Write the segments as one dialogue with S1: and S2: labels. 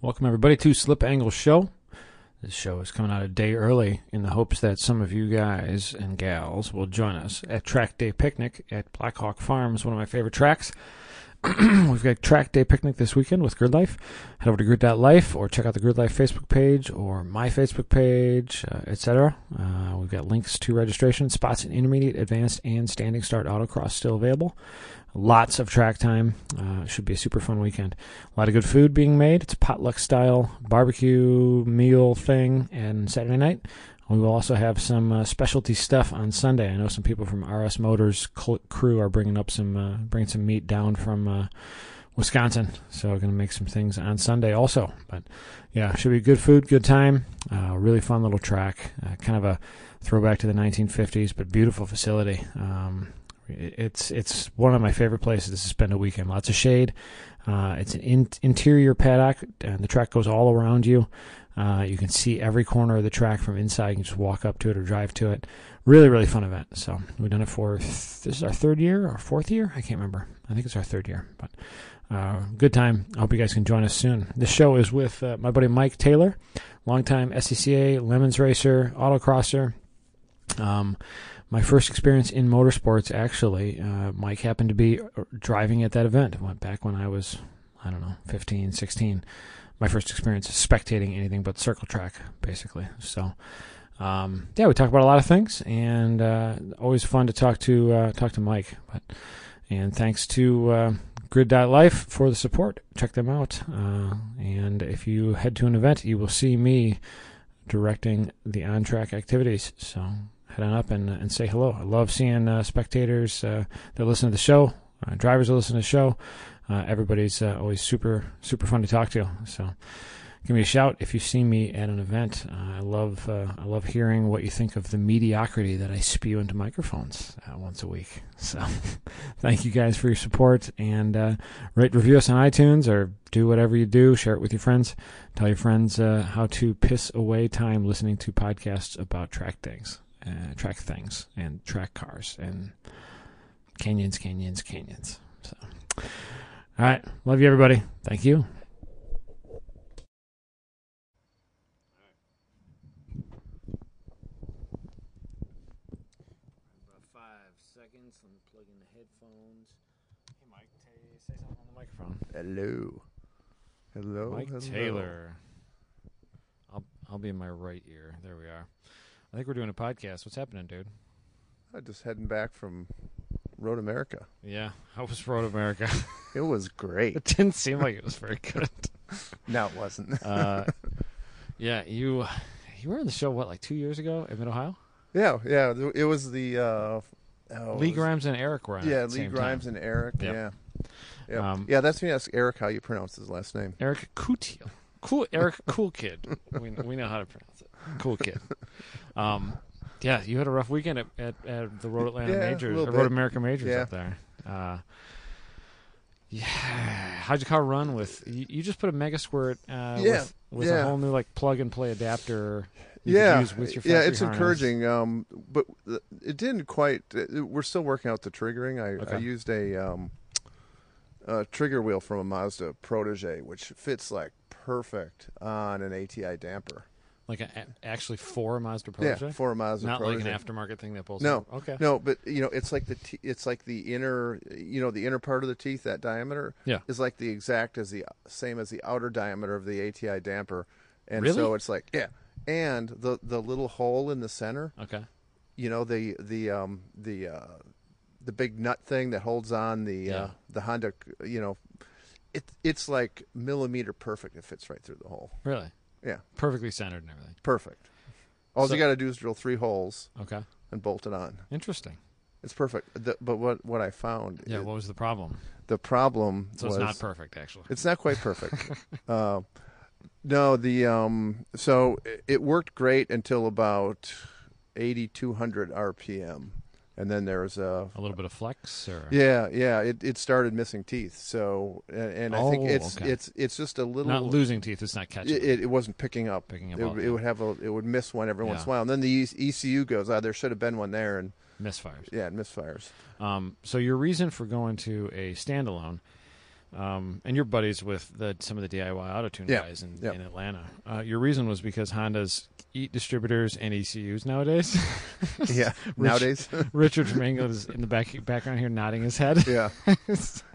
S1: Welcome, everybody, to Slip Angle Show. This show is coming out a day early in the hopes that some of you guys and gals will join us at Track Day Picnic at Black Hawk Farms, one of my favorite tracks. We've got Track Day Picnic this weekend with Grid Life. Head over to grid.life or check out the Grid Life Facebook page or my Facebook page, uh, etc. Uh, we've got links to registration, spots in intermediate, advanced, and standing start autocross still available. Lots of track time. Uh, should be a super fun weekend. A lot of good food being made. It's a potluck style barbecue meal thing and Saturday night. We will also have some uh, specialty stuff on Sunday. I know some people from RS Motors cl- crew are bringing up some uh, bringing some meat down from uh, Wisconsin, so we're going to make some things on Sunday also. But yeah, should be good food, good time, uh, really fun little track, uh, kind of a throwback to the 1950s, but beautiful facility. Um, it- it's it's one of my favorite places to spend a weekend. Lots of shade. Uh, it's an in- interior paddock, and the track goes all around you. Uh, you can see every corner of the track from inside. You can just walk up to it or drive to it. Really, really fun event. So we've done it for th- this is our third year or fourth year. I can't remember. I think it's our third year, but uh, good time. I hope you guys can join us soon. This show is with uh, my buddy Mike Taylor, longtime SCCA Lemons racer, autocrosser. Um, my first experience in motorsports, actually, uh, Mike happened to be uh, driving at that event. Went back when I was, I don't know, 15, 16 my first experience is spectating anything but circle track, basically. So, um, yeah, we talk about a lot of things, and uh, always fun to talk to uh, talk to Mike. But and thanks to uh, Grid.life for the support. Check them out, uh, and if you head to an event, you will see me directing the on track activities. So head on up and and say hello. I love seeing uh, spectators uh, that listen to the show, uh, drivers that listen to the show. Uh, everybody's uh, always super super fun to talk to. So give me a shout if you see me at an event. Uh, I love uh, I love hearing what you think of the mediocrity that I spew into microphones uh, once a week. So thank you guys for your support and uh, rate review us on iTunes or do whatever you do. Share it with your friends. Tell your friends uh, how to piss away time listening to podcasts about track things, uh, track things, and track cars and canyons, canyons, canyons. So. All right. Love you, everybody. Thank you. About five seconds. Let me plug in the headphones. Hey, Mike, say something on the microphone.
S2: Hello. Hello.
S1: Mike
S2: hello.
S1: Taylor. I'll, I'll be in my right ear. There we are. I think we're doing a podcast. What's happening, dude?
S2: I'm just heading back from Road America.
S1: Yeah. How was Road America?
S2: It was great.
S1: it didn't seem like it was very good.
S2: no, it wasn't.
S1: Uh, yeah, you you were on the show what like two years ago in Mid Ohio.
S2: yeah, yeah. th- It was the. Uh, oh, it
S1: Lee
S2: was-
S1: Grimes and Eric were on. it
S2: Yeah,
S1: at the
S2: Lee
S1: same
S2: Grimes
S1: Time.
S2: and Eric.
S1: Yep.
S2: Yeah. Yeah.
S1: Um,
S2: yeah, that's when you ask Eric how you pronounce his last name.
S1: Eric Kutil. Cool Eric Cool Kid. We we know how to pronounce it. Cool Kid. Um, yeah, you had a rough weekend at at, at the Road Atlanta
S2: Yeah, a
S1: Majors,
S2: little
S1: or Road
S2: bit.
S1: America Majors
S2: Yeah.
S1: up there. Uh, yeah, how'd your car run with? You, you just put a mega squirt uh,
S2: Yeah,
S1: with, with a
S2: yeah.
S1: whole new like plug and play adapter. You could
S2: yeah,
S1: use with your
S2: yeah,
S1: factory
S2: it's
S1: harness.
S2: encouraging. Um, but th- it didn't quite. uh, We're still working out the triggering. I, I
S1: Okay.
S2: used a, um, a trigger wheel from a Mazda Protege, which fits like perfect on an ATI damper.
S1: Like a, a- actually for Mazda Protege.
S2: Yeah, for a Mazda
S1: Not
S2: Protege.
S1: like an aftermarket thing that pulls.
S2: No,
S1: out. Okay.
S2: No, but you know, it's like the te- it's like the inner, you know, the inner part of the teeth, that diameter,
S1: Yeah.
S2: is like the exact as the same as the outer diameter of the ATI damper, and so
S1: Really?
S2: it's like yeah, and the the little hole in the center,
S1: Okay.
S2: you know, the the um the uh, the big nut thing that holds on the uh,
S1: Yeah.
S2: the Honda, you know, it it's like millimeter perfect. It fits right through the hole.
S1: Really.
S2: Yeah,
S1: Perfectly centered and everything.
S2: perfect. All
S1: So-
S2: you got to do is drill three holes
S1: Okay.
S2: and bolt it on.
S1: Interesting.
S2: It's perfect. The, but what what I found
S1: Yeah.
S2: is-
S1: What was the problem?
S2: the problem
S1: So
S2: was
S1: it's not perfect, actually.
S2: it's not quite perfect. uh, no, the um, so it- it worked great until about eighty two hundred RPM, and then there was a
S1: A little bit of flex, or
S2: yeah, yeah. It, it started missing teeth. So and, and I think
S1: Oh,
S2: it's
S1: okay.
S2: it's it's just a little
S1: not losing teeth. It's not catching.
S2: it, it wasn't picking up.
S1: Picking up
S2: it,
S1: all-
S2: it would have a it would miss one every once
S1: Yeah.
S2: in a while, and then the E ECU goes. Oh, there should have been one there, and
S1: misfires.
S2: yeah, it misfires.
S1: Um, so your reason for going to a standalone Um, and you're buddies with the, some of the DIY autotune
S2: Yeah.
S1: guys in,
S2: Yeah.
S1: in Atlanta. Uh, your reason was because Honda's eat distributors and ECUs nowadays.
S2: yeah. Nowadays.
S1: Richard from England is in the back, background here nodding his head.
S2: yeah.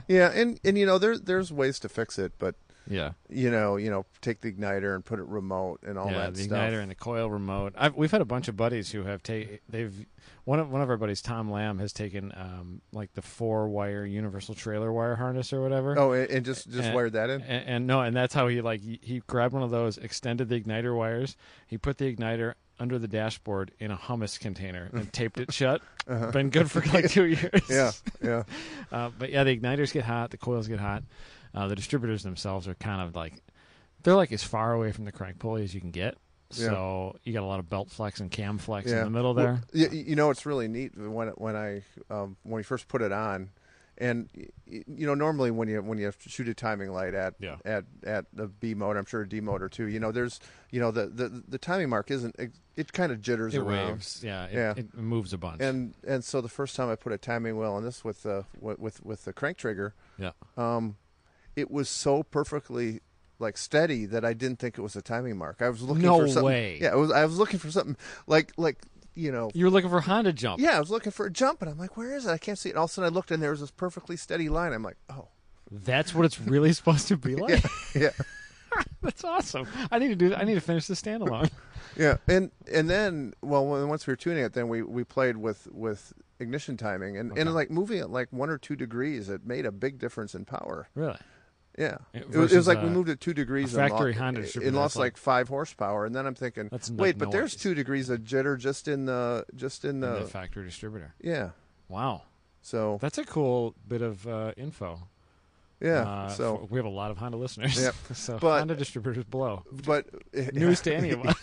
S2: Yeah. And and you know there there's ways to fix it, but
S1: yeah.
S2: you know you know take the igniter and put it remote and all
S1: yeah,
S2: that
S1: the
S2: stuff.
S1: igniter and the coil remote. I've, we've had a bunch of buddies who have taken. They've one of one of our buddies, Tom Lamb, has taken um, like the four wire universal trailer wire harness or whatever.
S2: oh, and, and just just
S1: And-
S2: wired that in.
S1: And, and no, and that's how he like he, he grabbed one of those, extended the igniter wires. He put the igniter under the dashboard in a hummus container and taped it shut. Been good for like two years.
S2: Uh-huh. yeah. Yeah.
S1: Uh, but yeah, the igniters get hot, the coils get hot. Uh, the distributors themselves are kind of like they're like as far away from the crank pulley as you can get.
S2: Yeah.
S1: So you got a lot of belt flex and cam flex
S2: Yeah.
S1: in the middle
S2: Well,
S1: there.
S2: y- y- you know, it's really neat when it- when I um, when we first put it on, and y- y- you know, normally when you when you shoot a timing light at
S1: Yeah.
S2: at at a B mode, I'm sure a D motor too. You know, there's you know the the, the timing mark isn't it, it kind of jitters
S1: it
S2: around.
S1: waves. Yeah, it,
S2: Yeah.
S1: it moves a bunch.
S2: And and so the first time I put a timing wheel on this with the with with, with the crank trigger,
S1: yeah.
S2: um, it was so perfectly like steady that I didn't think it was a timing mark. I was looking
S1: No
S2: for something.
S1: way.
S2: Yeah, it was. I was looking for something like like you know
S1: You were looking for Honda jump.
S2: yeah, I was looking for a jump, and I'm like, where is it? I can't see it. And all of a sudden, I looked, and there was this perfectly steady line. I'm like, oh,
S1: That's what it's really supposed to be like.
S2: yeah,
S1: That's awesome. I need to do. I need to finish the standalone.
S2: yeah. And and then, well, when, once we were tuning it, then we we played with with ignition timing, and
S1: Okay.
S2: and like moving it like one or two degrees, it made a big difference in power.
S1: really?
S2: Yeah,
S1: Yeah,
S2: it, was, it was
S1: versus,
S2: like
S1: uh,
S2: we moved it two degrees.
S1: a factory
S2: and
S1: Honda
S2: lost,
S1: distributor,
S2: and
S1: that's
S2: lost like
S1: like-
S2: five horsepower, and then I'm thinking,
S1: That's like
S2: wait, but there's
S1: noise.
S2: two degrees of jitter just in the just in the
S1: The factory distributor.
S2: yeah.
S1: Wow,
S2: So
S1: that's a cool bit of uh, info.
S2: yeah,
S1: Uh,
S2: so
S1: for- we have a lot of Honda listeners.
S2: Yep.
S1: so
S2: But-
S1: Honda distributors blow.
S2: but eh,
S1: News to any of us.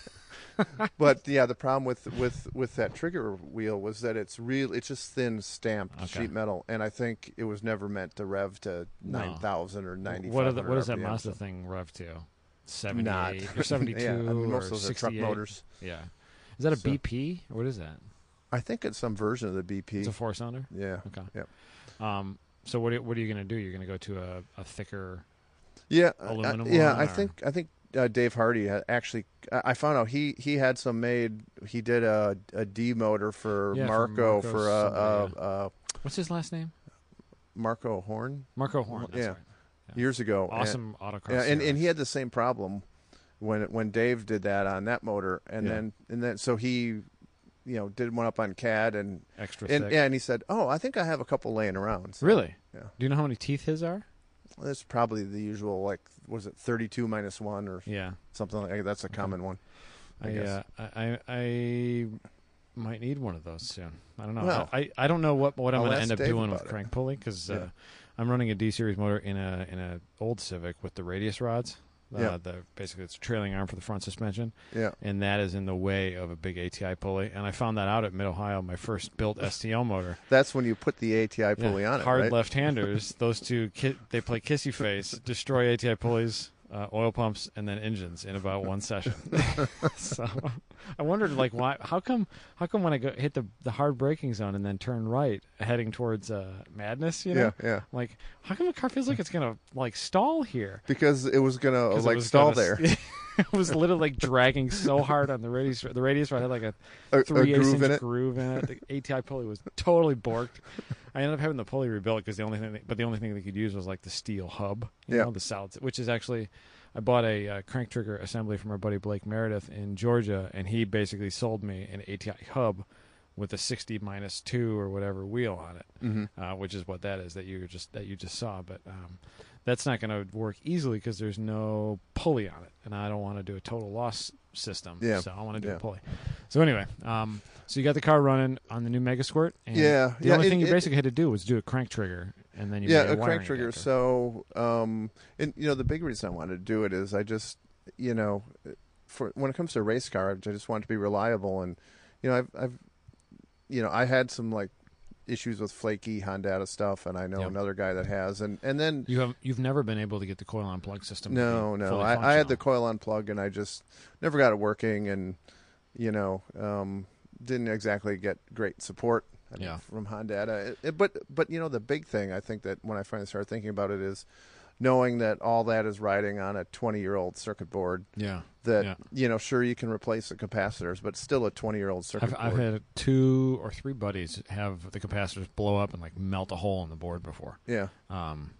S2: But yeah, the problem with with with that trigger wheel was that it's real. It's just thin stamped
S1: Okay.
S2: sheet metal, and I think it was never meant to rev to
S1: No.
S2: nine thousand or ninety.
S1: What, are the, what does that
S2: RPM,
S1: Mazda
S2: so-
S1: thing rev to?
S2: Not.
S1: 78 or 72
S2: yeah, I mean,
S1: or
S2: most of those are
S1: 68.
S2: truck motors.
S1: Yeah. Is that a
S2: So-
S1: BP? What is that?
S2: I think it's some version of the BP.
S1: It's a four cylinder?
S2: yeah,
S1: Okay.
S2: Yep.
S1: Um, so what, are- what are you going to do? You're going to go to a, a thicker.
S2: yeah, I- I-
S1: Aluminum
S2: yeah.
S1: one,
S2: I
S1: or-
S2: think I think uh, Dave Hardy had actually. I I found out he he had some made. He did a a D motor for
S1: Yeah, for
S2: Marco
S1: Marco
S2: for uh,
S1: somebody,
S2: uh, uh,
S1: What's his last name?
S2: Marco Horn
S1: Marco Horn. That's
S2: Yeah.
S1: right. Yeah.
S2: years ago. and-
S1: Awesome autocross.
S2: Yeah, and,
S1: hero.
S2: and he had the same problem when when Dave did that on that motor, and
S1: Yeah.
S2: then and then so he, you know, did one up on CAD, and
S1: extra
S2: and
S1: thick.
S2: yeah, and he said, "Oh, I think I have a couple laying around." So
S1: Really?
S2: Yeah.
S1: Do you know how many teeth his are?
S2: that's probably the usual like was it thirty two minus one or
S1: Yeah.
S2: something like that. That's a common one. I
S1: I,
S2: guess.
S1: uh, I, I, I might need one of those soon. I don't know.
S2: Well,
S1: I, I don't know what what I'm
S2: I'll
S1: going to end
S2: ask
S1: up
S2: Dave
S1: doing
S2: about
S1: with
S2: it.
S1: crank pulley because
S2: Yeah.
S1: uh, I'm running a D series motor in a in a old Civic with the radius rods. Uh,
S2: Yeah.
S1: the basically it's a trailing arm for the front suspension,
S2: Yeah,
S1: and that is in the way of a big ATI pulley. And I found that out at Mid Ohio, my first built STL motor.
S2: that's when you put the ATI pulley on it.
S1: Hard
S2: right?
S1: left-handers. those two, ki- they play kissy face, destroy ATI pulleys, uh, oil pumps, and then engines in about one session. so, I wondered, like, why? How come? How come when I go hit the the hard braking zone and then turn right, heading towards uh, madness? You know,
S2: yeah, yeah,
S1: like, how come the car feels like it's gonna like stall here?
S2: because it was gonna
S1: 'Cause it
S2: Oh, like
S1: was
S2: stall
S1: gonna-
S2: there.
S1: it was literally like dragging so hard on the radius. The radius rod had like a
S2: A, a
S1: three eighths
S2: groove
S1: inch
S2: in it.
S1: groove in it. The ATI pulley was totally borked. I ended up having the pulley rebuilt because the only thing, they, but the only thing they could use was like the steel hub, you
S2: Yeah.
S1: know, the solid, which is actually, I bought a uh, crank trigger assembly from our buddy Blake Meredith in Georgia, and he basically sold me an ATI hub with a 60 minus two or whatever wheel on it,
S2: Mm-hmm.
S1: uh, which is what that is that you just that you just saw. But um, that's not going to work easily because there's no pulley on it, and I don't want to do a total loss system.
S2: Yeah.
S1: So I want to do
S2: Yeah.
S1: a pulley. So anyway, um, so you got the car running on the new Mega Squirt. And
S2: Yeah,
S1: The
S2: yeah,
S1: only
S2: it-
S1: thing you
S2: it-
S1: basically had to do was do a crank trigger, and then you
S2: yeah,
S1: made
S2: a crank
S1: wiring
S2: trigger.
S1: adapter.
S2: So, um, and you know, the big reason I wanted to do it is I just, you know, for when it comes to a race car, I just want it to be reliable. And you know, I've, I've, you know, I had some like issues with flaky Honda stuff, and I know
S1: Yep.
S2: another guy that has. And and then
S1: you have you've never been able to get the coil on plug system. to
S2: no,
S1: be
S2: no,
S1: fully
S2: I, I had
S1: functional.
S2: the coil unplugged, and I just never got it working, and you know, um, didn't exactly get great support. uh, I mean,
S1: Yeah.
S2: from Honda. It- it- but but you know the big thing I think that when I finally started thinking about it is, knowing that all that is riding on a 20 year old circuit board
S1: Yeah.
S2: that
S1: Yeah.
S2: you know sure you can replace the capacitors but still a 20 year old circuit
S1: I've, I've
S2: board
S1: had two or three buddies have the capacitors blow up and like melt a hole in the board before.
S2: yeah
S1: Um,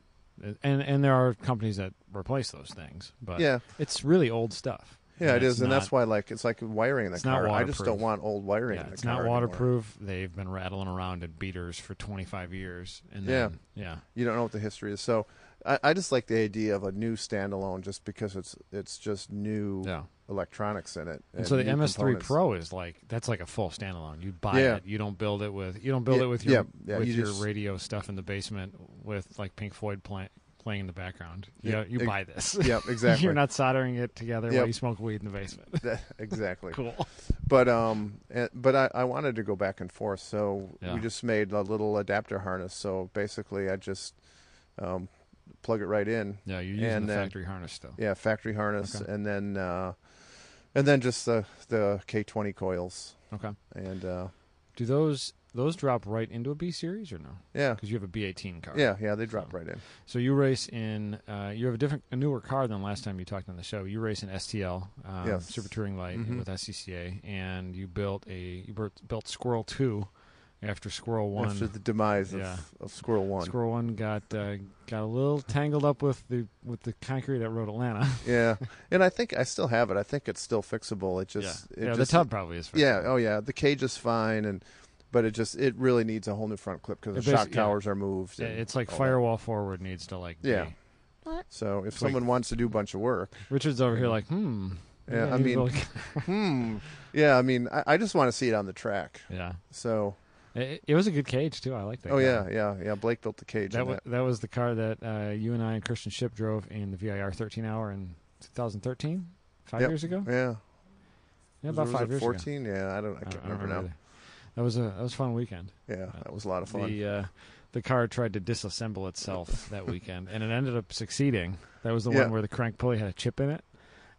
S1: and and there are companies that replace those things, but
S2: yeah
S1: it's really old stuff.
S2: yeah it
S1: uh, it's
S2: is and that's
S1: not-
S2: why like it's like wiring in the
S1: it's not
S2: car i just don't
S1: waterproof.
S2: want old wiring
S1: yeah,
S2: in the
S1: it's
S2: car
S1: not
S2: anymore.
S1: waterproof. They've been rattling around in beaters for 25 years, and then, yeah, yeah,
S2: you don't know what the history is so I, I just like the idea of a new standalone just because it's it's just new
S1: yeah.
S2: electronics in it
S1: And so the
S2: new
S1: MS3
S2: components.
S1: Pro is like that's like a full standalone. You buy
S2: Yeah.
S1: it. You don't build it with you don't build
S2: Yeah,
S1: it with your
S2: yeah, yeah,
S1: with
S2: you
S1: your
S2: just-
S1: radio stuff in the basement with like Pink Floyd playing playing in the background.
S2: Yeah,
S1: Yeah, you
S2: ex-
S1: buy this.
S2: yep exactly
S1: You're not soldering it together
S2: Yep.
S1: while you smoke weed in the basement.
S2: exactly
S1: cool.
S2: But um, eh, but I, I wanted to go back and forth, so
S1: Yeah.
S2: we just made a little adapter harness. So basically, I just um, plug it right in.
S1: Yeah, you're using
S2: And uh,
S1: the
S2: then-
S1: factory harness though.
S2: Yeah, factory harness,
S1: Okay.
S2: and then uh, and then just the the K twenty coils,
S1: Okay.
S2: and uh,
S1: Do those those drop right into a B series or no?
S2: yeah,
S1: Because you have a B18 car.
S2: yeah, yeah, they drop right in.
S1: So you race in. Uh, you have a different, a newer car than last time you talked on the show. You race in STL, um,
S2: Yes.
S1: Super Touring Light
S2: Mhm.
S1: with SCCA, and you built a you built, built Squirrel Two after Squirrel One.
S2: After the demise of,
S1: Yeah.
S2: of Squirrel One,
S1: Squirrel One got uh, got a little tangled up with the with the concrete that Road Atlanta.
S2: yeah, and I think I still have it. I think it's still fixable. It just
S1: yeah,
S2: it
S1: yeah
S2: just,
S1: the tub probably is. fixed.
S2: Yeah. Oh, yeah. The cage is fine, and but it just it really needs a whole new front clip because
S1: It
S2: the shock
S1: basi- yeah.
S2: towers are moved.
S1: Yeah,
S2: and
S1: it's like
S2: all
S1: firewall forward needs to like.
S2: Yeah.
S1: be-
S2: that. So if
S1: It's like-
S2: someone wants to do a bunch of work,
S1: Richard's over here like hmm.
S2: Yeah, I
S1: he's
S2: mean-
S1: like-
S2: hmm. Yeah. I mean, I, I just want to see it on the track.
S1: yeah,
S2: So
S1: it, it was a good cage too. I like that.
S2: oh
S1: car.
S2: yeah, yeah, yeah. Blake built the cage.
S1: That,
S2: in
S1: wa- that was the car that uh, you and I and Christian Ship drove in the VIR 13 hour in 2013, five
S2: Yep.
S1: years ago.
S2: Yeah.
S1: Yeah, about
S2: was
S1: five
S2: it
S1: years ago.
S2: Fourteen. Yeah. I don't. I
S1: I don't-
S2: can't
S1: I don't
S2: remember,
S1: either. That was a that was a fun weekend.
S2: now. Yeah. That was a lot of fun.
S1: The uh, the car tried to disassemble itself that weekend, and it ended up succeeding. That was the
S2: Yeah.
S1: one where the crank pulley had a chip in it.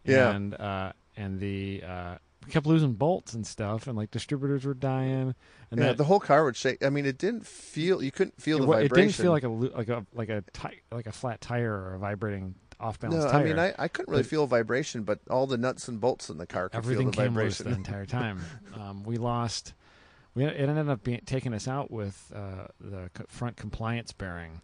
S2: Yeah.
S1: and uh, and the uh, we kept losing bolts and stuff, and like distributors were dying, and
S2: yeah,
S1: that,
S2: the whole car would shake. I mean, it didn't feel. You couldn't feel the
S1: it, wa- it
S2: vibration.
S1: didn't feel like a lo- like a like a ti- like a flat tire or a vibrating off balance
S2: No,
S1: tire.
S2: I mean, I, I couldn't really
S1: But-
S2: feel vibration, but all the nuts and bolts in the car could
S1: everything
S2: feel the
S1: came loose
S2: vibration.
S1: the entire time. um, we lost. We it ended up being, taking us out with uh, the c- front compliance bearing,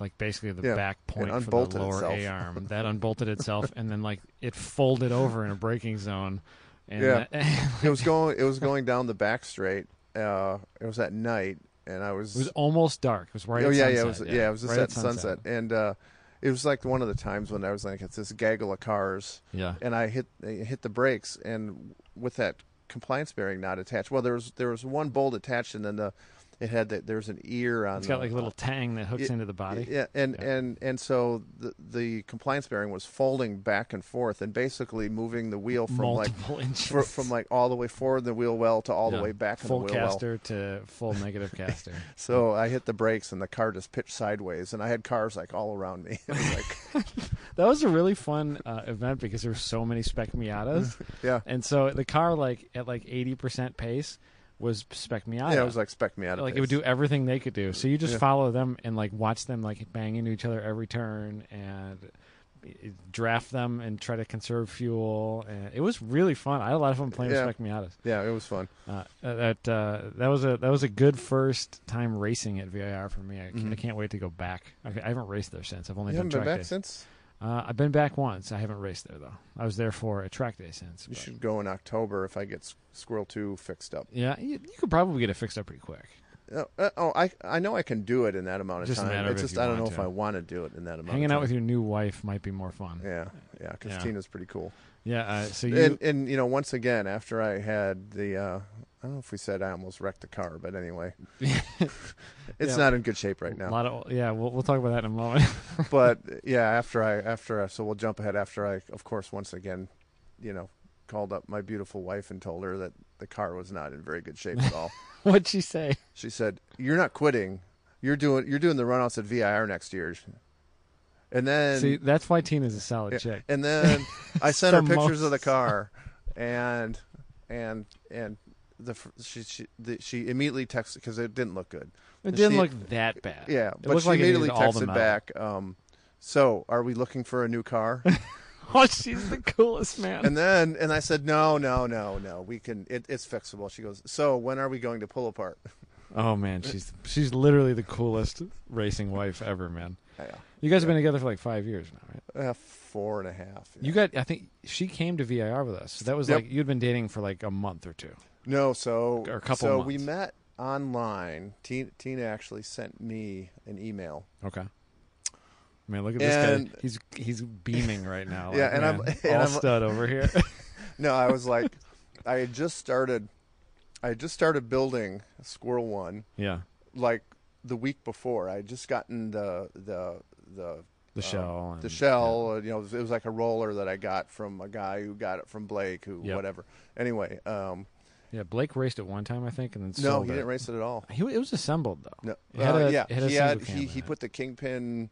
S1: like basically the
S2: Yeah,
S1: back point for the
S2: unbolted
S1: lower
S2: itself.
S1: A arm that unbolted itself, and then like it folded over in a braking zone. And
S2: Yeah.
S1: that- it
S2: it was going it was going down the back straight uh it was at night and i was,
S1: was almost dark. It was right.
S2: oh
S1: at
S2: yeah yeah
S1: sunset,
S2: it was yeah, it was just
S1: right
S2: at sunset. and uh it was like one of the times when i was like it's this gaggle of cars
S1: Yeah,
S2: and i hit I hit the brakes and with that compliance bearing not attached well there was there was one bolt attached and then the it had that there's an ear on
S1: it's got
S2: the-
S1: like a little tang that hooks
S2: Yeah,
S1: into the body.
S2: yeah, and
S1: Yeah.
S2: and and so the the compliance bearing was folding back and forth and basically moving the wheel from like
S1: Multiple inches
S2: fr- from like all the way forward in the wheel well to all
S1: Yeah.
S2: the way back in the
S1: full
S2: wheel well.
S1: caster to full negative caster.
S2: So I hit the brakes and the car just pitched sideways, and I had cars like all around me. It was like,
S1: That was a really fun uh, event because there were so many spec Miatas,
S2: yeah,
S1: and so the car like at like eighty percent pace was spec Miata.
S2: yeah, it was like spec me out of
S1: like it would do everything they could do. So you just
S2: Yeah.
S1: follow them and like watch them like bang into each other every turn and eh, draft them and try to conserve fuel. And it was really fun. I had a lot of fun playing
S2: Yeah.
S1: with spec Miatas.
S2: Yeah, it was fun.
S1: Uh, that uh, that was a that was a good first time racing at VIR for me. I, can't-
S2: Mhm.
S1: I can't wait to go back. I, I haven't raced there since. I've only
S2: you
S1: done
S2: haven't been
S1: track
S2: back
S1: days.
S2: since.
S1: Uh, I've been back once. I haven't raced there though. I was there for a track day since.
S2: You
S1: but-
S2: should go in October if I get S- Squirrel Two fixed up.
S1: Yeah, you, you could probably get it fixed up pretty quick.
S2: Uh, uh, oh, I I know I can do it in that amount of
S1: Just a
S2: time.
S1: matter of
S2: It's
S1: if
S2: just
S1: you
S2: I don't know
S1: want
S2: if
S1: to.
S2: I want to do it in that amount.
S1: Hanging out
S2: of
S1: with
S2: time.
S1: your new wife might be more fun. Yeah.
S2: Yeah, yeah, because
S1: Yeah.
S2: Tina's pretty cool.
S1: uh, so you.
S2: and and you know, once again, after I had the. Uh, I don't know if we said I almost wrecked the car, but anyway, it's
S1: Yeah.
S2: not in good shape right now.
S1: A lot of yeah. We'll we'll talk about that in a moment.
S2: but yeah, after I after I, so we'll jump ahead after I of course once again, you know, called up my beautiful wife and told her that the car was not in very good shape at all.
S1: What'd she say?
S2: she said, "You're not quitting. You're doing you're doing the runouts at VIR next year." And then
S1: See, that's why Tina's a solid
S2: Yeah.
S1: chick.
S2: and then I sent her
S1: The
S2: pictures of the
S1: most-
S2: car, and and and the fr- she she the, she immediately texted because it didn't look good.
S1: It
S2: She-
S1: didn't look that bad.
S2: Yeah,
S1: It
S2: but
S1: looked
S2: she
S1: like it
S2: immediately
S1: needed all the
S2: texted
S1: metal.
S2: back. Um, So, are we looking for a new car?
S1: Oh, she's the coolest man.
S2: and then, and I said, no, no, no, no. We can. It, it's fixable. She goes. So, when are we going to pull apart?
S1: oh man,
S2: Uh,
S1: she's she's literally the coolest racing wife ever, man.
S2: Yeah,
S1: You guys have been together for like five years now, right?
S2: uh, four and a half. yeah.
S1: You got, I think she came to VIR with us. So that was
S2: Yep.
S1: like you'd been dating for like a month or two.
S2: No, so
S1: Or a couple
S2: so we
S1: months.
S2: met online. Tina, Tina actually sent me an email.
S1: Okay. Man, look at this guy.
S2: And-
S1: He's he's beaming right now.
S2: Yeah,
S1: like,
S2: and I'm-
S1: man,
S2: and
S1: all
S2: I'm-
S1: stud over here.
S2: No, I was like, I had just started, I had just started building Squirrel One
S1: yeah,
S2: like the week before. I had just gotten the the the
S1: the
S2: Um,
S1: shell. And,
S2: the shell. uh, You know, it was, it was like a roller that I got from a guy who got it from Blake, who
S1: Yep.
S2: whatever. Anyway, um,
S1: Yeah. Blake raced it one time, I think, and then
S2: no,
S1: sold
S2: he
S1: it.
S2: didn't race it at all.
S1: He, it was assembled though.
S2: No,
S1: It had
S2: Uh,
S1: a-
S2: yeah,
S1: it had a
S2: he had
S1: single cam
S2: he,
S1: in
S2: he
S1: it.
S2: put the kingpin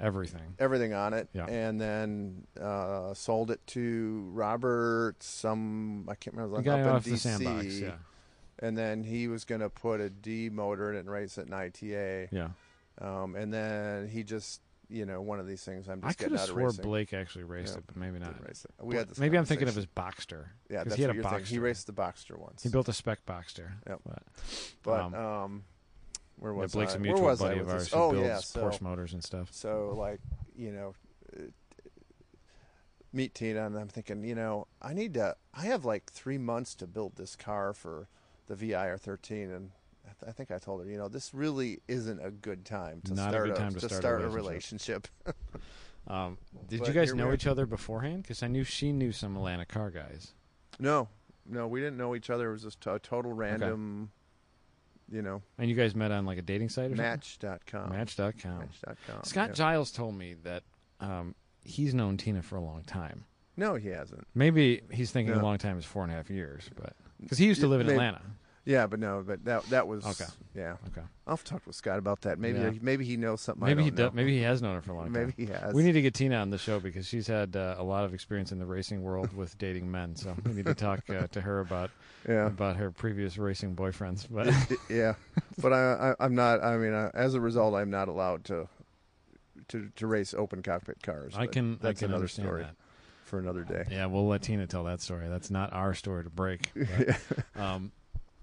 S1: Everything.
S2: everything on it
S1: Yeah.
S2: and then uh, sold it to Robert some I can't remember
S1: The
S2: like
S1: guy
S2: up
S1: off
S2: in
S1: the
S2: DC
S1: sandbox. Yeah.
S2: and then he was going to put a D motor in it and race it in ITA
S1: Yeah.
S2: um, and then he just you know one of these things I'm
S1: I
S2: just
S1: could
S2: getting
S1: have
S2: out of
S1: swore
S2: racing.
S1: Blake actually raced
S2: Yeah,
S1: it, but maybe not.
S2: Didn't race it. We had this
S1: Maybe I'm thinking of
S2: conversation.
S1: his Boxster.
S2: yeah
S1: 'cause
S2: that's
S1: he had
S2: what
S1: a
S2: you're thinking. He
S1: Boxster.
S2: raced the Boxster once
S1: He built a spec Boxster.
S2: Yep.
S1: But,
S2: but
S1: um,
S2: um, where
S1: yeah,
S2: was
S1: Blake's a
S2: I? Where
S1: mutual
S2: was I
S1: buddy of
S2: with
S1: ours
S2: this?
S1: who
S2: oh
S1: builds
S2: yeah so
S1: Porsche motors and stuff.
S2: So like, you know, uh, meet Tina, and I'm thinking, you know, I need to. I have like three months to build this car for the VI or 13, and I, th- I think I told her, you know, this really isn't a good time to
S1: Not a
S2: start
S1: good time to start a
S2: a
S1: relationship.
S2: relationship.
S1: Um, did you
S2: But
S1: guys
S2: here we
S1: know
S2: are.
S1: each other beforehand? Because I knew she knew some Atlanta car guys.
S2: no, no, we didn't know each other. It was just a total random, you know,
S1: And you guys met on like a dating site or
S2: match.com.
S1: something? Match.com.
S2: Match.com.
S1: Scott
S2: yeah.
S1: Giles told me that um, he's known Tina for a long time.
S2: No, he hasn't.
S1: Maybe he's thinking a
S2: No.
S1: long time is four and a half years, but because he used to
S2: Yeah,
S1: live in
S2: maybe.
S1: Atlanta.
S2: Yeah, but no, but that that was
S1: Okay.
S2: Yeah,
S1: Okay.
S2: I'll have to talk with Scott about that. Maybe
S1: Yeah.
S2: maybe he knows something. I
S1: Maybe
S2: don't
S1: he
S2: know.
S1: does, maybe he has known her for a long
S2: Maybe
S1: time.
S2: he has.
S1: We need to get Tina on the show because she's had uh, a lot of experience in the racing world with dating men. So we need to talk uh, to her about
S2: yeah,
S1: about her previous racing boyfriends. But
S2: yeah. But I, I, I'm not. I mean, I, as a result, I'm not allowed to to to race open cockpit cars.
S1: I
S2: but
S1: can I
S2: that's
S1: can
S2: another
S1: understand
S2: story
S1: that.
S2: for another day.
S1: Yeah, we'll let Tina tell that story. That's not our story to break. but, um,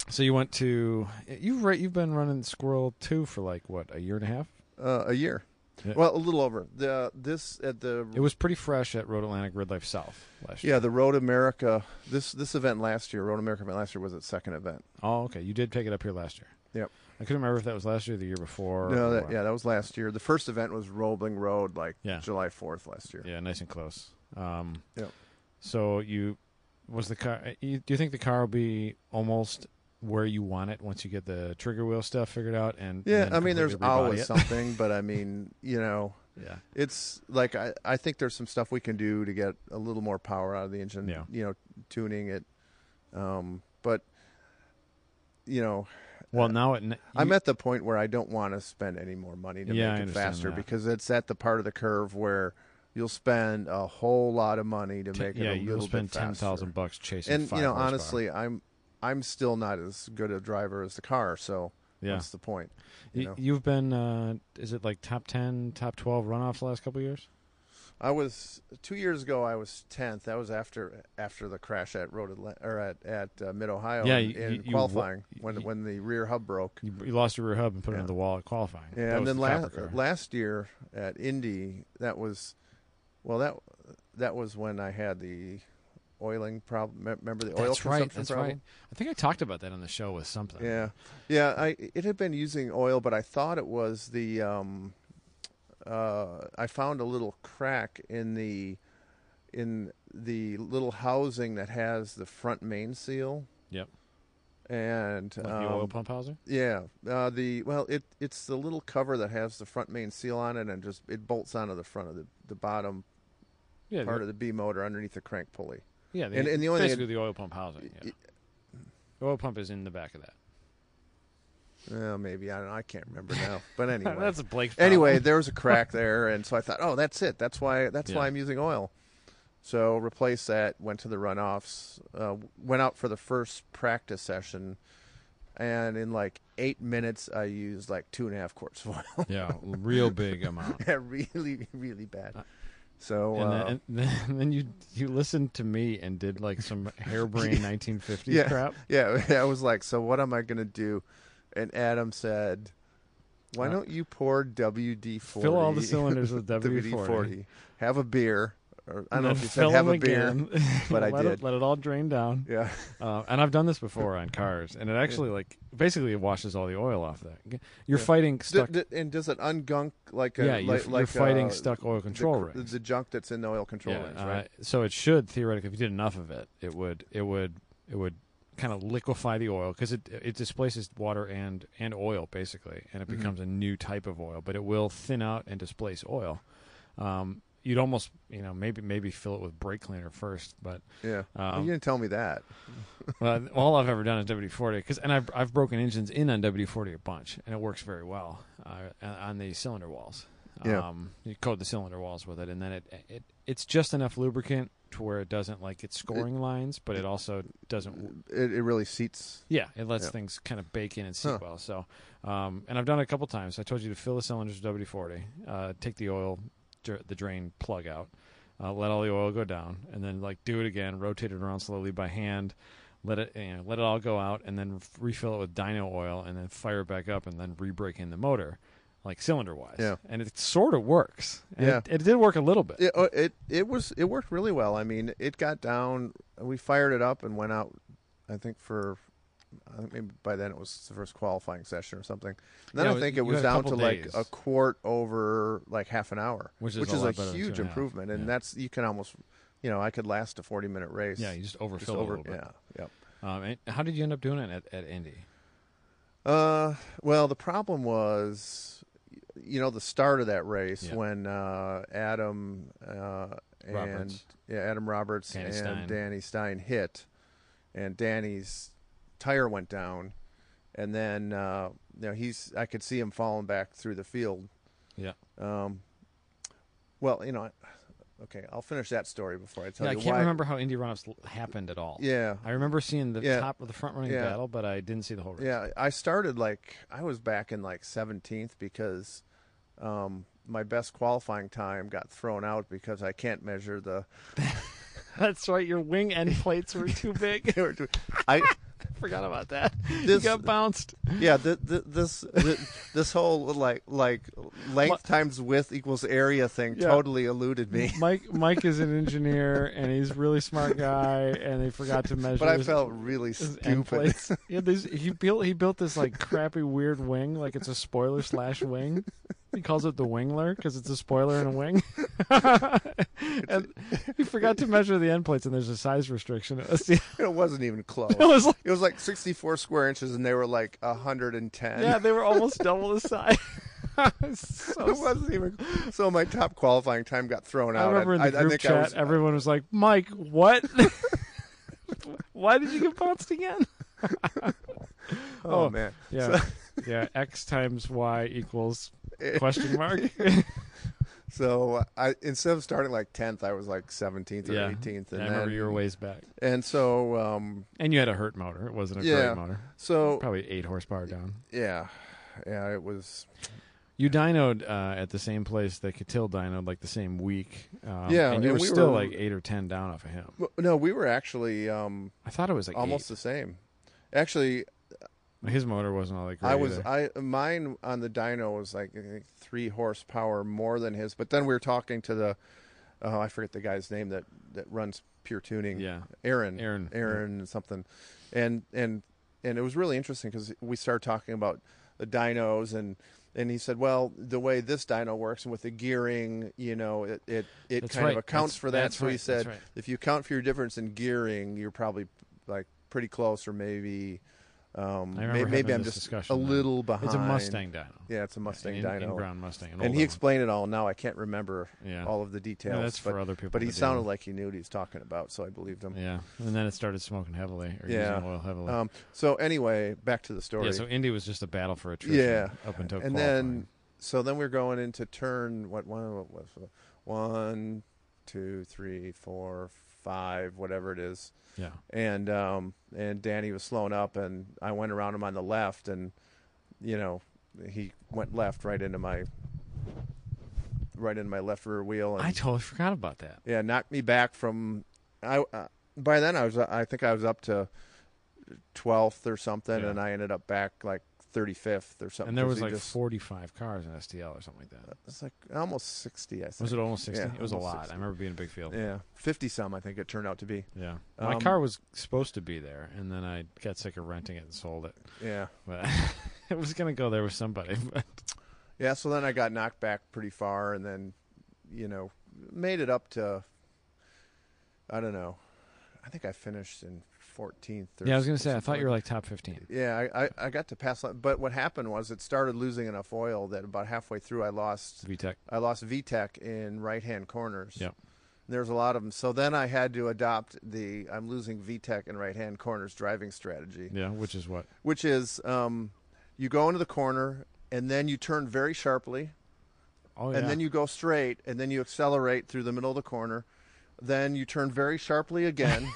S1: so you went to you've ra- you've been running Squirrel Two for like what a year and a half.
S2: Uh, a year.
S1: Yeah.
S2: Well, a little over the this at the
S1: It was pretty fresh at Road Atlantic Grid Life South last year.
S2: yeah the Road America this this event last year Road America event last year was its second event.
S1: Oh, okay. You did take it up here last year.
S2: Yep.
S1: I couldn't remember if that was last year or the year before.
S2: no,
S1: or
S2: that,
S1: what.
S2: yeah, that was last year. The first event was Roebling Road, like
S1: Yeah.
S2: July fourth last year.
S1: Yeah, nice and close. Um,
S2: Yep.
S1: So you was the car? uh, You, do you think the car will be almost where you want it once you get the trigger wheel stuff figured out? And and
S2: Yeah,
S1: then
S2: I mean, there's
S1: completely rebody
S2: always
S1: it?
S2: something, but I mean, you know,
S1: yeah,
S2: it's like I, I think there's some stuff we can do to get a little more power out of the engine.
S1: Yeah.
S2: You know, tuning it. Um, but you know,
S1: Well, now it. You,
S2: I'm at the point where I don't want to spend any more money to
S1: Yeah, I
S2: make it
S1: understand
S2: faster
S1: that.
S2: because it's at the part of the curve where you'll spend a whole lot of money to
S1: t-
S2: make it
S1: yeah,
S2: a
S1: you'll
S2: little
S1: spend
S2: bit faster.
S1: ten thousand bucks chasing.
S2: And
S1: five
S2: you know,
S1: horsepower.
S2: honestly, I'm I'm still not as good a driver as the car, so
S1: yeah,
S2: what's the point? You
S1: you
S2: know,
S1: have been. Uh, is it like top ten, top twelve runoffs the last couple years?
S2: I was two years ago. I was tenth. That was after after the crash at Road Atla- or at at uh, Mid Ohio.
S1: Yeah,
S2: in,
S1: you-
S2: in
S1: you- you wa-
S2: qualifying when
S1: you-
S2: when the rear hub broke.
S1: You, you lost your rear hub and put it
S2: Yeah.
S1: into the wall at qualifying.
S2: Yeah,
S1: That
S2: and
S1: was
S2: then
S1: the
S2: last
S1: copper car.
S2: last year at Indy, that was well that that was when I had the oiling problem. Me- Remember the oil
S1: that's right.
S2: consumption
S1: That's right.
S2: problem?
S1: I think I talked about that on the show with something.
S2: Yeah, yeah. I it had been using oil, but I thought it was the um, uh, I found a little crack in the in the little housing that has the front main seal.
S1: Yep.
S2: And
S1: Like the oil
S2: um,
S1: pump houser.
S2: yeah, uh, the well, it it's the little cover that has the front main seal on it, and just it bolts onto the front of the the bottom
S1: Yeah,
S2: part
S1: the,
S2: of the B motor underneath the crank pulley.
S1: yeah. The,
S2: and- and the only thing-
S1: basically the oil pump housing. Yeah. The oil pump is in the back of that.
S2: Uh, maybe I don't know. I can't remember now. But anyway,
S1: that's a Blake's. problem.
S2: anyway, there was a crack there, and so I thought, oh, that's it. That's why. That's
S1: Yeah.
S2: why I'm using oil. So replaced that. Went to the runoffs. Uh, went out for the first practice session, and in like eight minutes, I used like two and a half quarts of oil.
S1: Yeah, real big amount. Uh,
S2: yeah, really, really bad. So
S1: And,
S2: uh,
S1: then, and then, and then you you listened to me and did like some harebrained 1950s
S2: Yeah.
S1: crap.
S2: yeah, I was like, so what am I gonna do? And Adam said, why
S1: Uh,
S2: don't you pour WD forty?
S1: Fill all the cylinders with WD-40.
S2: Have a beer. Or, I
S1: And
S2: don't know
S1: then
S2: if you
S1: fill
S2: said have
S1: them
S2: a beer.
S1: again.
S2: but I
S1: let
S2: did.
S1: It, let it all drain down.
S2: Yeah,
S1: Uh, and I've done this before on cars, and it actually like basically it washes all the oil off that. You're
S2: Yeah.
S1: fighting
S2: D-
S1: stuck.
S2: d- and does it ungunk like a
S1: yeah, you're,
S2: like,
S1: you're
S2: like,
S1: fighting
S2: uh,
S1: stuck oil
S2: the-
S1: control
S2: the,
S1: rings.
S2: the junk that's in the oil control
S1: Yeah,
S2: rings, right?
S1: uh, so it should theoretically, if you did enough of it, it would it would it would kind of liquefy the oil because it it displaces water and and oil basically, and it
S2: Mhm.
S1: becomes a new type of oil. But it will thin out and displace oil. Um, you'd almost you know maybe maybe fill it with brake cleaner first, but
S2: yeah. Well,
S1: um,
S2: you didn't tell me that.
S1: well, all I've ever done is WD-40 because, and I've I've broken engines in on WD-40 a bunch, and it works very well uh, on the cylinder walls.
S2: Yeah.
S1: Um, you coat the cylinder walls with it, and then it, it it's just enough lubricant to where it doesn't like it's scoring lines, but it also doesn't.
S2: It, it really seats.
S1: Yeah, it lets
S2: Yeah.
S1: things kind of bake in and seat
S2: Huh.
S1: well. So, um, and I've done it a couple times. I told you to fill the cylinders with WD-40, uh, take the oil, dr- the drain plug out, uh, let all the oil go down, and then like do it again, rotate it around slowly by hand, let it you know, let it all go out, and then f- refill it with dyno oil, and then fire it back up, and then re-brake in the motor, like cylinder wise.
S2: Yeah.
S1: and it sort of works. And
S2: Yeah.
S1: it, it did work a little bit.
S2: It, oh, it it was it worked really well. I mean, it got down. We fired it up and went out. I think for I think maybe by then it was the first qualifying session or something. And then
S1: Yeah,
S2: I think
S1: you
S2: it was
S1: had a
S2: down to
S1: couple
S2: like
S1: days.
S2: a quart over like half an hour,
S1: Which is
S2: which
S1: a
S2: is a,
S1: lot better than two and
S2: huge
S1: a half.
S2: improvement. And
S1: Yeah.
S2: that's you can almost you know I could last a forty minute race.
S1: Yeah, you just overfill
S2: Just
S1: it
S2: over
S1: a little bit.
S2: yeah yep.
S1: Um, and how did you end up doing it at, at Indy?
S2: Uh, well, the problem was, you know, the start of that race
S1: Yeah.
S2: when uh, Adam uh, and
S1: Roberts.
S2: yeah, Adam Roberts
S1: Danny
S2: and
S1: Stein.
S2: Danny Stein hit, and Danny's tire went down, and then uh, you know he's I could see him falling back through the field.
S1: Yeah.
S2: Um. Well, you know, I- okay, I'll finish that story before I tell
S1: yeah, I
S2: you
S1: can't
S2: why.
S1: remember how Indy run-ups l- happened at all.
S2: Yeah.
S1: I remember seeing the
S2: Yeah.
S1: top of the front running
S2: Yeah.
S1: battle, but I didn't see the whole race.
S2: Yeah, I started like I was back in like 17th because um, my best qualifying time got thrown out because I can't measure the.
S1: That's right. Your wing end plates were too big.
S2: I
S1: Forgot about that.
S2: This-
S1: you got bounced.
S2: yeah, th- th- this th- this whole like like length times width equals area thing
S1: Yeah.
S2: totally eluded me.
S1: Mike Mike is an engineer and he's a really smart guy and they forgot to measure
S2: But I
S1: his-
S2: felt really
S1: his end
S2: stupid.
S1: plates. Yeah, these, he built he built this like crappy weird wing, like it's a spoiler slash wing. He calls it the wingler because it's a spoiler and a wing. and he forgot to measure the end plates and there's a size restriction. It was, it
S2: It wasn't even close.
S1: was like
S2: It was like 64 square inches, and they were like 110.
S1: Yeah, they were almost double the size. so
S2: it wasn't even. So my top qualifying time got thrown
S1: I
S2: out.
S1: remember in the group
S2: think
S1: chat,
S2: I was,
S1: everyone was like, "Mike, what? Why did you get bounced again?"
S2: oh
S1: oh.
S2: man.
S1: Yeah, yeah. X times Y equals question mark.
S2: So I instead of starting like tenth, I was like seventeenth or
S1: yeah,
S2: eighteenth,
S1: I
S2: and
S1: remember
S2: then
S1: you were ways back,
S2: and so um
S1: and you had a hurt motor. It wasn't a
S2: Yeah.
S1: great motor.
S2: so
S1: Probably eight horsepower down.
S2: yeah yeah it was
S1: You dynoed uh, at the same place that Catil dynoed, like the same week. Um,
S2: Yeah,
S1: and you
S2: and
S1: were
S2: we
S1: still
S2: were-
S1: like eight or ten down off of him.
S2: no we were actually um
S1: I thought it was like
S2: almost the same. Actually,
S1: eight. His motor wasn't all that great.
S2: I was
S1: either.
S2: I mine on the dyno was like I think, three horsepower more than his. But then we were talking to the oh I forget the guy's name that that runs pure tuning.
S1: yeah,
S2: Aaron.
S1: Aaron.
S2: Aaron and something, and and and it was really interesting because we started talking about the dynos and and he said, well, the way this dyno works and with the gearing, you know, it it, it
S1: That's
S2: kind
S1: right.
S2: of accounts
S1: That's-
S2: for that.
S1: that's
S2: So
S1: right.
S2: he
S1: That's
S2: said,
S1: right.
S2: if you account for your difference in gearing, you're probably like pretty close or maybe. Um,
S1: I remember
S2: may- maybe,
S1: having
S2: I'm
S1: this
S2: just
S1: discussion
S2: a
S1: then.
S2: little behind.
S1: It's a Mustang dyno.
S2: Yeah, it's a Mustang
S1: in,
S2: dyno.
S1: brown Mustang. An
S2: and
S1: old
S2: he
S1: one.
S2: explained it all. Now I can't remember
S1: yeah.
S2: all of the details.
S1: No, that's
S2: but,
S1: for other people.
S2: but he
S1: to deal
S2: sounded
S1: with.
S2: like he knew what he was talking about, so I believed him.
S1: Yeah, and then it started smoking heavily or
S2: Yeah.
S1: using oil heavily.
S2: Um, so anyway, back to the story.
S1: yeah, so Indy was just a battle for attrition.
S2: Yeah.
S1: up until
S2: and
S1: qualifying.
S2: then, so then we're going into turn what one what was it? one two, three, four, five, whatever it is.
S1: Yeah.
S2: And um, and Danny was slowing up, and I went around him on the left, and you know he went left right into my right into my left rear wheel, and
S1: I totally forgot about that.
S2: yeah, knocked me back from. I uh, by then I was I think I was up to twelfth or something,
S1: Yeah.
S2: and I ended up back like thirty fifth or something.
S1: And there
S2: 'cause
S1: was
S2: he
S1: like
S2: just-
S1: 45 cars in STL or something like that.
S2: It's like almost sixty. I think.
S1: Was it almost 60?
S2: Yeah,
S1: it was a
S2: almost
S1: lot.
S2: 60.
S1: I remember being a big field.
S2: Yeah, fifty some. I think it turned out to be.
S1: Yeah. My
S2: Um,
S1: car was supposed to be there, and then I got sick of renting it and sold it.
S2: Yeah,
S1: But it was going to go there with somebody. but-
S2: yeah. So then I got knocked back pretty far, and then you know made it up to. I don't know. I think I finished in fourteenth.
S1: yeah, I was going to say, I thought you were like top 15.
S2: Yeah, I, I, I got to pass, but what happened was it started losing enough oil that about halfway through I lost
S1: VTEC.
S2: I lost VTEC in right hand corners.
S1: Yep.
S2: There's a lot of them. So then I had to adopt the I'm losing VTEC in right hand corners driving strategy,
S1: Yeah, which is what?
S2: which is um, you go into the corner and then you turn very sharply
S1: Oh, yeah.
S2: and then you go straight and then you accelerate through the middle of the corner. Then you turn very sharply again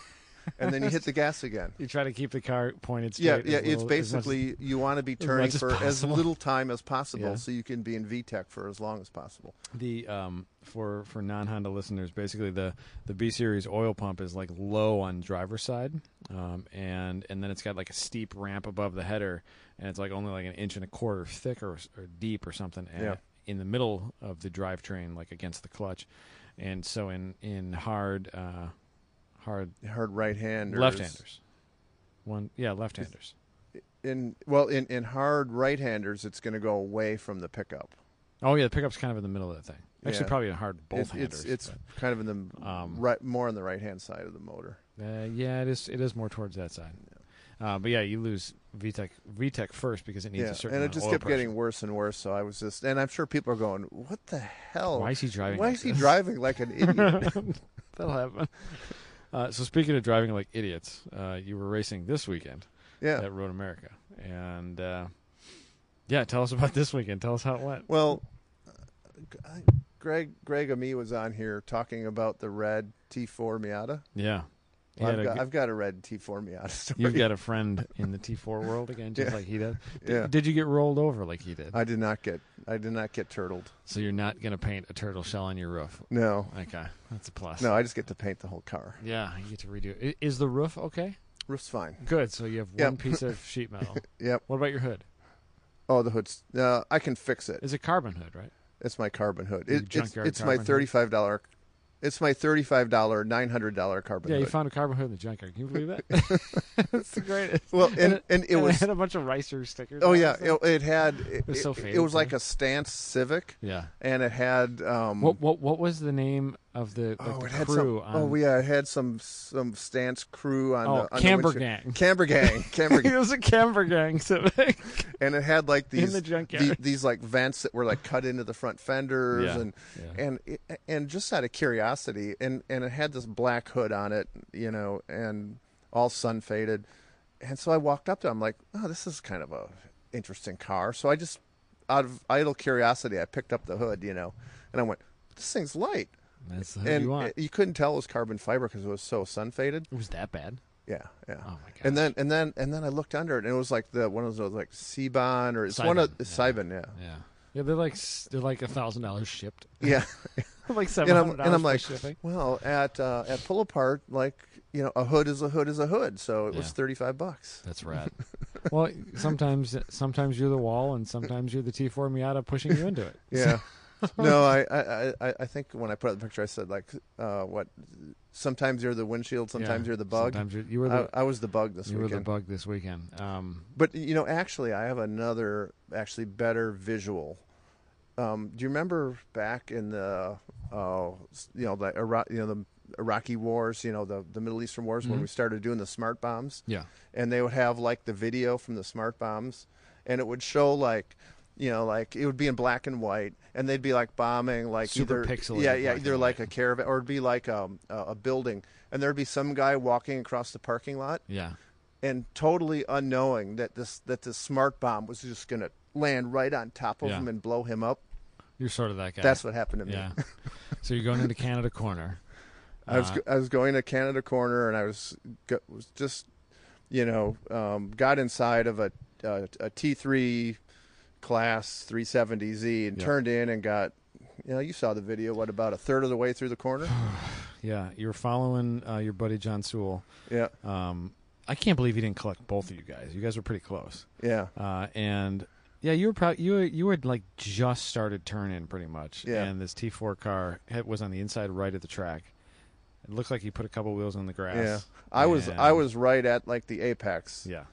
S2: and then you hit the gas again.
S1: You try to keep the car pointed straight.
S2: Yeah,
S1: as
S2: yeah. it's
S1: little- as much as-
S2: basically you want to be turning
S1: much as
S2: for as
S1: possible.
S2: little time as possible,
S1: Yeah.
S2: so you can be in VTEC for as long as possible.
S1: the um for for non Honda listeners, basically the the B series oil pump is like low on driver's side, um, and and then it's got like a steep ramp above the header, and it's like only like an inch and a quarter thick or, or deep or something. And
S2: Yeah.
S1: In the middle of the drivetrain, like against the clutch, and so in in hard uh, hard
S2: Hard right hand,
S1: left handers, one yeah left handers.
S2: in well in, in hard right handers it's going to go away from the pickup
S1: Oh yeah, the pickup's kind of in the middle of that thing. Actually,
S2: Yeah.
S1: probably a hard both
S2: It-
S1: handers.
S2: it's it's
S1: but-
S2: kind of in the
S1: Um,
S2: right more on the right hand side of the motor
S1: Uh, yeah, it is. It is more towards that side. Uh, but yeah, you lose VTEC VTEC first because it needs
S2: yeah
S1: a certain.
S2: and it
S1: amount of
S2: just
S1: oil
S2: kept
S1: pressure.
S2: getting worse and worse so i was just and i'm sure people are going what the hell
S1: Why is he driving?
S2: Why
S1: like
S2: is he
S1: this?
S2: driving like an idiot
S1: That'll happen. Uh, so speaking of driving like idiots, uh, you were racing this weekend
S2: yeah
S1: at Road America, and uh, yeah, tell us about this weekend. Tell us how it went.
S2: well I- greg greg ami was on here talking about the red t4 miata
S1: Yeah, He
S2: Well,
S1: had
S2: I've,
S1: a
S2: got,
S1: g-
S2: I've got a red t4 miata story
S1: you've got a friend in the T4 world again, just
S2: Yeah.
S1: like he did. Did,
S2: yeah
S1: did you get rolled over like he did?
S2: i did not get i did not get turtled
S1: so you're not gonna paint a turtle shell on your roof.
S2: no
S1: Okay, that's a plus.
S2: no i just get to paint the whole car
S1: Yeah, you get to redo it. I- Is the roof okay?
S2: roof's fine
S1: Good. So you have
S2: Yeah.
S1: one piece of sheet metal.
S2: yep
S1: What about your hood?
S2: Oh, the hood's. Uh, I can fix it.
S1: Is it carbon hood, right?
S2: It's my carbon hood.
S1: Your
S2: It, it's
S1: junkyard
S2: it's my
S1: carbon hood?
S2: thirty-five dollar. It's my thirty-five dollar, nine hundred dollar carbon
S1: yeah, you
S2: hood.
S1: found a carbon hood in the junkyard. Can you believe that? That's the greatest.
S2: well,
S1: and
S2: and and it
S1: and
S2: was.
S1: had a bunch of Ricer stickers.
S2: Oh
S1: on it
S2: yeah,
S1: and stuff.
S2: it, it had. It,
S1: was
S2: it-
S1: so
S2: it
S1: faded,
S2: was like
S1: too.
S2: a Stance Civic,
S1: yeah.
S2: and it had. Um,
S1: What what what was the name of the, like,
S2: oh,
S1: the
S2: it had
S1: crew?
S2: some.
S1: on,
S2: oh yeah, it had some some Stance crew on
S1: oh
S2: the on
S1: Camber
S2: the
S1: Gang.
S2: Camber gang, Camber gang,
S1: it was a Camber Gang civic
S2: and it had like
S1: in
S2: these
S1: the
S2: the,
S1: junkyard.
S2: these like vents that were like cut into the front fenders,
S1: Yeah.
S2: and
S1: yeah.
S2: and it, and just out of curiosity, and and it had this black hood on it, you know, and all sun faded, and so I walked up to him like, oh, this is kind of a interesting car. So I just out of idle curiosity, I picked up the hood, you know, and I went, this thing's light,
S1: That's the hood
S2: and
S1: you want.
S2: it- you couldn't tell it was carbon fiber because it was so sun faded.
S1: It was that bad?
S2: Yeah, yeah.
S1: Oh my god.
S2: And then and then and then I looked under it and it was like the one of those like Cibon or it's one of
S1: Cybon,
S2: Cybon, yeah.
S1: yeah. Yeah, they're like s- they're like a thousand dollars shipped,
S2: Yeah.
S1: like
S2: and
S1: seven
S2: I'm
S1: hundred
S2: and I'm like,
S1: shipping.
S2: well, at uh, at pull apart, like you know, a hood is a hood is a hood, so it was
S1: Yeah.
S2: thirty five bucks.
S1: That's rad. well, sometimes sometimes you're the wall, and sometimes you're the T4 Miata pushing you into it.
S2: Yeah. no, I, I, I, I think when I put up the picture, I said like, uh, what? Sometimes you're the windshield, sometimes
S1: Yeah,
S2: you're the bug.
S1: Sometimes you're, you were the
S2: I, I was the bug this
S1: you were the
S2: weekend.
S1: bug this weekend. Um,
S2: But you know, actually, I have another, actually better visual. Um, do you remember back in the, uh, you know, the Iraq, you know, the Iraqi wars, you know, the the Middle Eastern wars when
S1: Mhm.
S2: we started doing the smart bombs?
S1: yeah,
S2: and they would have like the video from the smart bombs and it would show like you know like it would be in black and white and they'd be like bombing like
S1: Super
S2: either
S1: pixelated
S2: yeah
S1: black
S2: yeah
S1: and
S2: either like
S1: white.
S2: a caravan or it'd be like um, a, a building and there'd be some guy walking across the parking lot
S1: yeah.
S2: and totally unknowing that this that this smart bomb was just going to land right on top of
S1: Yeah.
S2: him and blow him up
S1: You're sort of that guy.
S2: That's what happened to me.
S1: yeah. so you're going into Canada Corner.
S2: I was
S1: Uh,
S2: I was going to Canada Corner, and I was go- was just, you know, um, got inside of a a a T three class 370Z and
S1: Yeah.
S2: turned in and got, you know, you saw the video. What about a third of the way through the corner?
S1: yeah, you were following uh, your buddy John Sewell.
S2: yeah,
S1: Um, I can't believe he didn't collect both of you guys. You guys were pretty close.
S2: yeah,
S1: Uh, and yeah, you were probably you were, you had like just started turning pretty much.
S2: Yeah.
S1: And this T4 car had, was on the inside right at the track. It looked like he put a couple wheels on the
S2: yeah.
S1: grass.
S2: I was I
S1: And-
S2: was right at like the apex,
S1: Yeah.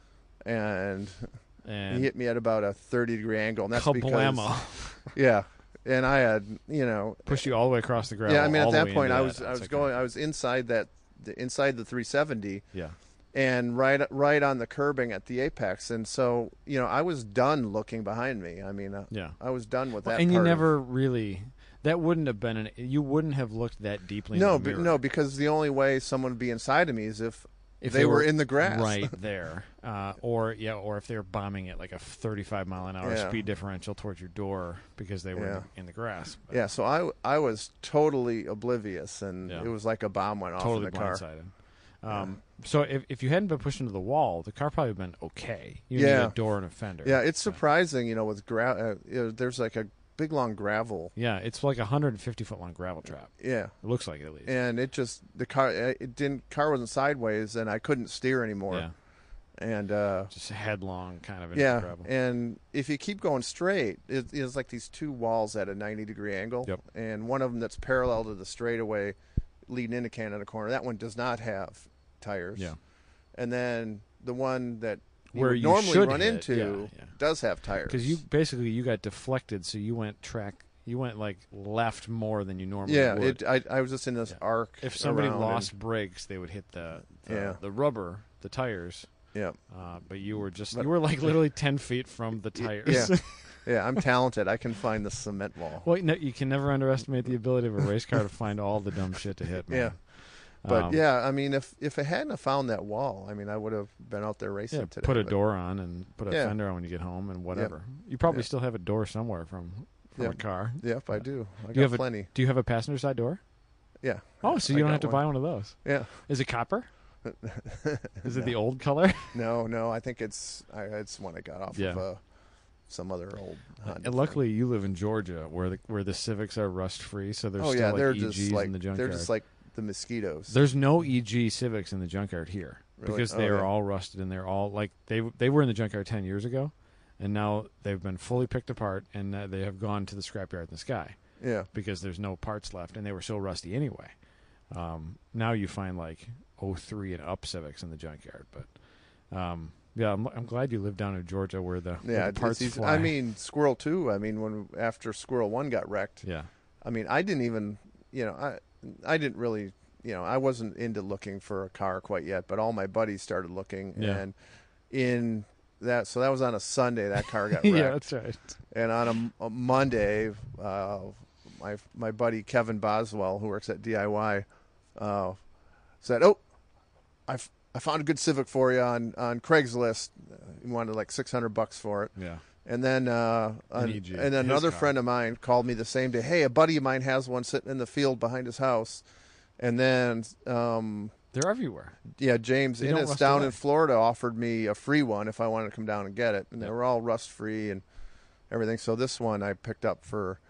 S2: and
S1: And
S2: he hit me at about a 30 degree angle, and that's
S1: kablamo.
S2: because yeah, and I had you know
S1: pushed you all the way across the gravel.
S2: yeah. I mean,
S1: all
S2: at
S1: the
S2: that
S1: way
S2: point,
S1: into
S2: I
S1: that.
S2: was I was
S1: like,
S2: going I was inside that the inside the 370.
S1: Yeah.
S2: and right right on the curbing at the apex and so you know i was done looking behind me i mean uh,
S1: Yeah.
S2: i was done with that
S1: and you
S2: part of-
S1: never really that wouldn't have been an you wouldn't have looked that deeply.
S2: no
S1: in the
S2: be,
S1: mirror
S2: no because the only way someone would be inside of me is if,
S1: if
S2: they, were, in the grass
S1: right there, uh, or yeah, or if they were bombing at like a 35 mile an hour
S2: Yeah.
S1: speed differential towards your door because they were in,
S2: Yeah.
S1: the, in the grass. But
S2: yeah so i i was totally oblivious and
S1: Yeah.
S2: it was like a bomb went off
S1: totally
S2: in the car
S1: blindsided. Um, So if if you hadn't been pushed into the wall, the car probably would have been okay. You need
S2: Yeah.
S1: a door and a fender.
S2: yeah it's surprising you know with gra- uh, you know, there's like a big long gravel
S1: yeah, it's like a 150 foot long gravel trap.
S2: yeah
S1: It looks like it at least.
S2: and it just the car uh, it didn't car wasn't sideways and i couldn't steer anymore
S1: yeah,
S2: and uh
S1: just headlong kind of into
S2: Yeah,
S1: the gravel.
S2: and if you keep going straight, it, it's like these two walls at a 90 degree angle,
S1: Yep.
S2: and one of them that's parallel to the straightaway leading into Canada Corner. That one does not have tires.
S1: Yeah.
S2: and then the one that you
S1: Where
S2: would
S1: you
S2: normally
S1: should
S2: run
S1: hit,
S2: into
S1: yeah, yeah.
S2: does have tires.
S1: because you basically you got deflected, so you went track, you went like left more than you normally
S2: yeah,
S1: would.
S2: it, I, I was just in this
S1: Yeah.
S2: arc.
S1: if somebody
S2: around
S1: lost brakes, they would hit the the,
S2: Yeah.
S1: the rubber, the tires.
S2: and, yeah,
S1: Uh, but you were just
S2: But-
S1: you were like literally ten feet from the tires.
S2: yeah, yeah, I'm talented. I can find the cement wall.
S1: well, no, you can never underestimate the ability of a race car to find all the dumb shit to hit. Man.
S2: Yeah. But
S1: Um,
S2: yeah, I mean, if if it hadn't have found that wall, I mean, I would have been out there
S1: yeah,
S2: racing today.
S1: put a
S2: but-
S1: door on and put a
S2: Yeah.
S1: fender on when you get home and whatever. You probably
S2: Yeah.
S1: still have a door somewhere from from
S2: Yeah.
S1: a car.
S2: Yep, I do. I
S1: you
S2: got
S1: have a-
S2: plenty.
S1: Do you have a passenger side door?
S2: Yeah.
S1: Oh, so
S2: I
S1: you don't
S2: got
S1: have to
S2: one.
S1: buy one of those.
S2: Yeah.
S1: Is it copper? Is it the old color?
S2: No, no. I think it's I, it's one I got off
S1: Yeah.
S2: of uh, some other old. Honda
S1: and luckily, you live in Georgia, where the where the Civics are rust free, so
S2: thing.
S1: there's
S2: oh
S1: still
S2: yeah,
S1: like
S2: they're
S1: EGs
S2: just like
S1: in the junkyard.
S2: they're just like the mosquitoes.
S1: there's no EG Civics in the junkyard here
S2: Really?
S1: because
S2: Oh,
S1: they are
S2: yeah.
S1: all rusted and they're all like they they were in the junkyard ten years ago, and now they've been fully picked apart and uh, they have gone to the scrapyard in the sky
S2: yeah,
S1: because there's no parts left and they were so rusty anyway. Um, now you find like 03 and up Civics in the junkyard, but um, yeah, I'm, I'm glad you live down in Georgia where the, where
S2: yeah.
S1: the
S2: it's
S1: parts
S2: easy-
S1: fly.
S2: I mean, squirrel two. I mean, when after squirrel one got wrecked,
S1: yeah,
S2: I mean, I didn't even you know I I didn't really you know I wasn't into looking for a car quite yet, but all my buddies started looking
S1: Yeah.
S2: and in. That so that was on a Sunday. That car got wrecked.
S1: yeah, that's right.
S2: And on a, a Monday, uh, my my buddy Kevin Boswell, who works at DIY, uh, said, "Oh, I, f- I found a good Civic for you on on Craigslist. Uh, He wanted like six hundred bucks for it."
S1: Yeah.
S2: And then uh,
S1: An
S2: an-
S1: EG, his
S2: and another
S1: car.
S2: friend of mine called me the same day. Hey, a buddy of mine has one sitting in the field behind his house. And then um,
S1: They're everywhere.
S2: yeah, James
S1: They don't
S2: Innes
S1: rust
S2: down
S1: away.
S2: in Florida offered me a free one if I wanted to come down and get it, and they
S1: Yep.
S2: were all rust free and everything. So this one I picked up for,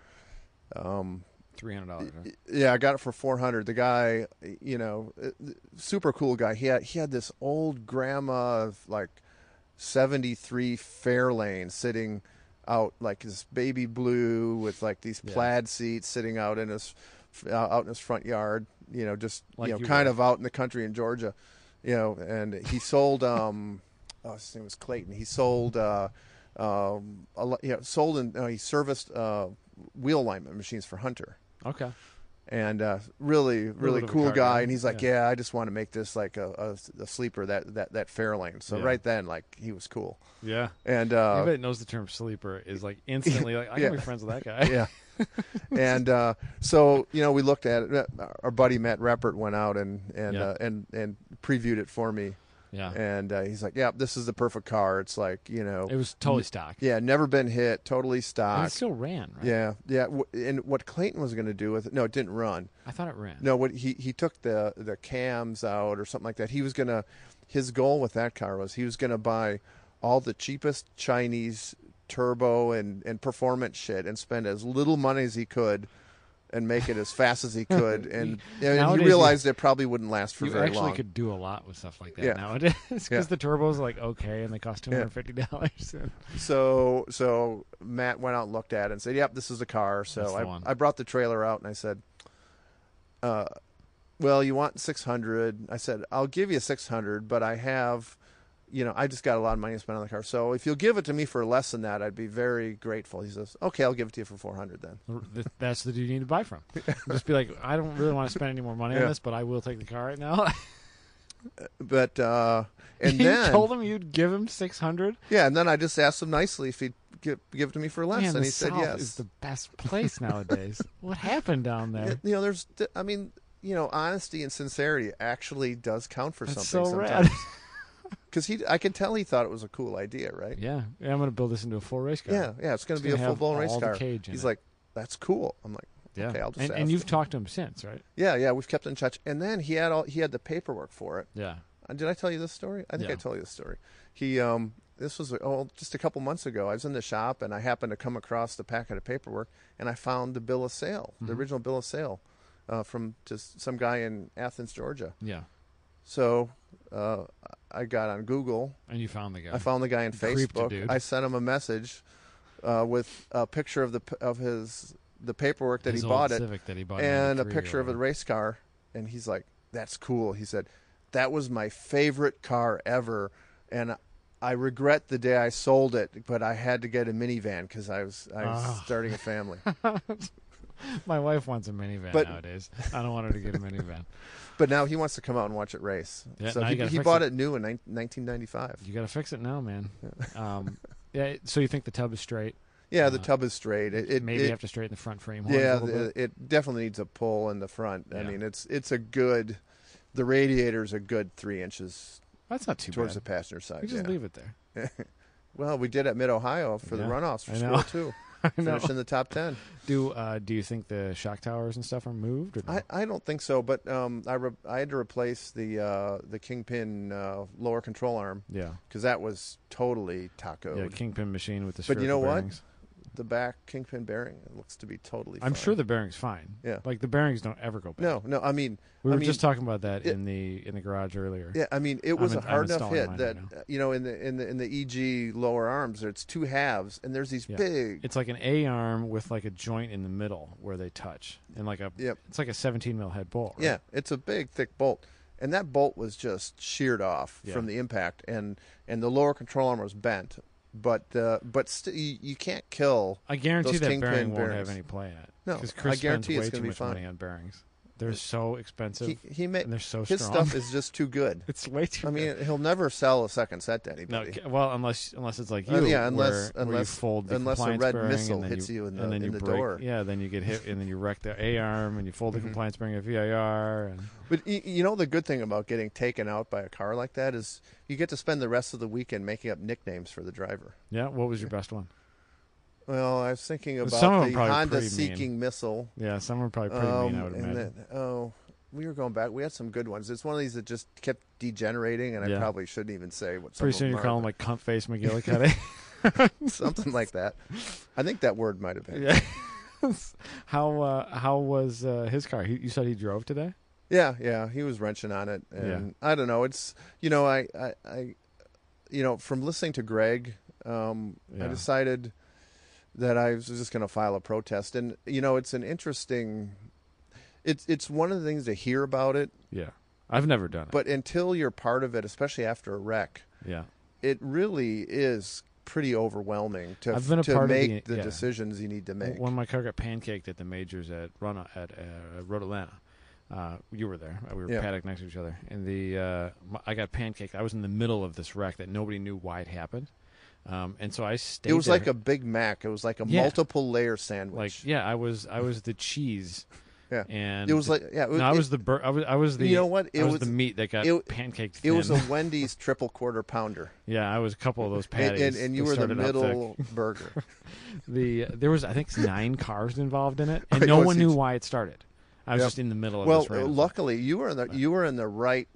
S2: um,
S1: Three hundred dollars. Right?
S2: yeah, I got it for four hundred. The guy, you know, uh, super cool guy. He had he had this old grandma like seventy three Fairlane sitting out like this baby blue with like these
S1: Yeah.
S2: plaid seats sitting out in his uh, out in his front yard. You know, just
S1: Like
S2: you know,
S1: you
S2: kind
S1: were.
S2: of out in the country in Georgia. You know, and he sold um, oh, his name was Clayton. He sold uh, um, a, lo- you know, sold and uh, he serviced uh, wheel alignment machines for Hunter
S1: Okay.
S2: and uh, really, really
S1: bit of a
S2: cool
S1: car
S2: guy.
S1: guy.
S2: And he's like,
S1: Yeah.
S2: yeah. I just want to make this like a, a, a sleeper that that that Fairlane." So
S1: Yeah.
S2: right then, like he was cool.
S1: Yeah.
S2: And uh,
S1: Anybody that knows the term sleeper is like instantly like I can
S2: Yeah.
S1: be friends with that guy.
S2: yeah, and uh, so you know, we uh, looked at it. Our buddy Matt Reppert went out and and
S1: Yeah.
S2: uh, and and previewed it for me.
S1: Yeah.
S2: and uh, he's like, "Yeah, this is the perfect car. It's like you know,
S1: It was totally stock.
S2: yeah, never been hit, totally
S1: And it
S2: stock."
S1: still ran, right?
S2: Yeah, yeah. W- And what Clayton was going to do with it? No, it didn't run.
S1: I thought it ran.
S2: No, what he he took the the cams out or something like that. He was gonna his goal with that car was he was gonna buy all the cheapest Chinese turbo and and performance shit and spend as little money as he could and make it as fast as he could and, and
S1: Nowadays,
S2: he
S1: you-
S2: realized it probably wouldn't last for
S1: you
S2: very
S1: actually
S2: long.
S1: could do a lot with stuff like that
S2: Yeah.
S1: nowadays because
S2: Yeah.
S1: the turbos are like okay and they cost two
S2: Yeah.
S1: hundred fifty dollars.
S2: So so Matt went out and looked at it and said, "Yep, this is the car."
S1: That's
S2: So
S1: the
S2: I
S1: one.
S2: I brought the trailer out and I said, "Uh, well, you want 600?" I said, "I'll give you 600, but I have, you know, I just got a lot of money to spend on the car. So if you'll give it to me for less than that, I'd be very grateful." He says, "Okay, I'll give it to you for 400 then."
S1: That's the dude you need to buy from. Just be like, I don't really want to spend any more money on
S2: Yeah.
S1: this, but I will take the car right now.
S2: But uh, and
S1: you
S2: then
S1: told him you'd give him six hundred.
S2: yeah, and then I just asked him nicely if he'd give give it to me for less,
S1: Man, the
S2: and he said
S1: South
S2: yes.
S1: is the best place nowadays. what happened down there?
S2: It- you know, there's, d- I mean, you know, honesty and sincerity actually does count for
S1: That's
S2: something
S1: so rad.
S2: sometimes. Because he, I can tell he thought it was a cool idea, right?
S1: yeah, Yeah, I'm gonna build this into a full race car.
S2: yeah, yeah, it's going
S1: It's
S2: to be a
S1: gonna have
S2: full blown race
S1: all the
S2: car.
S1: cage in
S2: He's
S1: it.
S2: like, that's cool. I'm like,
S1: yeah.
S2: okay, I'll just
S1: and,
S2: ask
S1: and you've
S2: him.
S1: talked to him since, right?
S2: yeah, yeah, we've kept in touch. And then he had all, he had the paperwork for it.
S1: Yeah,
S2: Uh, Did I tell you this story? I think
S1: No.
S2: I told you this story. He, um, this was oh, just a couple months ago. I was in the shop and I happened to come across the packet of paperwork and I found the bill of sale, the
S1: Mhm.
S2: original bill of sale, uh, from just some guy in Athens, Georgia.
S1: yeah.
S2: So uh, I got on Google.
S1: And you found the guy.
S2: I found the guy on
S1: Creeped the
S2: Facebook.
S1: dude.
S2: I sent him a message uh, with a picture of the p- of his the paperwork that
S1: His
S2: he
S1: old
S2: bought it
S1: Civic that he bought
S2: and
S1: '93
S2: a
S1: or
S2: picture of a
S1: whatever.
S2: race car, and he's like, "That's cool." He said, "That was my favorite car ever," and. I regret the day I sold it, but I had to get a minivan because I was I was
S1: Ah.
S2: starting a family.
S1: My wife wants a minivan
S2: But-
S1: nowadays. I don't want her to get a minivan.
S2: but now he wants to come out and watch it race.
S1: Yeah,
S2: so
S1: now you
S2: he,
S1: gotta
S2: he
S1: fix
S2: bought
S1: it.
S2: it, new in nin- 1995.
S1: You got to fix it now, man. Um, yeah. it- So you think the tub is straight?
S2: Yeah, the
S1: Uh,
S2: tub is straight. It, it
S1: Maybe
S2: it,
S1: you have to straighten the front frame. horns a
S2: Yeah,
S1: little bit?
S2: the, it definitely needs a pull in the front. I
S1: Yeah.
S2: mean, it's it's a good. The radiator's a good three inches
S1: that's not too
S2: towards
S1: bad.
S2: the passenger side.
S1: You just
S2: yeah.
S1: leave it there.
S2: Well, we did at Mid Ohio for
S1: Yeah,
S2: the runoffs for
S1: I know.
S2: school too.
S1: I know.
S2: Finished in the top ten.
S1: Do uh, do you think the shock towers and stuff are moved? Or no?
S2: I, I don't think so, but um, I re- I had to replace the uh, the kingpin uh, lower control arm
S1: yeah,
S2: because that was totally tacoed.
S1: yeah, kingpin machine with the.
S2: But you know
S1: spherical
S2: what?
S1: bearings.
S2: the back kingpin bearing it looks to be totally.
S1: I'm
S2: fine.
S1: sure the bearings fine.
S2: Yeah.
S1: like the bearings don't ever go bad.
S2: No, no. I mean,
S1: we
S2: I
S1: were
S2: mean,
S1: just talking about that
S2: it-
S1: in the in the garage earlier.
S2: Yeah, I mean, it
S1: I'm
S2: was
S1: in-
S2: a hard
S1: I'm
S2: enough
S1: installing
S2: hit
S1: mine
S2: that
S1: right
S2: uh, you know in the in the in the EG lower arms, it's two halves, and there's these
S1: Yeah.
S2: big.
S1: It's like an A arm with like a joint in the middle where they touch, and like a
S2: Yep.
S1: it's like a 17 mil head bolt. Right?
S2: Yeah, it's a big thick bolt, and that bolt was just sheared off
S1: Yeah.
S2: from the impact, and and the lower control arm was bent, but uh, but st- you, you can't kill.
S1: I guarantee
S2: Those
S1: that
S2: kingpin
S1: bearing won't
S2: bearings.
S1: have any play in it.
S2: No,
S1: because
S2: I
S1: Chris
S2: guarantee
S1: spends
S2: it's
S1: way
S2: gonna
S1: too
S2: be
S1: much
S2: fine.
S1: money on bearings. They're so expensive
S2: He he made
S1: and they're so
S2: his
S1: strong.
S2: stuff is just too good.
S1: it's way too.
S2: I
S1: good.
S2: mean, he'll never sell a second set to
S1: No,
S2: anybody.
S1: ca- well, unless unless it's like you,
S2: Uh, yeah, unless-
S1: where- where you
S2: unless-
S1: fold the
S2: unless a
S1: compliance
S2: red
S1: bearing and
S2: missile
S1: then
S2: hits you in
S1: and
S2: the-
S1: then
S2: in
S1: you
S2: the
S1: break,
S2: door.
S1: Yeah, then you get hit, and then you wreck the A arm, and you fold the
S2: Mhm.
S1: compliance bearing of VIR. And,
S2: But y- you know the good thing about getting taken out by a car like that is you get to spend the rest of the weekend making up nicknames for the driver.
S1: yeah, what was your best one?
S2: Well, I was thinking about
S1: Some of them
S2: the
S1: probably
S2: Honda
S1: pretty mean.
S2: Seeking missile.
S1: Yeah, some were probably pretty mean. I would imagine.
S2: Um, and then, oh, we were going back. We had some good ones. It's one of these that just kept degenerating, and
S1: Yeah.
S2: I probably shouldn't even say what.
S1: pretty
S2: some
S1: soon
S2: of
S1: you're
S2: them
S1: calling like cunt face McGillicuddy.
S2: are. something like that. I think that word might have been. Yeah,
S1: yeah. how uh, how was uh, his car? He, you said he drove today.
S2: yeah, He was wrenching on it, and I don't know. It's you know, I, I, I you know, from listening to Greg, um,
S1: Yeah.
S2: I decided that I was just going to file a protest, and you know, it's an interesting. It's it's one of the things to hear about it,
S1: Yeah, I've never done it.
S2: but until you're part of it, especially after a wreck,
S1: yeah,
S2: it really is pretty overwhelming to
S1: I've been a
S2: to
S1: part of
S2: make
S1: the-
S2: the,
S1: yeah.
S2: decisions you need to make.
S1: When my car got pancaked at the majors at Run at uh, Road Atlanta, uh, you were there. We were
S2: Yeah.
S1: paddocked next to each other, and the uh, my- I got pancaked. I was in the middle of this wreck that nobody knew why it happened, um, and so I stayed.
S2: it was
S1: there.
S2: like a Big Mac. It was like a
S1: Yeah.
S2: multiple layer sandwich.
S1: like yeah. I was I was the cheese
S2: Yeah.
S1: and
S2: It was like yeah. It,
S1: no, I
S2: it-
S1: was the bur- I was I was the
S2: you know what? It
S1: I was,
S2: was
S1: the meat that got
S2: it-
S1: pancaked.
S2: it was
S1: thin.
S2: a Wendy's triple quarter pounder,
S1: yeah. I was a couple of those
S2: and,
S1: patties,
S2: and, and you
S1: that
S2: were the
S1: started out thick.
S2: middle burger.
S1: The there was I think nine cars involved in it, and
S2: It
S1: no
S2: was
S1: one knew
S2: huge.
S1: why it started. I was
S2: Yep.
S1: just in the middle of
S2: Well,
S1: this.
S2: uh,
S1: random-
S2: luckily you were in the you were in the right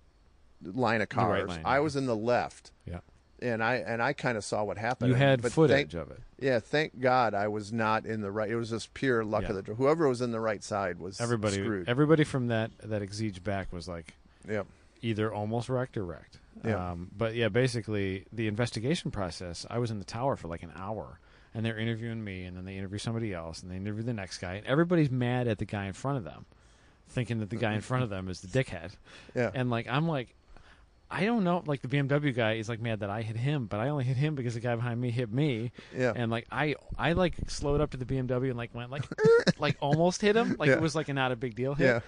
S2: line of
S1: The right
S2: cars.
S1: lane, yeah.
S2: I was in the left,
S1: yeah,
S2: and I and I kind of saw what happened.
S1: you had
S2: but
S1: footage
S2: Thank,
S1: of it.
S2: yeah, thank God I was not in the right. It was just pure luck
S1: Yeah.
S2: of the draw. Whoever was in the right side was
S1: Everybody,
S2: screwed.
S1: everybody from that that exige back was like
S2: yeah,
S1: either almost wrecked or wrecked.
S2: Yeah.
S1: Um, but yeah, basically the investigation process. I was in the tower for like an hour, and they're interviewing me, and then they interview somebody else, and they interview the next guy, and everybody's mad at the guy in front of them, thinking that the guy in front of them is the dickhead.
S2: yeah.
S1: And like I'm like I don't know like the BMW guy is like mad that I hit him, but I only hit him because the guy behind me hit me.
S2: Yeah.
S1: And like I I like slowed up to the BMW and like went like "Er," like almost hit him. Like
S2: Yeah.
S1: it was like a not a big deal hit.
S2: Yeah.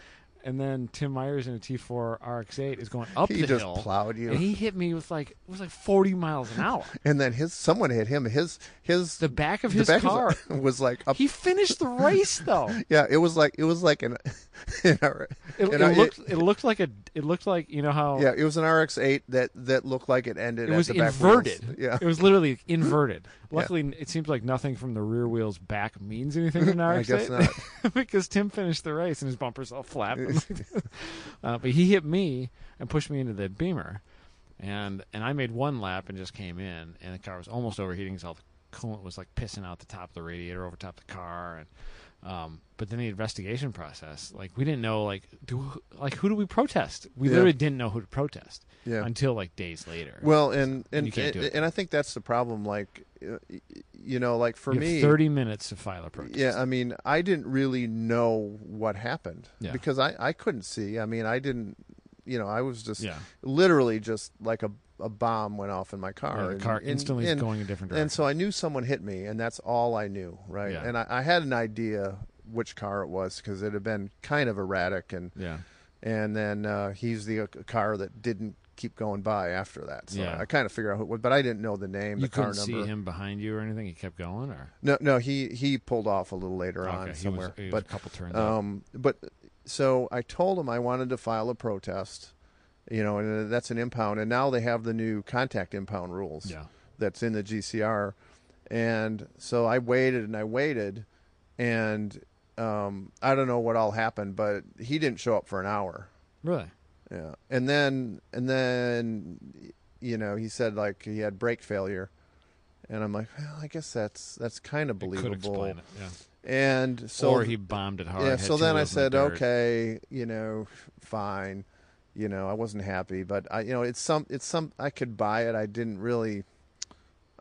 S1: And then Tim Myers in a T4 RX8 is going up
S2: he
S1: the
S2: just
S1: hill.
S2: plowed you,
S1: and he hit me with like it was like 40 miles an hour.
S2: and then his someone hit him. His his
S1: The back of
S2: the
S1: his
S2: back
S1: car.
S2: was, was like up.
S1: he finished the race though.
S2: yeah, it was like it was like an, an R-
S1: It,
S2: an
S1: it
S2: R-
S1: looked it, looked like a it looked like you know how
S2: yeah, it was an RX-8 that that looked like it ended.
S1: it
S2: at
S1: was
S2: the back
S1: inverted.
S2: wheels. Yeah,
S1: It was literally inverted. Luckily, it seems like nothing from the rear wheel's back means anything in our
S2: I guess
S1: because Tim finished the race and his bumper's all flat. uh, but he hit me and pushed me into the Beamer, and and I made one lap and just came in, and the car was almost overheating, so all the coolant was like pissing out the top of the radiator over top of the car, and um, but then the investigation process, like we didn't know, like do like who do we protest? We
S2: Yeah.
S1: literally didn't know who to protest
S2: yeah.
S1: until like days later.
S2: Well, and and
S1: you can't do
S2: and,
S1: it.
S2: I think that's the problem. Like, uh, y- you know, like for
S1: You have
S2: me,
S1: 30 minutes to file a protest.
S2: yeah. I mean, I didn't really know what happened
S1: Yeah.
S2: because I I couldn't see. I mean, I didn't. You know, I was just
S1: yeah.
S2: literally just like a a bomb went off in my car.
S1: Yeah, the
S2: and-
S1: car
S2: and-
S1: instantly
S2: and,
S1: is going a different direction.
S2: And so I knew someone hit me, and that's all I knew, right?
S1: Yeah.
S2: And I, I had an idea which car it was because it had been kind of erratic, and
S1: yeah,
S2: and then uh, he's the uh, car that didn't keep going by after that. So
S1: Yeah.
S2: I kind of figured out who it was, but I didn't know the name,
S1: you
S2: the car
S1: couldn't
S2: number.
S1: see him behind you or anything. He kept going, or
S2: No, no, he he pulled off a little later
S1: okay, he
S2: on
S1: was-
S2: somewhere,
S1: he was
S2: but
S1: a couple turns. out.
S2: um, but so I told him I wanted to file a protest, you know, and uh, that's an impound, and now they have the new contact impound rules
S1: Yeah,
S2: that's in the GCR. And so I waited and I waited, and um, I don't know what all happened, but he didn't show up for an hour.
S1: really.
S2: Yeah, and then and then you know he said like he had brake failure, and I'm like, well, I guess that's that's kind of
S1: It could
S2: believable.
S1: explain it. Yeah.
S2: And so
S1: or he bombed it hard.
S2: yeah,
S1: had
S2: so
S1: two
S2: then I
S1: wheels in the
S2: said,
S1: dirt.
S2: okay, you know, fine. You know, I wasn't happy, but I, you know, it's some, it's some, I could buy it. I didn't really,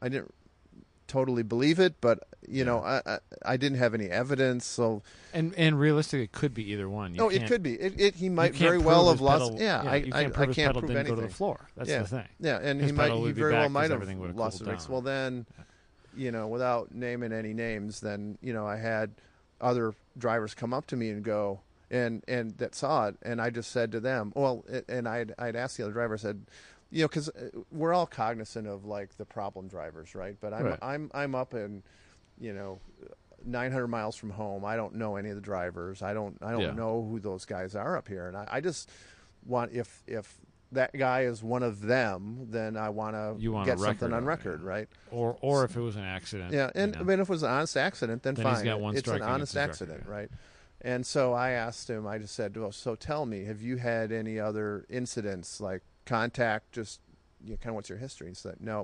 S2: I didn't totally believe it, but you know, I, I, I didn't have any evidence. So,
S1: and and realistically, it could be either one. You
S2: no, it
S1: can't-
S2: could be, it, it he
S1: you
S2: might
S1: can't
S2: very
S1: prove
S2: well
S1: his
S2: have lost.
S1: pedal-
S2: yeah, I,
S1: you
S2: I,
S1: can't prove
S2: I
S1: his
S2: can't
S1: pedal
S2: prove
S1: didn't
S2: anything.
S1: go to the floor. That's
S2: Yeah.
S1: the thing.
S2: Yeah, and
S1: His
S2: he might,
S1: pedal would
S2: he
S1: be
S2: very
S1: back
S2: well
S1: 'cause
S2: might have
S1: everything would've
S2: lost
S1: cooled
S2: the race.
S1: down.
S2: Well, then, you know, without naming any names, then you know, I had other drivers come up to me and go, and and that saw it, and I just said to them, well, a- and I'd I'd asked the other driver, I said, you know, because we're all cognizant of like the problem drivers, right? But I'm
S1: Right.
S2: I'm I'm up in, you know. 900 miles from home. I don't know any of the drivers. I don't. I don't
S1: Yeah.
S2: know who those guys are up here. And I, I just want if if that guy is one of them, then I want to
S1: You want a
S2: get something
S1: record
S2: on
S1: of it,
S2: record,
S1: yeah.
S2: right?
S1: Or or if it was an accident.
S2: Yeah, and
S1: you
S2: I
S1: know.
S2: mean, if it was an honest accident, then,
S1: Then
S2: fine.
S1: he's got one
S2: it's
S1: strike
S2: an
S1: against
S2: honest
S1: his record,
S2: accident,
S1: yeah.
S2: right? And so I asked him. I just said, "Well, so tell me, have you had any other incidents like contact? Just you know, kind of what's your history?" And he said, "No,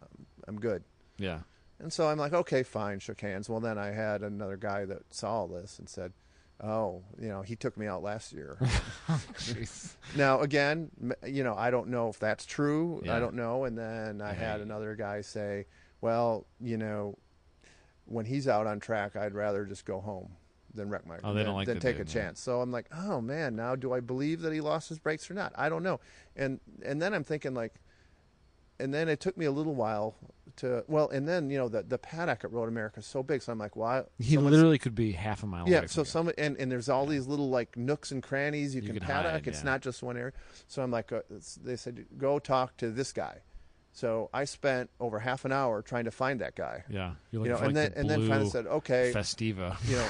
S2: um, I'm good."
S1: yeah,
S2: And so I'm like, "Okay, fine." Shook hands. Well, then I had another guy that saw this and said, "Oh, you know, he took me out last year."
S1: Jeez.
S2: Now again, m- you know, I don't know if that's true.
S1: Yeah.
S2: I don't know. And then I had
S1: Hey.
S2: another guy say, "Well, you know, when he's out on track, I'd rather just go home than wreck my
S1: Oh, they don't
S2: than-
S1: like
S2: than
S1: to
S2: take
S1: do
S2: a
S1: that.
S2: chance." So I'm like, "Oh man, now do I believe that he lost his brakes or not? I don't know." And and then I'm thinking like, and then it took me a little while to well, and then you know the the paddock at Road America is so big, so I'm like, "Why?"
S1: he literally could be half a mile.
S2: Yeah,
S1: away
S2: so
S1: from you.
S2: some and, and there's all these little like nooks and crannies you,
S1: You
S2: can,
S1: can
S2: paddock.
S1: hide,
S2: it's
S1: yeah.
S2: not just one area. So I'm like, uh, it's- they said, go talk to this guy, So I spent over half an hour trying to find that guy.
S1: Yeah, you're
S2: You
S1: looking
S2: know,
S1: for
S2: and
S1: like,
S2: then
S1: the
S2: and then finally
S1: blue
S2: said, okay,
S1: Festiva.
S2: you know,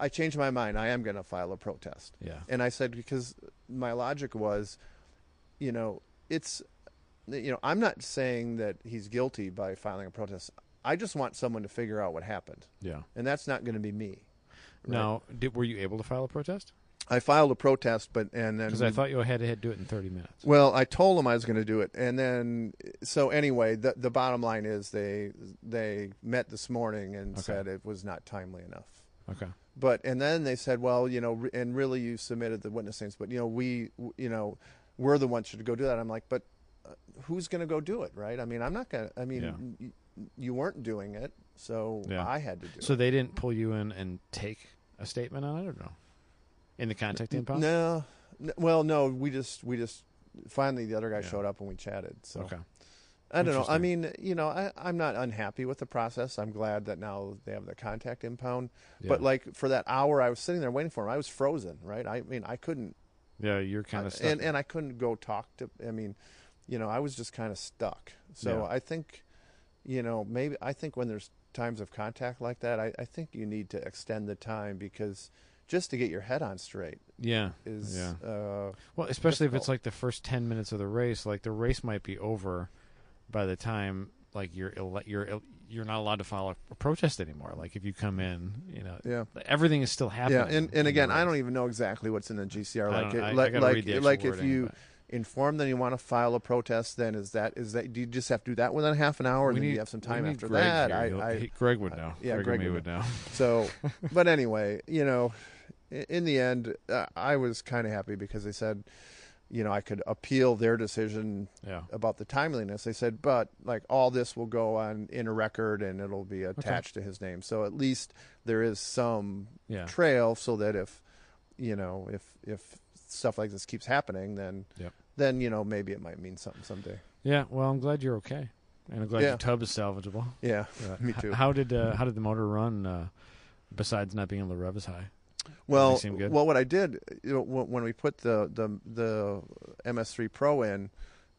S2: I changed my mind. I am going to file a protest.
S1: Yeah,
S2: And I said because my logic was, you know, it's, you know, I'm not saying that he's guilty by filing a protest. I just want someone to figure out what happened,
S1: yeah.
S2: and that's not going to be me. right?
S1: Now, did, were you able to file a protest?
S2: I filed a protest, but and then
S1: Because I thought you had to do it in 30 minutes.
S2: Well, I told them I was going to do it, and then so anyway, the the bottom line is they they met this morning and
S1: Okay.
S2: said it was not timely enough.
S1: Okay.
S2: But and then they said, well, you know, re- and really you submitted the witness things, but you know we w- you know we're the ones who should go do that. I'm like, but uh, who's going to go do it, right? I mean, I'm not going. to I mean,
S1: Yeah.
S2: y- y- you weren't doing it, so
S1: Yeah.
S2: I had to do
S1: So
S2: it.
S1: they didn't pull you in and take a statement on it, or no? In the contact impound?
S2: No, n- well, no, we just we just finally the other guy
S1: Yeah.
S2: showed up and we chatted. So.
S1: Okay.
S2: I don't know. I
S1: Interesting.
S2: mean, you know, I, I'm not unhappy with the process. I'm glad that now they have the contact impound.
S1: Yeah.
S2: But like for that hour, I was sitting there waiting for him. I was frozen, right? I mean, I couldn't,
S1: yeah, you're kind of
S2: I-
S1: stuck.
S2: and and I couldn't go talk to. I mean, you know, I was just kind of stuck. So
S1: Yeah.
S2: I think, you know, maybe I think when there's times of contact like that, I, I think you need to extend the time because just to get your head on straight
S1: yeah.
S2: is,
S1: Yeah.
S2: uh,
S1: Well, especially if it's
S2: difficult.
S1: like the first 10 minutes of the race, like the race might be over by the time like you're ele- you're el- you're not allowed to file a, a protest anymore. Like if you come in, you know,
S2: yeah.
S1: everything is still happening.
S2: Yeah, and,
S1: in
S2: and
S1: the
S2: again, I
S1: race.
S2: don't even know exactly what's in the GCR.
S1: I
S2: Like,
S1: don't-
S2: it-
S1: I- I
S2: like,
S1: gotta read
S2: like,
S1: the actual
S2: like if
S1: wording,
S2: you
S1: but-
S2: inform them you want to file a protest, then is that is that do you just have to do that within half an hour, and
S1: We
S2: then
S1: need-
S2: you have some
S1: we
S2: time
S1: need
S2: after
S1: Greg
S2: that?
S1: here.
S2: I,
S1: He'll-
S2: I
S1: he- Greg would know.
S2: yeah,
S1: Greg,
S2: Greg
S1: and me would
S2: would
S1: know.
S2: so, but anyway, you know, i- in the end, uh, I was kind of happy because they said, you know, I could appeal their decision
S1: Yeah.
S2: about the timeliness. They said, but like all this will go on in a record and it'll be attached to his name. So at least there is some
S1: Yeah.
S2: trail so that if you know if if stuff like this keeps happening then
S1: Yep.
S2: then you know maybe it might mean something someday
S1: Yeah. Well, I'm glad you're okay, and I'm glad
S2: Yeah.
S1: your tub is salvageable.
S2: yeah
S1: Uh,
S2: Me
S1: h-
S2: too.
S1: How did uh, how did the motor run? Uh, besides not being able to rev as high.
S2: well
S1: seem good.
S2: well what i did you know, wh- when we put the the the ms3 pro in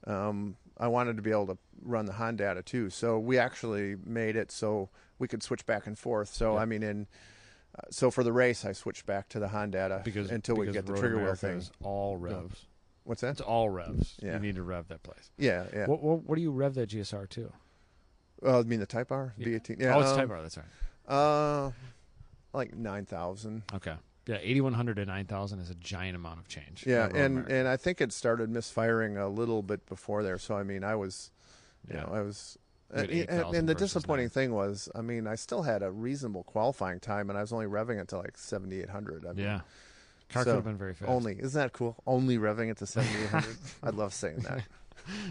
S2: um i wanted to be able to run the honda data too so we actually made it so we could switch back and forth so
S1: Yeah.
S2: i mean in uh, so for the race i switched back to the honda data
S1: Because
S2: until we
S1: because
S2: get the
S1: Road
S2: trigger wheel
S1: America
S2: thing
S1: is all revs.
S2: what's that
S1: It's all revs.
S2: Yeah.
S1: You need to rev that place.
S2: yeah yeah
S1: What, what what do you rev that GSR to?
S2: well, i mean the type r
S1: Yeah.
S2: b18 yeah
S1: oh, it's
S2: um,
S1: Type R. That's right.
S2: Uh, like nine thousand.
S1: Okay. Yeah, 8100 to 9000 is a giant amount of change.
S2: Yeah,
S1: at Road
S2: and
S1: America.
S2: and I think it started misfiring a little bit before there. So I mean, I was, you know, I was.
S1: You
S2: uh,
S1: had
S2: and- and,
S1: 8,000
S2: the
S1: versus
S2: disappointing
S1: nine.
S2: thing was, I mean, I still had a reasonable qualifying time, and I was only revving it to like seventy eight hundred. I mean,
S1: yeah. Car could
S2: so,
S1: have been very fast.
S2: Only isn't that cool? Only revving it to seventy eight hundred. I love saying that.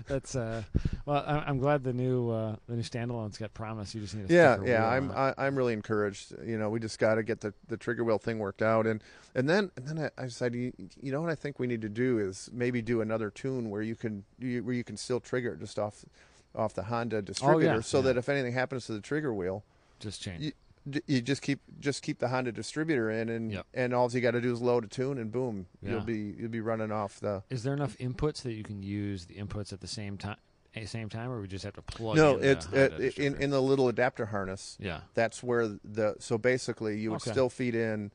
S1: That's uh well I am glad the new uh the new standalone's got promise. You just need to
S2: yeah
S1: stick a
S2: yeah
S1: wheel
S2: i'm
S1: on it.
S2: I, i'm really encouraged you know we just got to get the, the trigger wheel thing worked out and and then and then i, I said you, you know what i think we need to do is maybe do another tune where you can you, where you can still trigger it just off off the honda distributor so
S1: Oh, yeah.
S2: that if anything happens to the trigger wheel
S1: just change.
S2: you, d- you just keep just keep the honda distributor in and
S1: Yep.
S2: and all you got to do is load a tune and boom
S1: Yeah.
S2: you'll be you'll be running off the
S1: Is there enough inputs that you can use the inputs at the same time at the same time or we just have to plug
S2: no
S1: in the
S2: it's
S1: Honda
S2: it, in
S1: distributor?
S2: in the little adapter harness
S1: Yeah.
S2: that's where the so basically you would
S1: Okay.
S2: still feed in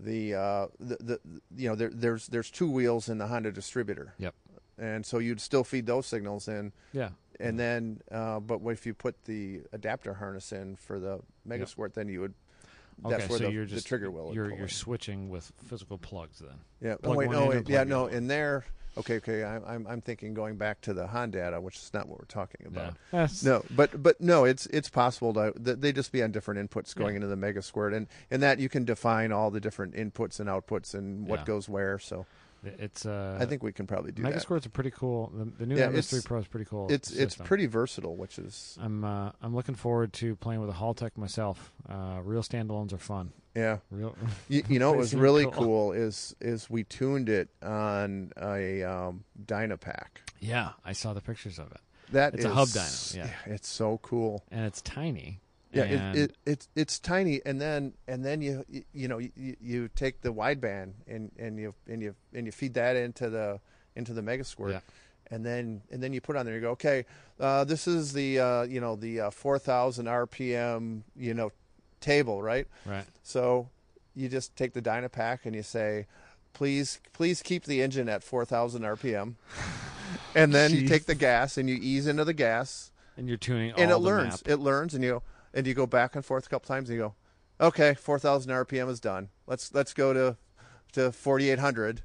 S2: the uh the, the you know there, there's there's two wheels in the Honda distributor.
S1: Yep.
S2: And so you'd still feed those signals in,
S1: Yeah.
S2: and then uh, but if you put the adapter harness in for the Mega
S1: Yep.
S2: Sport, then you would.
S1: Okay,
S2: That's where
S1: so
S2: the,
S1: you're
S2: the
S1: just
S2: trigger wheel. would
S1: you're
S2: pull
S1: you're
S2: in.
S1: switching with physical plugs then.
S2: yeah. Oh
S1: plug
S2: wait.
S1: one
S2: No.
S1: in
S2: Wait,
S1: and
S2: yeah.
S1: plug the
S2: No.
S1: other.
S2: And there. Okay. Okay. I, I'm I'm thinking going back to the Honda data, which is not what we're talking about.
S1: Yeah. That's-
S2: No, but but no, it's it's possible to th- they just be on different inputs going
S1: Yeah.
S2: into the mega squirt, and and that you can define all the different inputs and outputs and what
S1: Yeah.
S2: goes where. So
S1: It's uh
S2: I think we can probably do
S1: Mega
S2: that.
S1: Squirt's a pretty cool. The, the new
S2: Yeah,
S1: MS3
S2: it's-
S1: Pro is pretty cool.
S2: It's it's
S1: system.
S2: pretty versatile, which is
S1: I'm uh, I'm looking forward to playing with a Hall Tech myself. Uh, real standalones are fun.
S2: yeah.
S1: Real.
S2: You, you know what
S1: They
S2: was
S1: seem
S2: really
S1: cool.
S2: cool. is is we tuned it on a um, Dynapack.
S1: yeah, I saw the pictures of it,
S2: That
S1: It's a hub
S2: is-
S1: dyno, yeah.
S2: it's so cool.
S1: and it's tiny.
S2: Yeah,
S1: and,
S2: it, it, it's it's tiny, and then and then you you, you know you, you take the wideband and and you and you and you feed that into the into the mega squirt,
S1: Yeah.
S2: and then and then you put on there you go okay uh, this is the uh, you know the uh, 4000 rpm you know table right
S1: Right.
S2: so you just take the Dynapack and you say, please, please keep the engine at 4,000 RPM. And then you
S1: Jeez.
S2: take the gas and you ease into the gas
S1: And you're tuning
S2: and
S1: all
S2: it
S1: the
S2: learns.
S1: map.
S2: It learns and you and you go back and forth a couple times and you go, okay, 4,000 RPM is done. Let's let's go to to 4,800.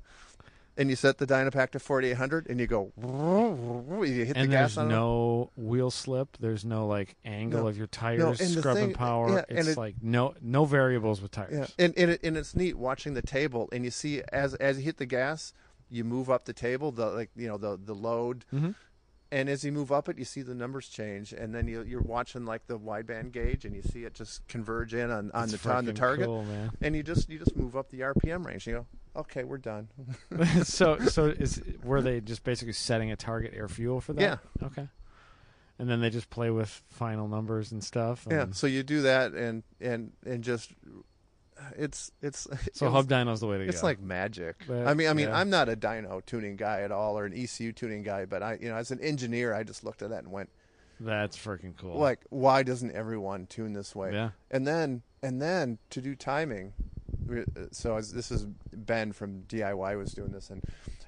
S2: And you set the Dynapack to 4,800 and you go, you hit the
S1: and
S2: gas
S1: there's
S2: on it.
S1: no wheel slip. There's no like angle
S2: No.
S1: of your tires
S2: and the
S1: scrubbing
S2: thing-
S1: power.
S2: yeah, and
S1: it's
S2: it-
S1: like no no variables with tires.
S2: Yeah, and and, it, and it's neat watching the table, and you see as as you hit the gas, you move up the table, the like you know the the load,
S1: Mhm.
S2: and as you move up it, you see the numbers change, and then you, you're watching like the wideband gauge, and you see it just converge in on on
S1: It's
S2: the on the
S1: freaking
S2: target,
S1: cool, man.
S2: and you just you just move up the RPM range. You go, okay, we're done.
S1: so so is were they just basically setting a target air fuel for that? Yeah. Okay. And then they just play with final numbers and stuff.
S2: yeah,
S1: and-
S2: so you do that, and and and just it's it's
S1: So
S2: it was-
S1: hub dyno's the way to go.
S2: It's like magic.
S1: But,
S2: I mean, I mean,
S1: yeah.
S2: I'm not a dyno tuning guy at all, or an ECU tuning guy, but I, you know, as an engineer, I just looked at that and went,
S1: that's freaking cool.
S2: like, why doesn't everyone tune this way?
S1: yeah.
S2: And then, and then to do timing, we- so as, this is Ben from DIY was doing this, and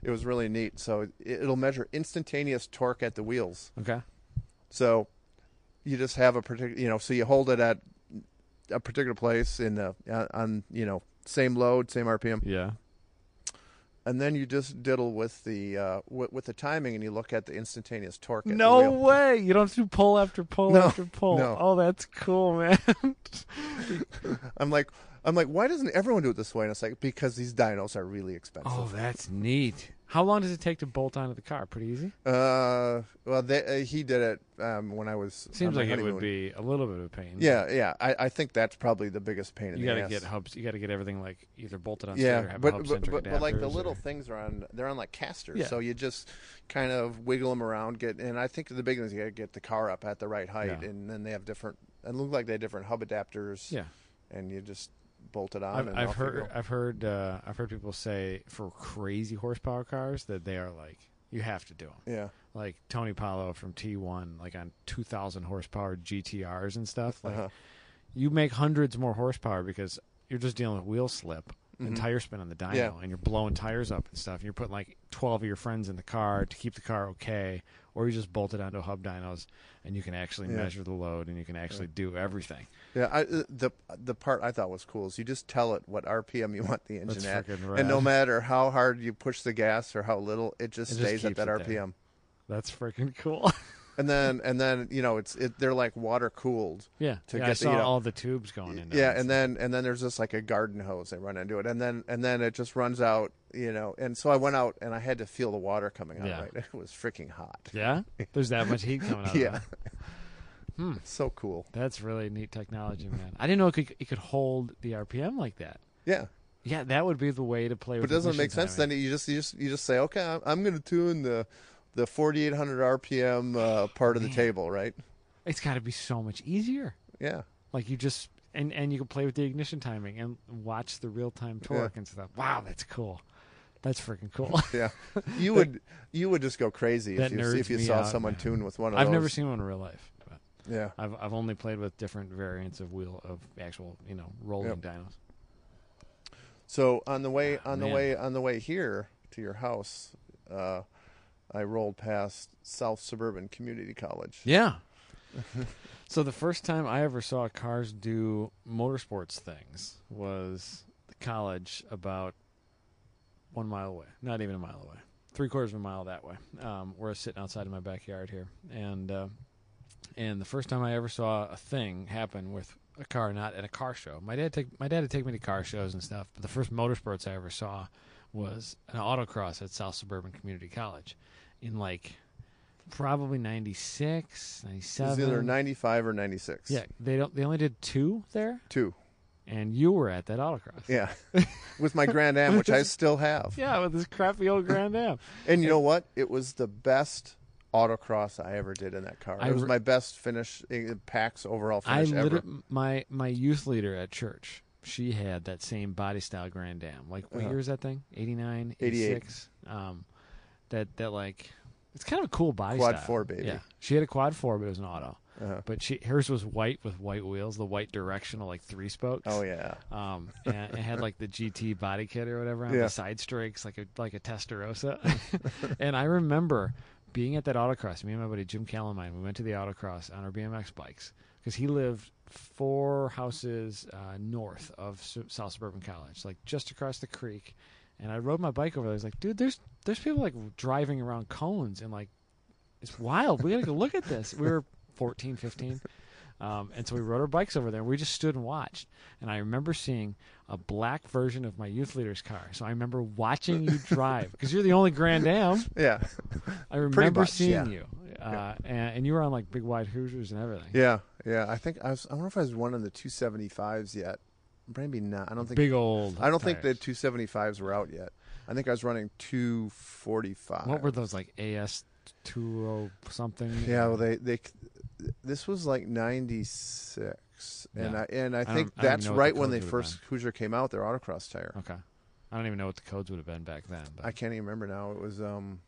S2: it was really neat. So it, it'll measure instantaneous torque at the wheels.
S1: Okay.
S2: So you just have a particular, you know, so you hold it at a particular place in the uh, on, you know, same load, same RPM
S1: Yeah.
S2: and then you just diddle with the uh, with, with the timing, and you look at the instantaneous torque. At the
S1: No
S2: wheel.
S1: way! You don't have to pull after pull
S2: No,
S1: after pull.
S2: no.
S1: Oh, that's cool, man.
S2: I'm like, I'm like, why doesn't everyone do it this way? And it's like because these dynos are really
S1: oh,
S2: expensive.
S1: that's neat. How long does it take to bolt onto the car? Pretty easy.
S2: Uh, well, they, uh, he did it um, when I was. on
S1: Seems
S2: my
S1: like it
S2: honeymoon.
S1: would be a little bit of a pain.
S2: Yeah, yeah. I, I think that's probably the biggest pain in
S1: You
S2: the
S1: got to
S2: ass.
S1: get hubs. You got to get everything like either bolted on
S2: yeah,
S1: straight or have
S2: but
S1: hub
S2: but,
S1: centric
S2: but, but like the
S1: adapters
S2: little
S1: or-
S2: things are on they're on like casters,
S1: Yeah.
S2: so you just kind of wiggle them around. Get and I think the big thing is you got to get the car up at the right height,
S1: Yeah.
S2: and then they have different. And look like they have different hub adapters.
S1: Yeah.
S2: and you just bolt it on.
S1: I've,
S2: and
S1: I've
S2: off you
S1: heard
S2: go.
S1: I've heard uh, I've heard people say for crazy horsepower cars that they are like you have to do them.
S2: Yeah,
S1: Like Tony Palo from T1, like on 2,000 horsepower GTRs and stuff. Like
S2: uh-huh.
S1: you make hundreds more horsepower because you're just dealing with wheel slip and
S2: Mhm.
S1: tire spin on the dyno,
S2: Yeah.
S1: and you're blowing tires up and stuff. And you're putting like 12 of your friends in the car to keep the car okay, or you just bolt it onto hub dynos, and you can actually
S2: Yeah.
S1: measure the load and you can actually do everything.
S2: yeah. I, uh, the the part I thought was cool is you just tell it what RPM you want the engine
S1: That's
S2: at,
S1: freaking rad.
S2: and no matter how hard you push the gas or how little, it just
S1: It just
S2: stays at
S1: keeps
S2: that
S1: it there.
S2: RPM.
S1: That's freaking cool.
S2: And then and then you know it's it they're like water cooled.
S1: yeah,
S2: To
S1: yeah,
S2: get
S1: I
S2: the,
S1: saw
S2: you know-
S1: all the tubes going in.
S2: Yeah, and then and then there's just like a garden hose they run into it, and then and then it just runs out, you know. And so I went out and I had to feel the water coming out.
S1: Yeah.
S2: Right, it was freaking hot.
S1: yeah, there's that much heat coming out.
S2: Yeah.
S1: Of that. Hmm.
S2: So cool.
S1: That's really neat technology, man. I didn't know it could it could hold the RPM like that.
S2: Yeah,
S1: Yeah, that would be the way to play.
S2: but
S1: with
S2: doesn't it
S1: ignition
S2: make sense?
S1: timing.
S2: Then you just you just you just say, okay, I'm, I'm going to tune the the 4,800 RPM uh, part of the
S1: Man.
S2: table, right?
S1: it's got to be so much easier.
S2: Yeah,
S1: Like you just and and you can play with the ignition timing and watch the real time torque and stuff. Wow, that's cool. That's freaking cool.
S2: yeah. You would you would just go crazy if
S1: That
S2: you
S1: nerds
S2: if you
S1: me
S2: saw
S1: out,
S2: someone
S1: man.
S2: tune with one of
S1: I've
S2: those.
S1: never seen one in real life. But
S2: Yeah,
S1: I've I've only played with different variants of wheel of actual you know rolling
S2: Yep.
S1: dynos.
S2: So on the way
S1: Ah,
S2: on the
S1: man.
S2: way on the way here to your house, uh, I rolled past South Suburban Community College.
S1: Yeah. so the first time I ever saw cars do motorsports things was the college about one mile away, not even a mile away, three quarters of a mile that way. Um, we're sitting outside in my backyard here, and uh, and the first time I ever saw a thing happen with a car, not at a car show. My dad take my dad would take me to car shows and stuff, but the first motorsports I ever saw was an autocross at South Suburban Community College, in like probably 96,
S2: It was
S1: 97.
S2: either ninety five or ninety six.
S1: Yeah, they don't. They only did two there,
S2: two.
S1: and you were at that autocross.
S2: Yeah, with my Grand Am, which I still have.
S1: Yeah, with this crappy old Grand Am.
S2: And you know what? It was the best autocross I ever did in that car.
S1: I
S2: it was
S1: re-
S2: my best finish, eh, PAX overall
S1: I
S2: finish ever.
S1: liter- my my youth leader at church. She had that same body style Grand Am. Like what
S2: Uh-huh.
S1: year is that thing? 89,
S2: 88.
S1: 86? Um, that that like It's kind of a cool body
S2: Quad
S1: style.
S2: four, baby.
S1: Yeah, she had a quad four, but it was an auto.
S2: Uh-huh.
S1: But she hers was white with white wheels, the white directional like three spokes.
S2: Oh yeah.
S1: Um, and it had like the GT body kit or whatever on
S2: Yeah.
S1: the side strakes, like a like a Testarossa. and I remember being at that autocross. Me and my buddy Jim Calamine, we went to the autocross on our BMX bikes because he lived four houses uh, north of Su- South Suburban College, like just across the creek. And I rode my bike over there. I was like, dude, there's there's people like driving around cones and like it's wild. We gotta go look at this. We were 14, 15. Um, and so we rode our bikes over there. We just stood and watched. And I remember seeing a black version of my youth leader's car. So I remember watching you drive because you're the only Grand Am.
S2: Yeah.
S1: I remember
S2: much,
S1: seeing
S2: yeah.
S1: you. Uh, and, and you were on like big wide Hoosiers and everything.
S2: Yeah. Yeah. I think I was. I wonder if I was one of the 275s yet. Maybe not. I don't think.
S1: Big old.
S2: I don't think the
S1: tires.
S2: 275s were out yet. I think I was running 245.
S1: What were those like AS two oh something?
S2: Yeah, well, they they this was like '96, and
S1: Yeah.
S2: I and I
S1: don't-
S2: think
S1: I don't
S2: that's
S1: know what the
S2: right when
S1: codes
S2: they
S1: would've
S2: first Hoosier came out, their autocross tire.
S1: Okay. I don't even know what the codes would have been back then. But.
S2: I can't even remember now. It was um,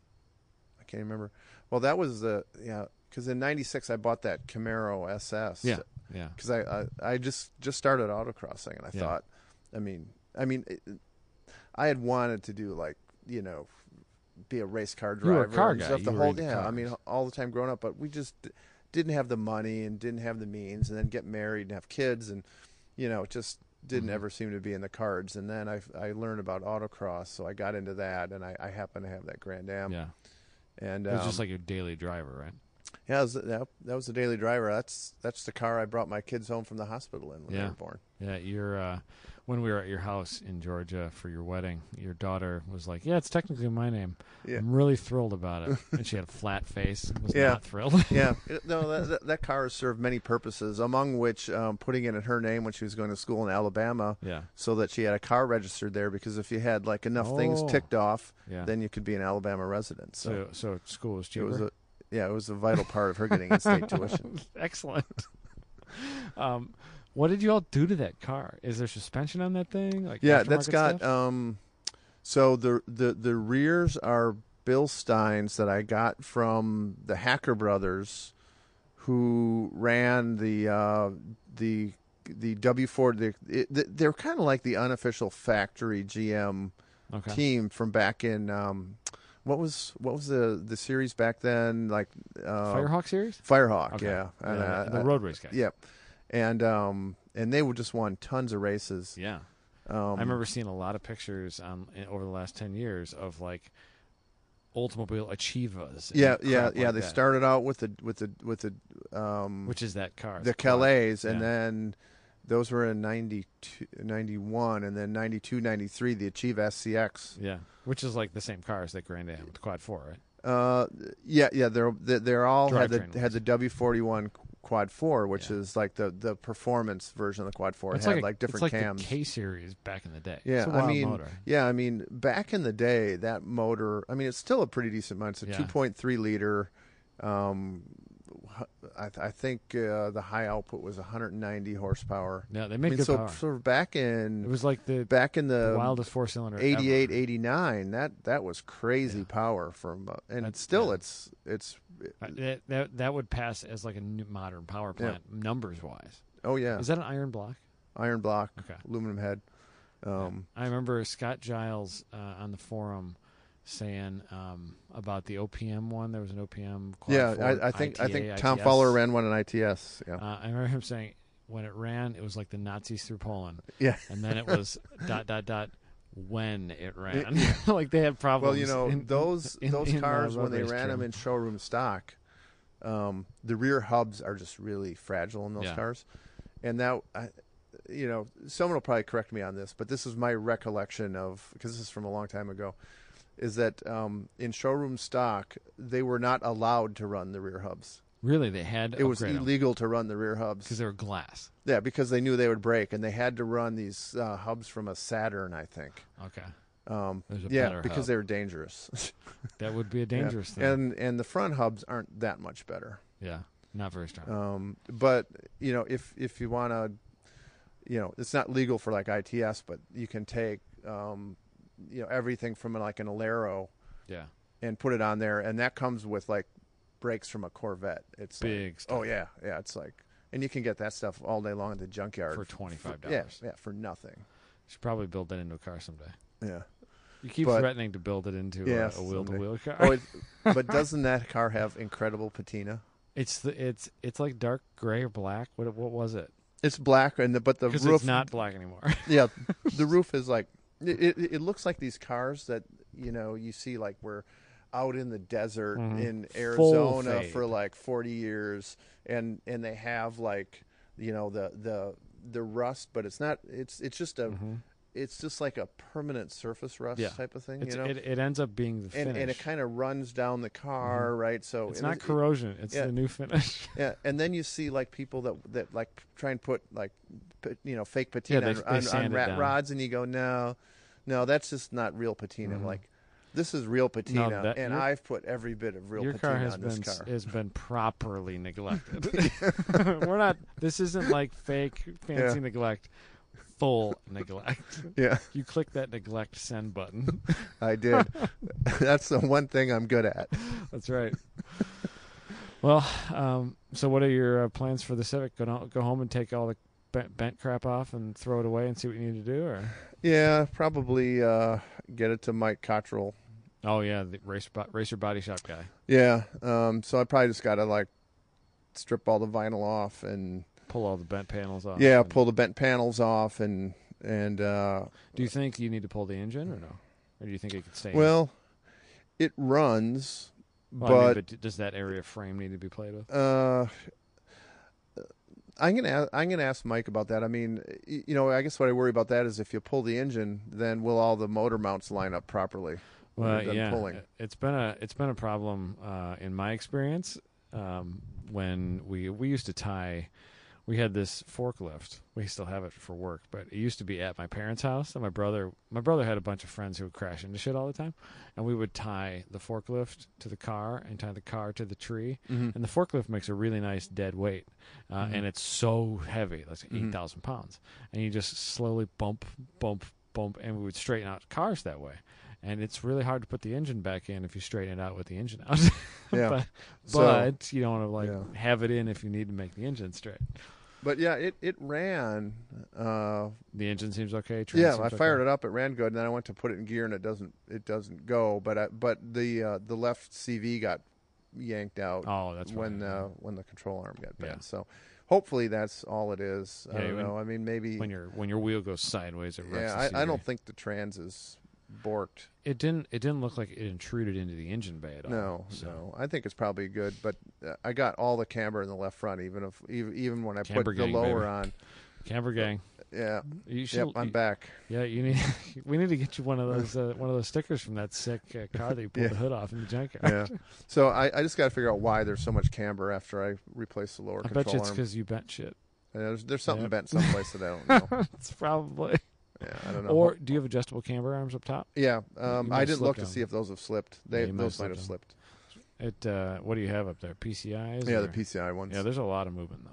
S2: I can't remember. Well, that was the yeah, because in '96 I bought that Camaro SS.
S1: yeah. Yeah.
S2: because I, I I just just started autocrossing, and I
S1: Yeah.
S2: thought, I mean, I mean, it, I had wanted to do like you know, be a race car
S1: You were
S2: driver
S1: a car
S2: and
S1: guy.
S2: stuff. The
S1: You were
S2: whole
S1: into
S2: yeah, I
S1: cars.
S2: mean, all the time growing up, but we just d- didn't have the money and didn't have the means, and then get married and have kids, and you know, it just didn't
S1: Mhm.
S2: ever seem to be in the cards. And then I I learned about autocross, so I got into that, and I, I happened to have that Grand Am,
S1: yeah.
S2: and
S1: It was just
S2: um,
S1: like your daily driver, right?
S2: yeah, it was- that, that was the daily driver. That's that's the car I brought my kids home from the hospital in when they
S1: Yeah.
S2: were born.
S1: Yeah, your uh, when we were at your house in Georgia for your wedding, your daughter was like, "Yeah, it's technically my name.
S2: Yeah.
S1: I'm really thrilled about it." and she had a flat face, was
S2: Yeah.
S1: not thrilled.
S2: yeah, It- no, that, that, that car has served many purposes, among which um, putting it in her name when she was going to school in Alabama,
S1: yeah,
S2: so that she had a car registered there. Because if you had like enough things
S1: Oh.
S2: ticked off,
S1: yeah.
S2: then you could be an Alabama resident. So,
S1: so, so school was
S2: it
S1: cheaper.
S2: was a yeah, it was a vital part of her getting in state tuition.
S1: Excellent. um, what did you all do to that car? Is there suspension on that thing? Like
S2: Yeah, that's
S1: aftermarket
S2: got
S1: stuff?
S2: um, so the the the rears are Bill Steins that I got from the Hacker Brothers, who ran the uh, the the W Ford. The, it, th- they're kind of like the unofficial factory GM
S1: okay.
S2: team from back in um, what was what was the the series back then like uh,
S1: Firehawk series.
S2: Firehawk,
S1: Okay.
S2: yeah, and,
S1: Yeah,
S2: uh,
S1: the road race guy.
S2: yep, and um, and they would just won tons of races.
S1: Yeah.
S2: Um,
S1: I remember seeing a lot of pictures um, in- over the last ten years of like Oldsmobile Achievas. and
S2: Yeah, yeah,
S1: crap
S2: yeah.
S1: like
S2: they
S1: that.
S2: started out with the with the with the um
S1: which is that car
S2: the
S1: It's quad.
S2: Calais,
S1: yeah.
S2: and then those were in 92, 91, and then 92, 93, the Achieve SCX.
S1: yeah which is like the same car as that grand am the quad four right
S2: Uh, yeah, yeah. They're they're, they're all
S1: Drivetrain
S2: had the
S1: ones.
S2: had the W forty one quad four, which
S1: Yeah.
S2: is like the the performance version of the quad four. It
S1: it's
S2: had
S1: like, a-
S2: different
S1: it's like
S2: cams.
S1: the k series back in the day
S2: Yeah,
S1: it's a
S2: I
S1: wild
S2: mean,
S1: motor
S2: Yeah, I mean, back in the day, that motor, I mean, it's still a pretty decent motor. It's a
S1: Yeah.
S2: 2.3 liter. Um, hu- I, th- I think uh, the high output was 190 horsepower.
S1: yeah they
S2: I
S1: made
S2: mean,
S1: good
S2: so,
S1: power
S2: so back
S1: it
S2: in
S1: was like the,
S2: back in
S1: the
S2: the, um,
S1: wildest four cylinder
S2: 88, 89, that that was crazy
S1: Yeah.
S2: power from, uh, and
S1: That's-
S2: still
S1: yeah.
S2: it's it's
S1: Uh, that, that, that would pass as like a new modern power plant numbers wise
S2: oh yeah,
S1: is that an iron block
S2: iron block,
S1: okay
S2: aluminum head. Um,
S1: I remember Scott Giles uh, on the forum saying um, about the OPM one. There was an OPM. Quad
S2: yeah,
S1: Ford,
S2: I, I think I
S1: ITA,
S2: think Tom
S1: ITS.
S2: Fowler ran one in ITS. Yeah,
S1: Uh, I remember him saying when it ran, it was like the Nazis through Poland.
S2: Yeah.
S1: And then it was dot dot dot when it ran. like they had problems.
S2: Well, you know
S1: in-
S2: those
S1: in-
S2: those
S1: in, uh,
S2: cars when
S1: road
S2: they
S1: race
S2: ran them
S1: trim.
S2: in showroom stock, um, the rear hubs are just really fragile in those
S1: Yeah.
S2: cars, and that I, you know someone will probably correct me on this, but this is my recollection of because this is from a long time ago, is that um, in showroom stock they were not allowed to run the rear hubs.
S1: really they had
S2: It was illegal to run the rear
S1: because
S2: hubs.
S1: they were glass.
S2: Yeah, because they knew they would break, and they had to run these uh, hubs from a Saturn, I think.
S1: Okay.
S2: Um,
S1: There's a
S2: yeah,
S1: better
S2: because
S1: hub.
S2: they were dangerous.
S1: that would be a dangerous
S2: Yeah.
S1: thing.
S2: And and the front hubs aren't that much better.
S1: yeah. Not very strong.
S2: Um, but you know, if if you want to, you know, it's not legal for like ITS, but you can take, um, you know, everything from like an Alero
S1: yeah.
S2: and put it on there, and that comes with like brakes from a Corvette. It's like-
S1: Big stuff
S2: oh yeah, yeah. It's like, and you can get that stuff all day long at the junkyard
S1: for twenty five
S2: yeah,
S1: dollars.
S2: yeah, for nothing.
S1: Should probably build that into a car someday.
S2: Yeah.
S1: You keep
S2: But-
S1: threatening to build it into a-
S2: Yeah,
S1: a wheel to wheel car.
S2: Oh, it, but doesn't that car have incredible patina?
S1: It's the it's it's like dark gray or black. What what was it?
S2: It's black, and the, but the
S1: Because
S2: roof
S1: it's not black anymore.
S2: yeah, the roof is like it, it. It looks like these cars that you know you see like we're out in the desert
S1: Mhm.
S2: in
S1: Full
S2: Arizona
S1: fade.
S2: for like forty years, and and they have like you know the the the rust, but it's not. It's it's just a it's just like a permanent surface rust
S1: Mm-hmm. Yeah.
S2: type of thing,
S1: It's,
S2: you know.
S1: it, it ends up being the
S2: and,
S1: finish.
S2: and it kind of runs down the car, right? So
S1: Mm-hmm. it's
S2: Oh, it-
S1: not
S2: it-
S1: corrosion. It's
S2: yeah.
S1: the new finish.
S2: yeah, and then you see like people that that like try and put like put, you know fake
S1: Yeah,
S2: patina
S1: they-
S2: on-
S1: they
S2: on, on,
S1: sand it
S2: rat
S1: down.
S2: rods, and you go, no, no, that's just not real patina.
S1: Mhm.
S2: Like this is real patina,
S1: that-
S2: and
S1: your-
S2: I've put every bit of real
S1: Your
S2: patina
S1: car has
S2: on
S1: been
S2: this
S1: s-
S2: car.
S1: has been properly neglected. We're not. This isn't like fake fancy
S2: Yeah.
S1: neglect. Full neglect.
S2: yeah,
S1: You click that neglect send button.
S2: I did. that's the one thing I'm good at.
S1: That's right. well, um, so what are your uh, plans for the Civic? Go down, go home and take all the bent, bent crap off and throw it away and see what you need to do. Or
S2: Yeah, probably uh, get it to Mike Cottrell.
S1: oh yeah, the racer, bo- racer body shop guy.
S2: Yeah, um, so I probably just got to like strip all the vinyl off and
S1: Pull all the bent panels off.
S2: yeah,
S1: and-
S2: pull the bent panels off and and uh,
S1: Do you think you need to pull the engine or no? Or do you think it could stay? in?
S2: Well, it runs,
S1: Well, I mean,
S2: but
S1: but does that area frame need to be played with?
S2: uh, I'm gonna a- I'm gonna ask Mike about that. I mean, y- you know, I guess what I worry about that is if you pull the engine, then will all the motor mounts line up properly? when
S1: Well,
S2: you're done
S1: yeah,
S2: pulling?
S1: it- it's been a it's been a problem uh, in my experience um, when we we used to tie. We had this forklift. We still have it for work, but it used to be at my parents' house. And my brother, my brother had a bunch of friends who would crash into shit all the time, and we would tie the forklift to the car and tie the car to the tree. And the forklift makes a really nice dead weight, uh,
S2: Mhm.
S1: and it's so heavy, that's
S2: Mhm.
S1: eight thousand pounds. And you just slowly bump, bump, bump, and we would straighten out cars that way. And it's really hard to put the engine back in if you straighten it out with the engine out.
S2: Yeah,
S1: but,
S2: So-
S1: but you don't want to like
S2: Yeah.
S1: have it in if you need to make the engine straight.
S2: but yeah, it it ran. Uh,
S1: The engine seems okay. trans
S2: yeah,
S1: seems
S2: I
S1: okay.
S2: fired it up. It ran good, and then I went to put it in gear, and it doesn't it doesn't go. But I, but the uh, the left CV got yanked out.
S1: Oh, that's
S2: when
S1: right.
S2: uh, when the control arm got bent.
S1: Yeah.
S2: So hopefully that's all it is. I
S1: Yeah,
S2: don't
S1: when-
S2: know. I mean, maybe.
S1: when your when your wheel goes sideways, it wrecks.
S2: yeah,
S1: the
S2: I, I
S1: CV.
S2: don't think the trans is borked.
S1: it didn't. It didn't look like it intruded into the engine bay at all.
S2: No,
S1: so.
S2: no. I think it's probably good, but uh, I got all the camber in the left front, even if even, even when I
S1: Camber
S2: put
S1: gang,
S2: the lower
S1: baby.
S2: on.
S1: Camber gang,
S2: Yeah,
S1: you should. e
S2: yep. I'm
S1: you-
S2: back.
S1: Yeah, you need. we need to get you one of those uh, one of those stickers from that sick uh, car that you pulled
S2: Yeah.
S1: the hood off in the junkyard.
S2: Yeah. So I, I just got to figure out why there's so much camber after I replace the lower
S1: I
S2: control
S1: bet you it's
S2: arm.
S1: because you bent shit.
S2: Yeah, There's, there's something
S1: Yep.
S2: bent someplace that I don't know.
S1: It's probably.
S2: Yeah, I don't know.
S1: Or do you have adjustable camber arms up top?
S2: yeah, um,
S1: might
S2: I
S1: have
S2: didn't
S1: slipped
S2: look to
S1: on
S2: see
S1: them.
S2: if those have slipped. They
S1: you might have
S2: those might have slipped.
S1: It. Uh, what do you have up there? PCIs.
S2: Yeah,
S1: or-
S2: the PCI ones.
S1: Yeah, there's a lot of movement in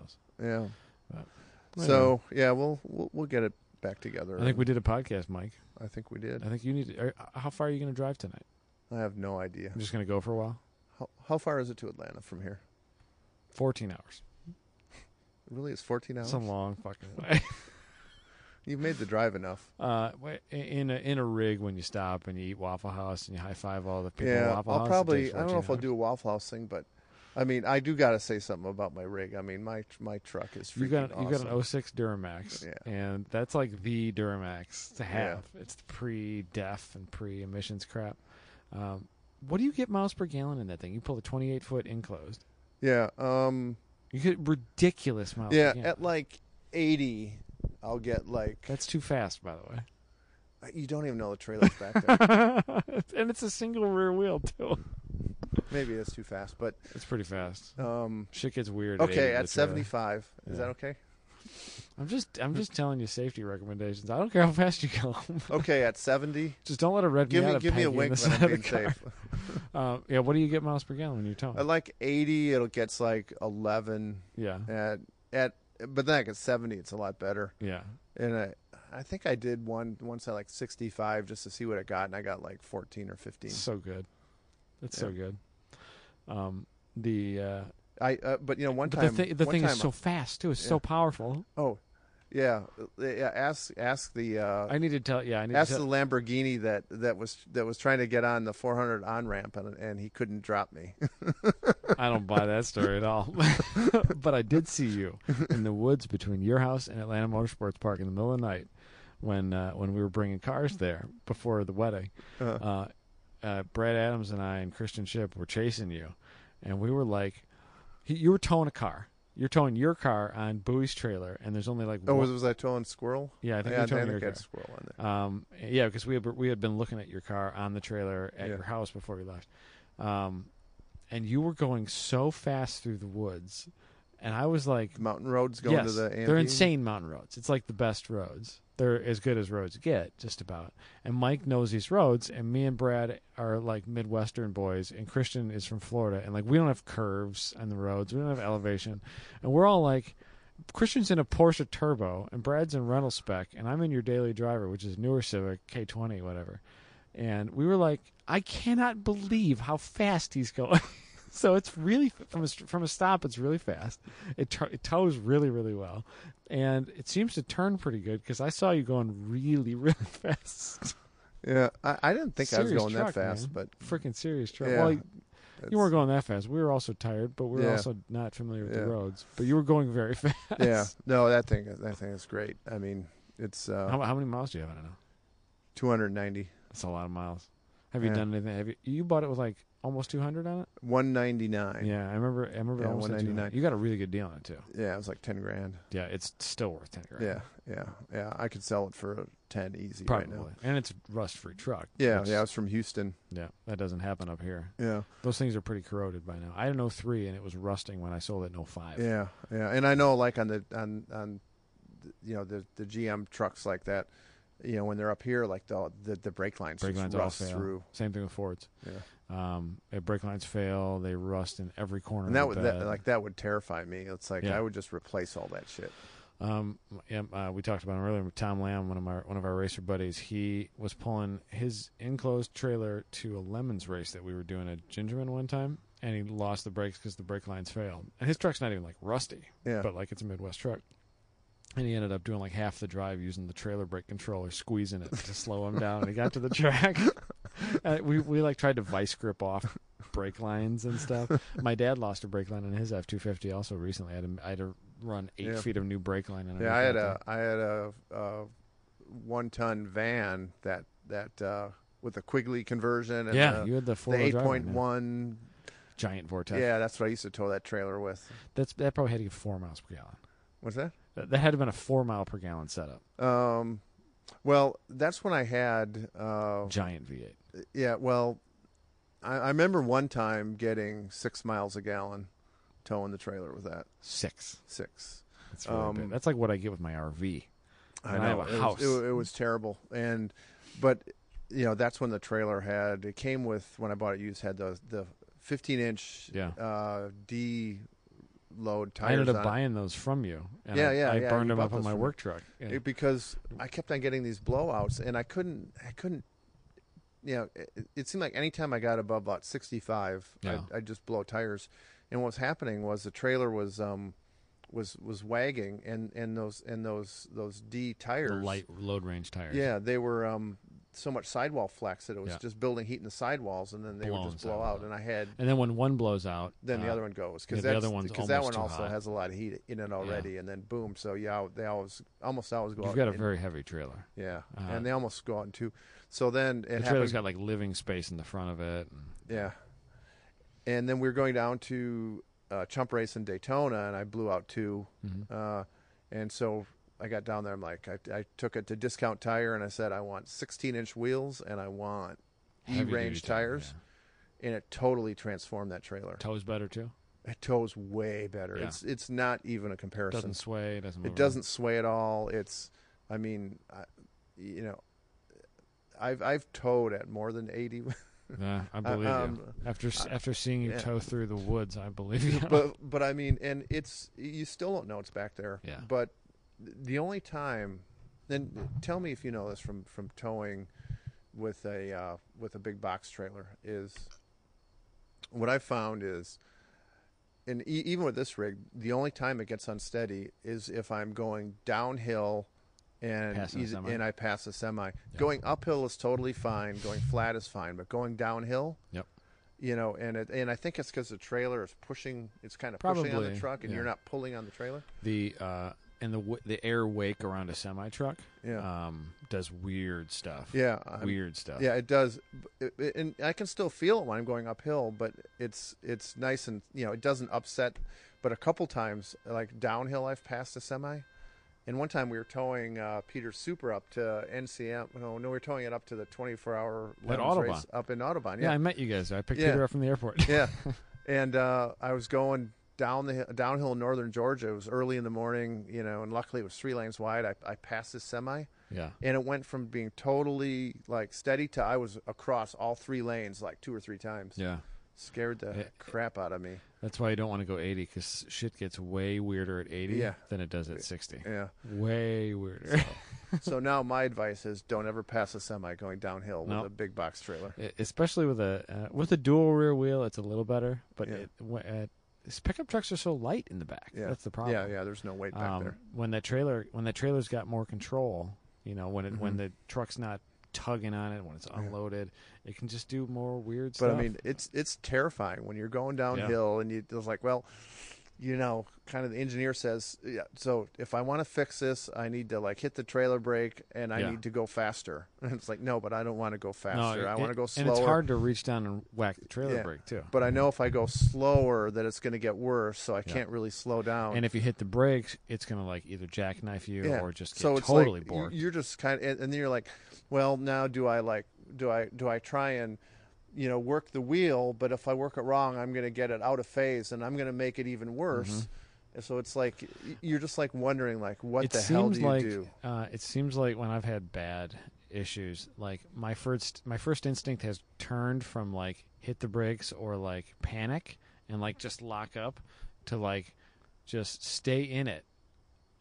S1: those.
S2: Yeah.
S1: But-
S2: so yeah, we'll, we'll we'll get it back together.
S1: I think we did a podcast, Mike.
S2: I think we did.
S1: I think you need. To, are, how far are you going to drive tonight?
S2: I have no idea.
S1: I'm just going to go for a while.
S2: How, how far is it to Atlanta from here?
S1: 14 hours.
S2: Really, it's 14 hours.
S1: That's a long fucking way.
S2: You've made the drive enough.
S1: Uh, wait, in a in a rig when you stop and you eat Waffle House and you high five all the people. at
S2: yeah,
S1: Waffle
S2: I'll
S1: House, it
S2: probably.
S1: takes
S2: I don't know
S1: 14
S2: if I'll
S1: hours.
S2: do a Waffle House thing, but I mean, I do got to say something about my rig. I mean, my my truck is freaking
S1: You got you got
S2: awesome.
S1: an 06 Duramax,
S2: Yeah.
S1: and that's like the Duramax to have. It's the pre-def and pre-emissions crap. Um, what do you get miles per gallon in that thing? You pull the 28 foot enclosed.
S2: yeah, um,
S1: You get ridiculous miles.
S2: yeah.
S1: per gallon.
S2: At like 80, I'll get like. uh,
S1: that's too fast, by the way.
S2: You don't even know the trailer's back there.
S1: and it's a single rear wheel too.
S2: Maybe that's too fast, but
S1: It's pretty fast.
S2: um,
S1: Shit gets weird. at 80
S2: okay.
S1: with
S2: At
S1: the trailer.
S2: 75, is
S1: Yeah.
S2: that okay?
S1: I'm just
S2: Hmm.
S1: I'm just telling you safety recommendations. I don't care how fast you go.
S2: Okay, at 70.
S1: just don't let it red
S2: Give
S1: me
S2: me
S1: out
S2: give me a wink when I'm being safe.
S1: Uh, yeah, what do you get miles per gallon when you're towing?
S2: At like 80, it'll gets like 11.
S1: yeah,
S2: At at but then like at 70, it's a lot better.
S1: yeah.
S2: And I I think I did one once at like 65 just to see what it got, and I got like 14 or 15.
S1: So good. That's
S2: Yeah.
S1: so good. Um, the uh,
S2: I uh, but you know one
S1: but
S2: time
S1: the, thi- the
S2: one
S1: thing
S2: time,
S1: is so fast too. It's so
S2: Yeah.
S1: powerful.
S2: oh yeah uh, yeah ask ask the uh,
S1: I need to tell. Yeah, I need
S2: ask
S1: to.
S2: the
S1: Tell,
S2: Lamborghini that that was that was trying to get on the 400 on ramp and and he couldn't drop me.
S1: I don't buy that story at all. but I did see you in the woods between your house and Atlanta Motorsports Park in the middle of the night when uh, when we were bringing cars there before the wedding.
S2: Uh,
S1: uh, uh, Brad Adams and I and Christian Ship were chasing you, and we were like, he, you were towing a car. You're towing your car on Bowie's trailer, and there's only like
S2: oh,
S1: one
S2: was, was I towing squirrel?
S1: yeah, I think
S2: yeah,
S1: you're towing
S2: Danica
S1: your car.
S2: had squirrel on there.
S1: Um, yeah, because we had, we had been looking at your car on the trailer at
S2: Yeah.
S1: your house before we left, um, and you were going so fast through the woods, and I was like,
S2: The mountain roads going
S1: yes,
S2: to the AMP.
S1: they're insane mountain roads. It's like the best roads. They're as good as roads get, just about. And Mike knows these roads, and me and Brad are like Midwestern boys, and Christian is from Florida, and like we don't have curves on the roads, we don't have elevation, and we're all like, Christian's in a Porsche Turbo, and Brad's in rental spec, and I'm in your daily driver, which is newer Civic K20, whatever. And we were like, I cannot believe how fast he's going. so it's really from a from a stop, it's really fast. It, tur it tows really, really well, and it seems to turn pretty good because I saw you going really, really fast.
S2: Yeah, I, I didn't think I was
S1: Serious
S2: going
S1: truck,
S2: that fast,
S1: man.
S2: but
S1: Freaking serious truck.
S2: Yeah,
S1: well, you
S2: that's-
S1: you weren't going that fast. We were also tired, but we were
S2: Yeah.
S1: also not familiar with
S2: Yeah.
S1: the roads. But you were going very fast.
S2: yeah, no, that thing that thing is great. I mean, it's uh,
S1: How, how many miles do you have? I don't know.
S2: 290,
S1: That's a lot of miles. Have you
S2: Yeah.
S1: done anything? Have you? You bought it with like almost 200 on it.
S2: 199.
S1: Yeah, I remember. I remember
S2: Yeah,
S1: almost at 200.
S2: 199.
S1: You got a really good deal on it too.
S2: yeah, it was like 10 grand.
S1: Yeah, it's still worth 10 grand.
S2: Yeah, yeah, yeah. I could sell it for 10 easy
S1: probably.
S2: right now.
S1: and it's a rust-free truck.
S2: Yeah,
S1: which-
S2: yeah. I was from Houston.
S1: yeah. That doesn't happen up here.
S2: Yeah.
S1: Those things are pretty corroded by now. I had an 03 and it was rusting when I sold it in 05.
S2: Yeah, yeah, and I know like on the on on th- you know the the GM trucks like that, you know when they're up here like the the, the brake lines
S1: Brake
S2: just
S1: lines all
S2: rust
S1: fail.
S2: through.
S1: Same thing with Fords.
S2: Yeah,
S1: Um, their brake lines fail. They rust in every corner.
S2: and that
S1: of
S2: would
S1: the
S2: that,
S1: bed.
S2: like that would terrify me. It's like
S1: Yeah.
S2: I would just replace all that shit.
S1: Um, yeah, uh, we talked about him earlier. Tom Lamb, one of my one of our racer buddies, he was pulling his enclosed trailer to a lemons race that we were doing at Gingerman one time, and he lost the brakes because the brake lines failed. And his truck's not even like rusty,
S2: Yeah,
S1: but like it's a Midwest truck. And he ended up doing like half the drive using the trailer brake controller, squeezing it to slow him down. And he got to the track. Uh, we we like tried to vice grip off brake lines and stuff. My dad lost a brake line on his F two fifty also recently. I had to, I had to run eight
S2: Yeah.
S1: feet of new brake line. underneath
S2: yeah. I had
S1: that
S2: a
S1: thing.
S2: I had a, uh one ton van that that uh, with a Quigley conversion and
S1: yeah.
S2: uh,
S1: you had the four
S2: the eight point one.
S1: giant vortex.
S2: Yeah, that's what I used to tow that trailer with.
S1: that's that probably had to get four miles per gallon.
S2: What's that?
S1: That, that had to have been a four mile per gallon setup.
S2: Um, well, that's when I had uh,
S1: Giant V eight.
S2: Yeah, well, I, I remember one time getting six miles a gallon towing the trailer with that
S1: Six.
S2: six.
S1: That's really
S2: Um,
S1: big. That's like what I get with my RV.
S2: I
S1: And I have a
S2: it
S1: house.
S2: Was, it, it was terrible, and but you know that's when the trailer had it came with when I bought it used had the the 15 inch
S1: Yeah.
S2: uh, D load tires.
S1: I ended
S2: on
S1: up
S2: it.
S1: buying those from you. And
S2: Yeah,
S1: I,
S2: yeah,
S1: I
S2: yeah,
S1: burned
S2: you
S1: them
S2: bought
S1: up on
S2: those
S1: my
S2: from me.
S1: work truck. Yeah.
S2: It- because I kept on getting these blowouts, and I couldn't, I couldn't, you know, it, it seemed like anytime I got above about 65,
S1: Yeah.
S2: I'd, I'd just blow tires. And what was happening was the trailer was, um, was was wagging, and and those and those those D
S1: The
S2: tires,
S1: light load range tires.
S2: yeah, they were um so much sidewall flex that it was
S1: Yeah.
S2: just building heat in the sidewalls, and then they
S1: Blown
S2: would just blow
S1: sidewall.
S2: out. And I had
S1: And then when one blows out,
S2: then the
S1: uh,
S2: other one goes
S1: yeah,
S2: because
S1: the other one's
S2: because that one
S1: almost too
S2: also
S1: hot.
S2: has a lot of heat in it already, and then boom, so yeah, they always almost always go
S1: You've
S2: out.
S1: got a
S2: in-
S1: very heavy trailer.
S2: yeah,
S1: Uh,
S2: and they almost go out in two. So then
S1: The
S2: it
S1: trailer's
S2: happened.
S1: got like living space in the front of it. and-
S2: yeah, and then we were going down to uh, Chump Race in Daytona, and I blew out two.
S1: Mhm.
S2: Uh, and so I got down there. I'm like, I, I took it to Discount Tire, and I said, I want 16 inch wheels, and I want E
S1: Heavy-duty
S2: range
S1: tire,
S2: tires, and it totally transformed that trailer.
S1: yeah. Toes better too.
S2: It tows way better.
S1: Yeah.
S2: It's it's not even a comparison.
S1: Doesn't uh, sway. Doesn't. Move
S2: It
S1: around.
S2: doesn't sway at all. It's, I mean, I, you know, I've I've towed at more than eighty,
S1: Yeah, I believe you.
S2: um,
S1: After s-
S2: I-
S1: after seeing you
S2: yeah.
S1: tow through the woods, I believe you.
S2: but but I mean, and it's you still don't know it's back there.
S1: Yeah.
S2: But the only time, then tell me if you know this from from towing with a uh, with a big box trailer is what I've found is, and e- even with this rig, the only time it gets unsteady is if I'm going downhill, and
S1: Passing a
S2: easy-
S1: semi.
S2: and I pass a semi. Going uphill is totally fine. Going flat is fine, but going downhill,
S1: Yep.
S2: you know, and it, and I think it's because the trailer is pushing. It's kind of pushing on the
S1: Probably,
S2: truck, and
S1: yeah.
S2: you're not pulling on the trailer.
S1: The uh, and the w- the air wake around a semi truck
S2: Yeah,
S1: um, does weird stuff.
S2: yeah, I'm-
S1: weird stuff.
S2: Yeah, it does, B- it- it- and I can still feel it when I'm going uphill. But it's it's nice and you know it doesn't upset. But a couple times, like downhill, I've passed a semi, and one time we were towing uh, Peter's Super up to NCM. No, no, we were towing it up to the 24 hour
S1: At
S2: race up in Audubon.
S1: Yeah,
S2: Yeah,
S1: I met you guys. I picked
S2: Yeah.
S1: Peter up from the airport.
S2: yeah, and uh, I was going down the hi- downhill in northern Georgia. It was early in the morning, you know, and luckily it was three lanes wide. I, I passed this semi
S1: yeah.
S2: and it went from being totally like steady to I was across all three lanes like two or three times.
S1: Yeah.
S2: Scared the
S1: Yeah.
S2: crap out of me.
S1: That's why you don't want to go 80 because shit gets way weirder at 80
S2: Yeah.
S1: than it does at 60.
S2: Yeah.
S1: Way weirder.
S2: so now my advice is don't ever pass a semi going downhill
S1: No.
S2: with a big box trailer.
S1: E- Especially with a uh, with a dual rear wheel, it's a little better. But
S2: Yeah.
S1: it, w- uh, s- pickup trucks are so light in the back.
S2: Yeah.
S1: That's the problem.
S2: Yeah, yeah. There's no weight back
S1: um,
S2: there.
S1: when that trailer when that trailer's got more control, you know, when it when
S2: Mhm.
S1: the truck's not tugging on it, when it's unloaded, it can just do more weird
S2: But
S1: stuff.
S2: I mean, it's it's terrifying when you're going downhill and you it's like, well, you know, kind of the engineer says, yeah. So if I want to fix this, I need to like hit the trailer brake and I
S1: Yeah.
S2: need to go faster. And it's like, no, but I don't want to go
S1: no,
S2: faster. I
S1: it-
S2: want to go slower.
S1: And it's hard to reach down and whack the trailer
S2: Yeah.
S1: brake too.
S2: but I know if I go slower that it's going to get worse, so I can't really slow down.
S1: And if you hit the brakes, it's gonna like either jackknife you
S2: Oh. yeah.
S1: or just get
S2: so it's
S1: totally
S2: like, you-
S1: bored.
S2: You're just kind of, and, and then you're like, well, now do I like do I do I try and you know work the wheel? But if I work it wrong, I'm going to get it out of phase, and I'm going to make it even worse. And So it's like y- you're just like wondering, like, what
S1: Mm-hmm. it
S2: the
S1: seems
S2: hell do you
S1: like
S2: do?
S1: Uh, it seems like when I've had bad issues, like my first my first instinct has turned from like hit the brakes or like panic and like just lock up to like just stay in it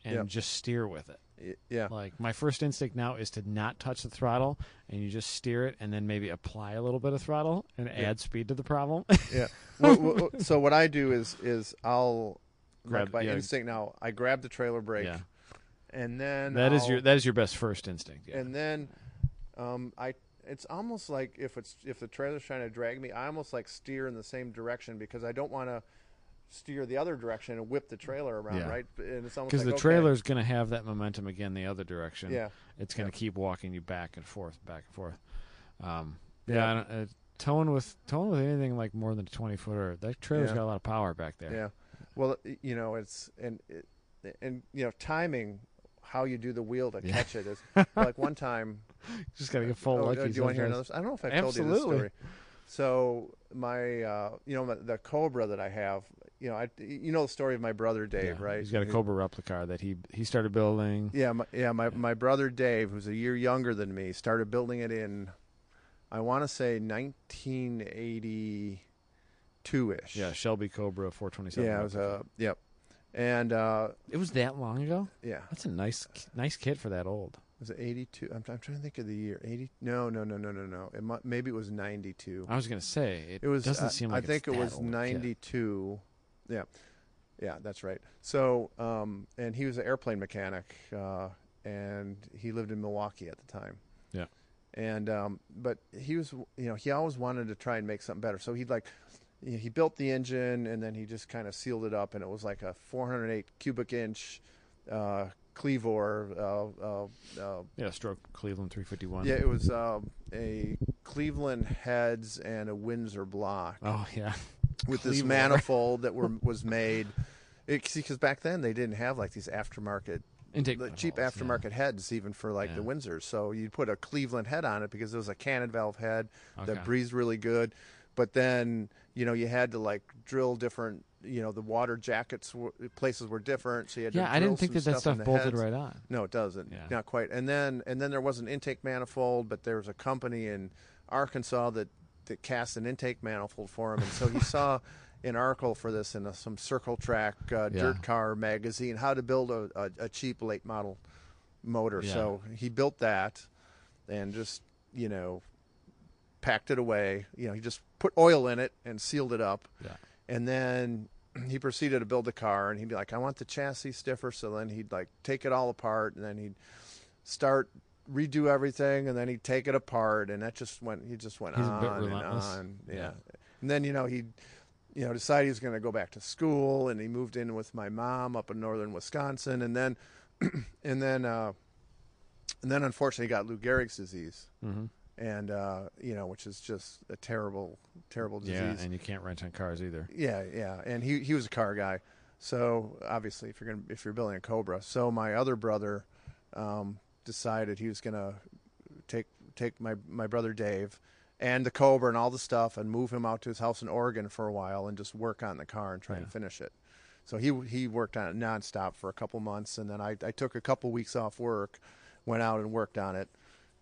S1: and
S2: Yep.
S1: just steer with it.
S2: Y- Yeah,
S1: Like my first instinct now is to not touch the throttle and you just steer it and then maybe apply a little bit of throttle and add speed to the problem.
S2: yeah. Wha- wha- so what I do is is I'll
S1: Grab-
S2: like by
S1: yeah.
S2: instinct now. I grab the trailer brake,
S1: Yeah.
S2: and then
S1: that is
S2: I'll-
S1: your that is your best first instinct. Yeah.
S2: and then um, I it's almost like if it's if the trailer's trying to drag me, I almost like steer in the same direction because I don't want to steer the other direction and whip the trailer around,
S1: Yeah.
S2: right? And it's almost
S1: because the
S2: like, okay,
S1: trailer's going to have that momentum again the other direction.
S2: Yeah.
S1: it's going to
S2: Yeah.
S1: keep walking you back and forth, back and forth. Um, yeah,
S2: Yeah.
S1: I don't, uh, towing with towing with anything like more than a twenty footer, that trailer's
S2: Yeah.
S1: got a lot of power back there.
S2: Yeah. Well, it- you know, it's and it, and you know timing how you do the wheel to
S1: Yeah.
S2: catch it is like one time
S1: just got to get full
S2: Oh,
S1: lucky.
S2: uh, do you want to hear another?
S1: sometimes.
S2: s- I don't know if I've told you
S1: Absolutely.
S2: this story. So my, uh, you know, my, the Cobra that I have, you know, I, you know the story of my brother Dave,
S1: Yeah,
S2: right?
S1: He's got a
S2: He-
S1: Cobra replica that he he started building.
S2: Yeah, my, yeah, my, my brother Dave, who's a year younger than me, started building it in, I want to say 1982 ish.
S1: Yeah, Shelby Cobra four twenty seven.
S2: yeah, it was uh, a yep, and uh,
S1: it was that long ago.
S2: yeah,
S1: That's a nice nice kit for that old.
S2: was it 82? I'm, I'm trying to think of the year. 80? No, no, no, no, no, no. It mu- maybe it was 92.
S1: I was going to say it,
S2: It was. uh,
S1: doesn't
S2: I-
S1: seem like
S2: I think
S1: it's that
S2: it was
S1: old a kit.
S2: '92. Yeah, yeah, that's right. So, um, and he was an airplane mechanic, uh, and he lived in Milwaukee at the time.
S1: Yeah.
S2: And um, but he was, you know, he always wanted to try and make something better. So he'd like, he built the engine, and then he just kind of sealed it up, and it was like a 408 cubic inch. Uh, Cleavor, uh, uh, uh,
S1: Yeah, stroke Cleveland three fifty one.
S2: yeah, it was uh, a Cleveland heads and a Windsor block
S1: Oh yeah.
S2: with this
S1: Cleveland.
S2: manifold that were was made. Because back then they didn't have like these aftermarket,
S1: Intake
S2: the cheap
S1: manifolds, yeah.
S2: aftermarket heads, even for like the
S1: Yeah.
S2: Windsors. So you'd put a Cleveland head on it because it was a cannon valve head
S1: Okay.
S2: that breathed really good. But then you know you had to like drill different. You know the water jackets were, places were different, so you had to
S1: Yeah, I
S2: drill
S1: didn't think
S2: some
S1: that that stuff
S2: stuff in the
S1: bolted
S2: heads.
S1: right on.
S2: No, it doesn't.
S1: Yeah.
S2: Not quite. And then and then there was an intake manifold, but there was a company in Arkansas that that cast an intake manifold for him, and so he saw an article for this in a, some Circle Track uh,
S1: Yeah.
S2: dirt car magazine, how to build a, a, a cheap late model motor.
S1: Yeah.
S2: So he built that, and just you know packed it away. You know, he just put oil in it and sealed it up.
S1: Yeah.
S2: And then he proceeded to build the car, and he'd be like, "I want the chassis stiffer." So then he'd like take it all apart, and then he'd start redo everything, and then he'd take it apart, and that just went. He just went
S1: He's a
S2: on
S1: bit
S2: and
S1: relentless.
S2: on. Yeah.
S1: Yeah.
S2: And then you know he. You know, decided he was going to go back to school, and he moved in with my mom up in northern Wisconsin, and then, and then, uh, and then, unfortunately, he got Lou Gehrig's disease,
S1: Mm-hmm.
S2: and uh, you know, which is just a terrible, terrible disease.
S1: Yeah, and you can't rent on cars either.
S2: yeah, yeah. And he he was a car guy, so obviously, if you're gonna if you're building a Cobra, so my other brother um, decided he was gonna take take my my brother Dave and the Cobra and all the stuff and move him out to his house in Oregon for a while and just work on the car and try
S1: Yeah.
S2: and finish it. So he he worked on it nonstop for a couple months, and then I I took a couple weeks off work, went out and worked on it,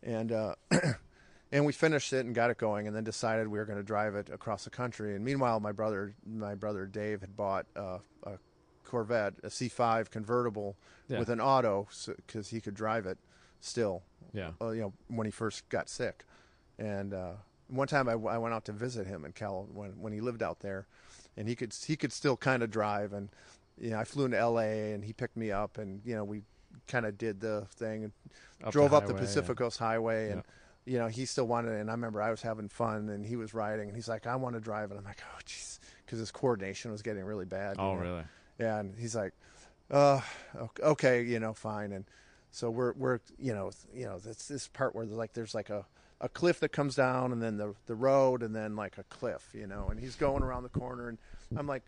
S2: and uh, and we finished it and got it going, and then decided we were going to drive it across the country. And meanwhile, my brother my brother Dave had bought a, a Corvette, a C5 convertible
S1: Yeah.
S2: with an auto because he could drive it still
S1: Yeah.
S2: uh, you know when he first got sick and uh one time I, I went out to visit him in Cal when when he lived out there and he could he could still kind of drive and you know I flew into LA and he picked me up and you know we kind of did the thing and
S1: Up
S2: drove
S1: the
S2: up the
S1: highway,
S2: Pacific Coast Highway and
S1: Yeah.
S2: you know he still wanted it and I remember I was having fun and he was riding and he's like I want to drive and I'm like oh jeez because his coordination was getting really
S1: and-
S2: bad you
S1: Oh,
S2: know?
S1: really?
S2: Yeah, and he's like, "Uh, ok- okay, you know, fine." And so we're we're you know th- you know that's this part where like there's like a a cliff that comes down, and then the the road, and then like a cliff, you know. And he's going around the corner, and I'm like,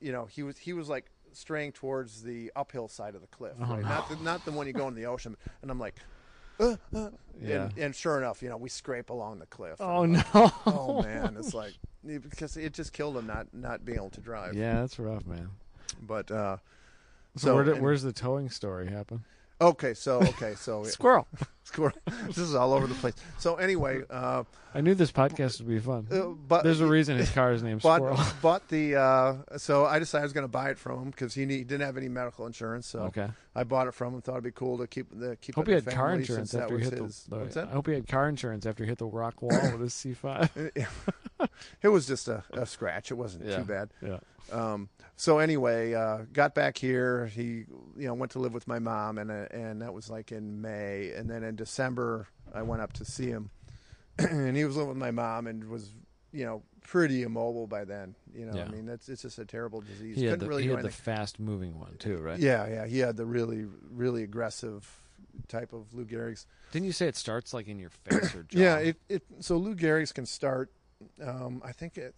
S2: you know, he was he was like straying towards the uphill side of the cliff,
S1: Oh,
S2: right?
S1: no.
S2: not the, not the one you go in the ocean. And I'm like. Uh, uh,
S1: Yeah.
S2: and, and sure enough, you know, we scrape along the cliff. And
S1: Oh
S2: I'm like,
S1: no.
S2: oh man, it's like because it just killed him not not being able to drive.
S1: Yeah, that's rough, man.
S2: But uh,
S1: So,
S2: So,
S1: where did,
S2: and-
S1: where's the towing story happen?
S2: okay, so okay, so
S1: Squirrel.
S2: squirrel. this is all over the place. So anyway, uh,
S1: I knew this podcast would be fun.
S2: uh, but
S1: There's a reason his car is named Squirrel.
S2: bought, bought the uh, so I decided I was going to buy it from him because he, need, he didn't have any medical insurance, so
S1: Okay.
S2: I bought it from him. Thought it'd be cool to keep the keep.
S1: Hope
S2: it
S1: he had
S2: in the
S1: car
S2: family
S1: insurance
S2: since that
S1: after he
S2: was
S1: hit
S2: his-
S1: the.
S2: what's
S1: I hope he had car insurance after he hit the rock wall with his C5.
S2: that? it was just a, a scratch. It wasn't
S1: Yeah.
S2: too bad.
S1: yeah.
S2: Um, so anyway, uh, got back here. He, you know, went to live with my mom, and uh, and that was like in May. And then in December, I went up to see him, and he was living with my mom, and was, you know, pretty immobile by then. You know,
S1: Yeah.
S2: I mean, that's it's just a terrible disease.
S1: He had
S2: Couldn't
S1: the,
S2: really
S1: he
S2: do
S1: had the
S2: anything.
S1: fast moving one too, right?
S2: Yeah, yeah. He had the really, really aggressive type of Lou Gehrig's.
S1: Didn't you say it starts like in your face or jaw?
S2: Yeah, it, it so Lou Gehrig's can start. Um, I think it.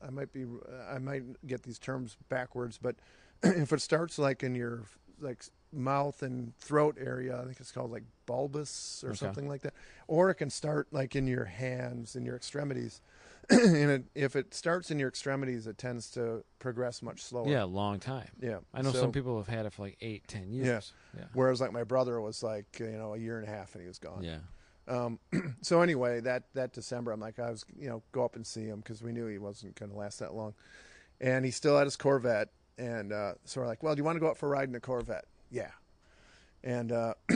S2: I might be. I might get these terms backwards, but if it starts like in your like mouth and throat area, I think it's called like bulbous or
S1: Okay.
S2: something like that. Or it can start like in your hands, in your extremities. and it, if it starts in your extremities, it tends to progress much slower.
S1: yeah, a long time.
S2: yeah.
S1: I know
S2: So-
S1: some people have had it for like eight, ten years. Yeah.
S2: Whereas like my brother was like you know a year and a half and he was gone.
S1: Yeah.
S2: Um, so anyway, that that December, I'm like, I was you know go up and see him because we knew he wasn't going to last that long, and he still had his Corvette, and uh, so we're like, well, do you want to go out for a ride in the Corvette? Yeah, and uh,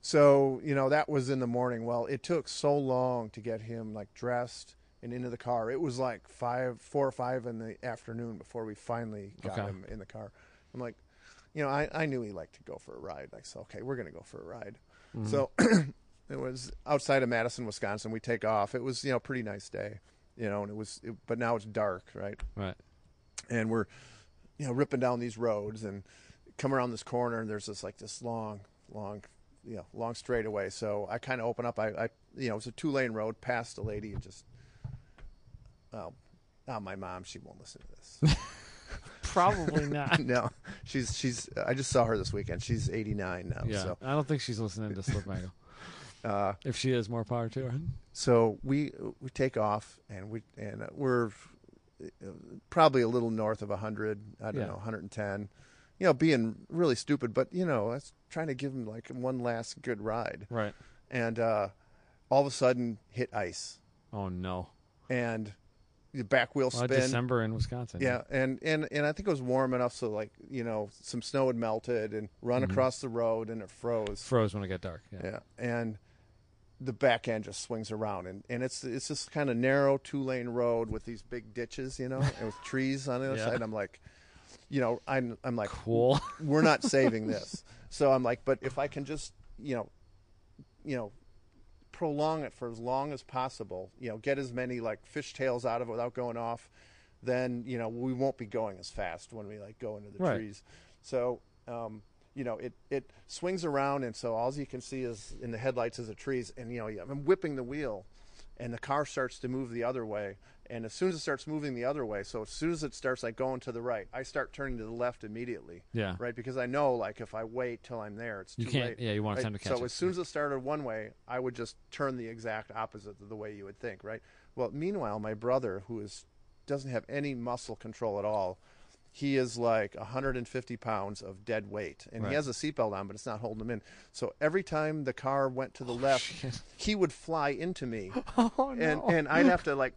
S2: so you know that was in the morning. Well, it took so long to get him like dressed and into the car. It was like five, four or five in the afternoon before we finally got
S1: Okay.
S2: him in the car. I'm like, you know, I, I knew he liked to go for a ride. I said, okay, we're going to go for a ride. So it was outside of Madison, Wisconsin. We take off. It was, you know, pretty nice day, you know, and it was, it, but now it's dark, right?
S1: Right.
S2: and we're you know ripping down these roads and come around this corner and there's this like this long long you know long straightaway so i kind of open up I, I you know it's a two lane road past a lady and just oh, oh my mom she won't listen to this
S1: Probably not.
S2: no she's she's i just saw her this weekend she's 89 now
S1: yeah.
S2: so
S1: I don't think she's listening to Slip Angle.
S2: uh
S1: If she has more power to her.
S2: so we we take off and we and we're uh, probably a little north of 100 i don't
S1: Yeah.
S2: know 110 you know being really stupid but you know that's trying to give him like one last good ride
S1: Right.
S2: and uh all of a sudden hit ice
S1: Oh no.
S2: and the back wheel
S1: Well,
S2: spin
S1: December in Wisconsin.
S2: yeah and and and i think it was warm enough so like you know some snow had melted and run
S1: Mhm.
S2: across the road and it froze
S1: Froze when it got dark. Yeah.
S2: yeah. And the back end just swings around and, and it's it's this kind of narrow two lane road with these big ditches, you know, and with trees on the other
S1: Yeah.
S2: side. I'm like, you know, I'm I'm like,
S1: Cool.
S2: we're not saving this. So I'm like, but if I can just, you know, you know, prolong it for as long as possible, you know, get as many like fishtails out of it without going off, then, you know, we won't be going as fast when we like go into the
S1: Right.
S2: trees. So, um, you know, it, it swings around. And so all you can see is in the headlights is the trees and, you know, I'm whipping the wheel and the car starts to move the other way. And as soon as it starts moving the other way, so as soon as it starts like going to the right, I start turning to the left immediately
S1: Yeah.
S2: right? Because I know, like, if I wait till I'm there, it's too
S1: You can't.
S2: late.
S1: Yeah, you want
S2: right?
S1: time to catch
S2: so
S1: it.
S2: as soon as it started one way, I would just turn the exact opposite of the way you would think, right? Well, meanwhile, my brother, who is doesn't have any muscle control at all, he is like 150 pounds of dead weight, and
S1: Right.
S2: he has a seatbelt on, but it's not holding him in. So every time the car went
S1: Oh,
S2: to the left, he would fly into me,
S3: Oh,
S2: and and I'd have to like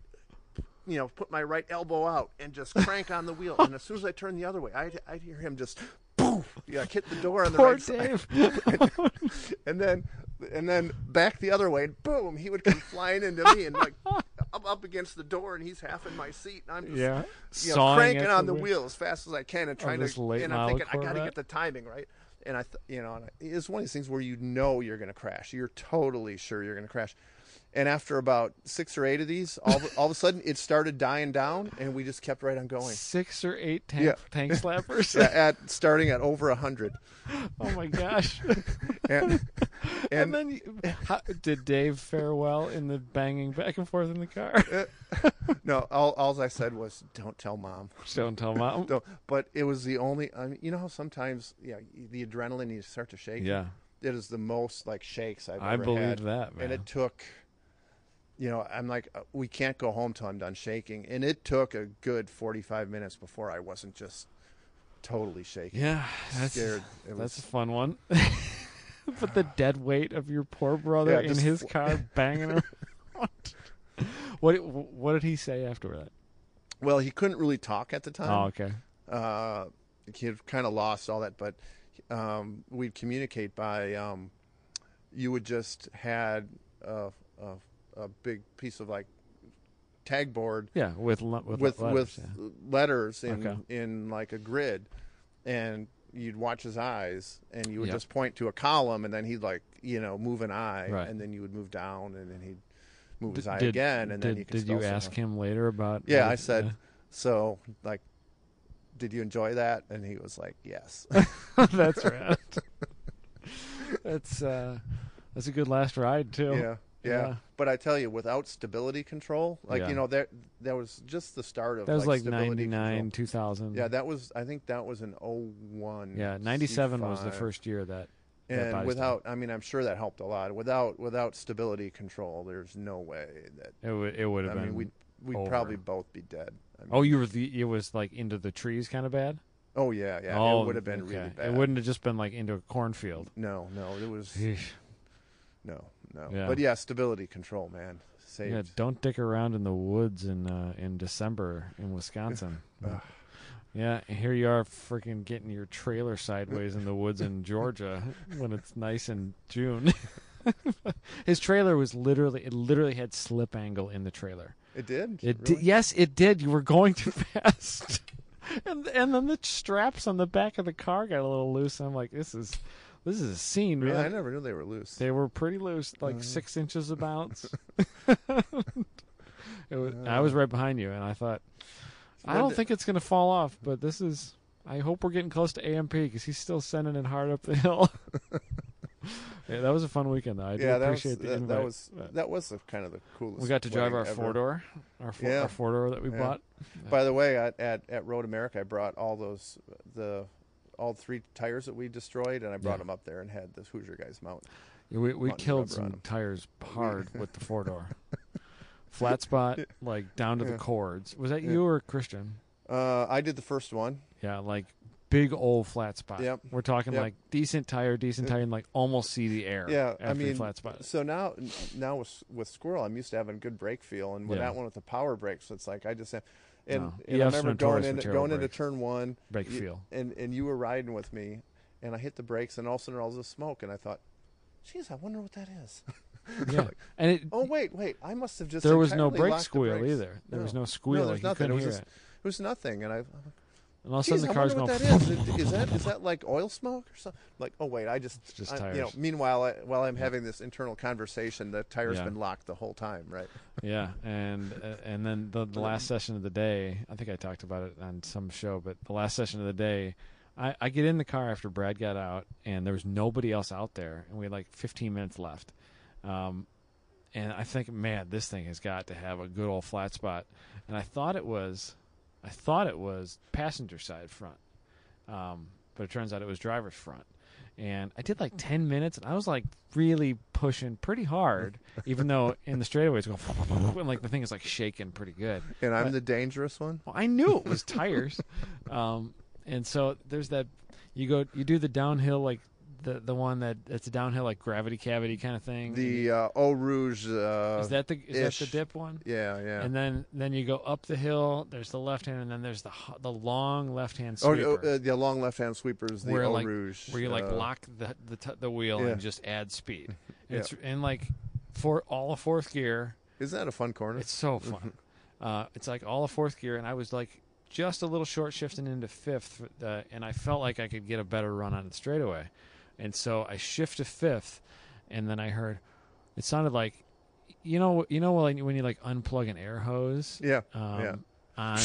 S2: you know, put my right elbow out and just crank on the wheel. And as soon as I turned the other way, I'd, I'd hear him just boom, like hit the door on the
S3: Poor
S2: right side. and then, and then back the other way, and boom, he would come flying into me and like up, up against the door, and he's half in my seat, and I'm just
S3: Yeah.
S2: you know,
S1: Sawing
S2: cranking
S1: at
S2: on
S1: the
S2: the
S1: wheel.
S2: wheel as fast as I can and trying
S1: Oh, this
S2: to.
S1: late
S2: and I'm
S1: model
S2: thinking I got to
S1: Corvette.
S2: get the timing right. And I, th- you know, and I, it's one of these things where you know you're going to crash. You're totally sure you're going to crash. And after about six or eight of these, all, of- all of a sudden it started dying down, and we just kept right on going.
S1: Six or eight tank,
S2: Yeah.
S1: tank slappers.
S2: Yeah, at starting at over a hundred,
S1: Oh my gosh!
S2: and,
S1: And,
S2: and
S1: then you, how, did Dave fare well in the banging back and forth in the car?
S2: no, all, all I said was, "Don't tell mom."
S1: Don't tell mom.
S2: Don't, but it was the only. I mean, you know how sometimes, you know, the adrenaline you start to shake.
S1: Yeah,
S2: it is the most like shakes I've
S1: I
S2: ever
S1: believe
S2: had.
S1: that, man.
S2: and it took you know i'm like uh, we can't go home till i'm done shaking and it took a good 45 minutes before i wasn't just totally shaking
S1: yeah, that's
S2: scared it
S1: that's a
S2: was
S1: fun one. but the dead weight of your poor brother
S2: Yeah,
S1: in
S2: just
S1: his
S2: fl-
S1: car banging around. what What did he say after that?
S2: well he couldn't really talk at the
S1: Oh,
S2: time
S1: okay.
S2: uh he had kind of lost all that but um we'd communicate by um you would just had a a, a big piece of like tag board
S1: Yeah, with le- with
S2: with
S1: letters,
S2: with letters in
S1: Okay.
S2: in like a grid, and you'd watch his eyes, and you would
S1: Yep.
S2: just point to a column, and then he'd like you know move an eye,
S1: Right.
S2: and then you would move down, and then he'd
S1: yeah.
S2: move his
S1: D-
S2: eye
S1: did-
S2: again, and then
S1: did-
S2: you could
S1: did you
S2: spell
S1: ask
S2: something.
S1: him later about?
S2: Yeah,
S1: what
S2: I
S1: it-
S2: said
S1: yeah.
S2: so. Like, did you enjoy that? And he was like, yes.
S1: that's right. that's uh, that's a good last ride too.
S2: yeah. Yeah.
S1: Yeah.
S2: but I tell you, without stability control, like
S1: Yeah.
S2: you know, that that was just the start of
S1: that was like,
S2: stability
S1: ninety
S2: control.
S1: nine, two thousand.
S2: Yeah, that was. I think that was oh an 01.
S1: yeah, ninety seven was the
S2: C5.
S1: first year that. that body
S2: and
S1: style.
S2: without i mean i'm sure that helped a lot without without stability control there's no way that
S1: It would it would have
S2: i
S1: been.
S2: mean we'd we'd
S1: over.
S2: probably both be dead I mean,
S1: oh, you were the it was like into the trees, kind of bad.
S2: oh yeah yeah
S1: oh,
S2: it would have been really
S1: okay.
S2: bad
S1: It wouldn't have just been like into a cornfield.
S2: no no it was no no
S1: Yeah.
S2: but yeah stability control man saved
S1: Yeah, don't dick around in the woods in uh, in December in Wisconsin.
S2: Ugh.
S1: yeah, and here you are freaking getting your trailer sideways in the woods in Georgia when it's nice in June. His trailer was literally it literally had slip angle in the trailer.
S2: it
S1: It
S2: did Really?
S1: did, yes, it did. You were going too fast. And, and then the straps on the back of the car got a little loose. I'm like, this is, this is a scene,
S2: Really?
S1: man.
S2: i never knew they were loose
S1: They were pretty loose, like
S2: Uh.
S1: six inches of bounce. it was, I
S2: Uh.
S1: was right behind you, and I thought, I
S2: When
S1: don't
S2: did-
S1: think it's going to fall off, but this is. I hope we're getting close to AMP because he's still sending it hard up the hill. yeah, that was a fun weekend, though. I do
S2: yeah that was
S1: appreciate the
S2: that,
S1: invite.
S2: that was that was the, kind of the coolest
S1: we got to drive
S2: wedding
S1: our
S2: ever.
S1: four door, our four,
S2: Yeah.
S1: our four door that we
S2: Yeah.
S1: bought.
S2: By the way, at, at at Road America, I brought all those the all three tires that we destroyed, and I brought
S1: Yeah.
S2: them up there and had the Hoosier guys mount.
S1: Yeah, we we
S2: Mountain
S1: killed
S2: rubber on
S1: some
S2: 'em.
S1: tires hard with the four door, flat spot like down to the
S2: Yeah.
S1: cords. Was that
S2: Yeah.
S1: you or Christian?
S2: Uh, I did the first one.
S1: Yeah, like big old flat spot.
S2: Yep.
S1: We're talking
S2: Yep.
S1: like decent tire, decent tire, and like almost see the air.
S2: Yeah, I
S1: after your
S2: mean,
S1: flat spot.
S2: So now now with with squirrel, I'm used to having good brake feel, and with
S1: Yeah.
S2: that one with the power brakes, it's like I just have. And,
S1: No.
S2: and I
S1: EF's
S2: remember
S1: notorious
S2: going
S1: for
S2: into
S1: terrible
S2: going into
S1: brakes.
S2: turn one,
S1: Brake
S2: you-
S1: feel.
S2: and and you were riding with me, and I hit the brakes, and all of a sudden all this smoke, and I thought, "Geez, I wonder what that is."
S1: Yeah. And it,
S2: Oh wait, wait! I must have just
S1: there was no
S2: entirely
S1: brake
S2: locked the
S1: squeal
S2: brakes.
S1: either. There was
S2: No.
S1: no squeal.
S2: there's
S1: like you
S2: nothing.
S1: couldn't
S2: It was
S1: hear
S2: just-
S1: it.
S2: It was nothing, and I. I'm
S1: And all of a
S2: Geez,
S1: sudden the
S2: I
S1: car's
S2: wonder
S1: going.
S2: what that is. is that is that like oil smoke or something? Like, oh wait, I just,
S1: It's just
S2: I- you know.
S1: tires.
S2: Meanwhile, I, while I'm
S1: Yeah.
S2: having this internal conversation, the tire's
S1: Yeah.
S2: been locked the whole time, right?
S1: yeah, and uh, and then the, the last session of the day, I think I talked about it on some show, but the last session of the day, I, I get in the car after Brad got out, and there was nobody else out there, and we had like 15 minutes left, um, and I think, man, this thing has got to have a good old flat spot, and I thought it was, I thought it was passenger side front, um, but it turns out it was driver's front. And I did like 10 minutes, and I was like really pushing pretty hard, even though in the straightaways it's going, and like the thing is like shaking pretty good.
S2: And I'm
S1: But-
S2: the dangerous one.
S1: Well, I knew it was tires, um, and so there's that. You go, you do the downhill like the the one that it's a downhill like gravity cavity kind of thing.
S2: The uh, Eau Rouge. Uh,
S1: is that the is
S2: ish.
S1: that the dip one?
S2: Yeah, yeah.
S1: And then then you go up the hill. There's the left hand, and then there's the h- the long left hand
S2: Oh,
S1: sweeper.
S2: oh, uh, the long left-hand sweepers, the
S1: Where,
S2: Eau
S1: like-
S2: Rouge,
S1: where you like
S2: uh,
S1: lock the the, t- the wheel
S2: yeah.
S1: and just add speed. And
S2: Yeah.
S1: It's and like for all of fourth gear,
S2: Isn't that a fun corner?
S1: it's so fun.
S2: Mm-hmm.
S1: uh, it's like all of fourth gear, and I was like just a little short shifting into fifth, uh, and I felt like I could get a better run on it straight away, and so I shift to fifth, and then I heard it sounded like you know you know when you- when you like unplug an air hose
S2: yeah,
S1: um,
S2: Yeah.
S1: on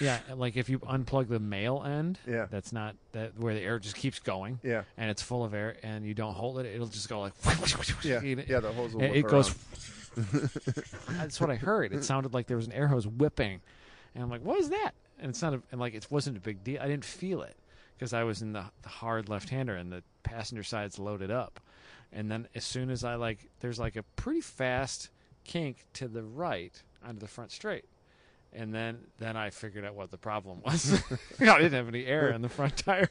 S1: yeah like if you unplug the male end
S2: yeah,
S1: that's not that where the air just keeps going
S2: yeah,
S1: and it's full of air and you don't hold it it'll just go like
S2: yeah,
S1: it,
S2: yeah. The hose will
S1: it,
S2: whip
S1: it goes
S2: around.
S1: that's what i heard it sounded like there was an air hose whipping and i'm like what is that and it's not a, and like it wasn't a big deal i didn't feel it because i was in the, the hard left hander and the passenger side's loaded up and then as soon as i like there's like a pretty fast kink to the right onto the front straight and then then I figured out what the problem was. I didn't have any air in the front tire,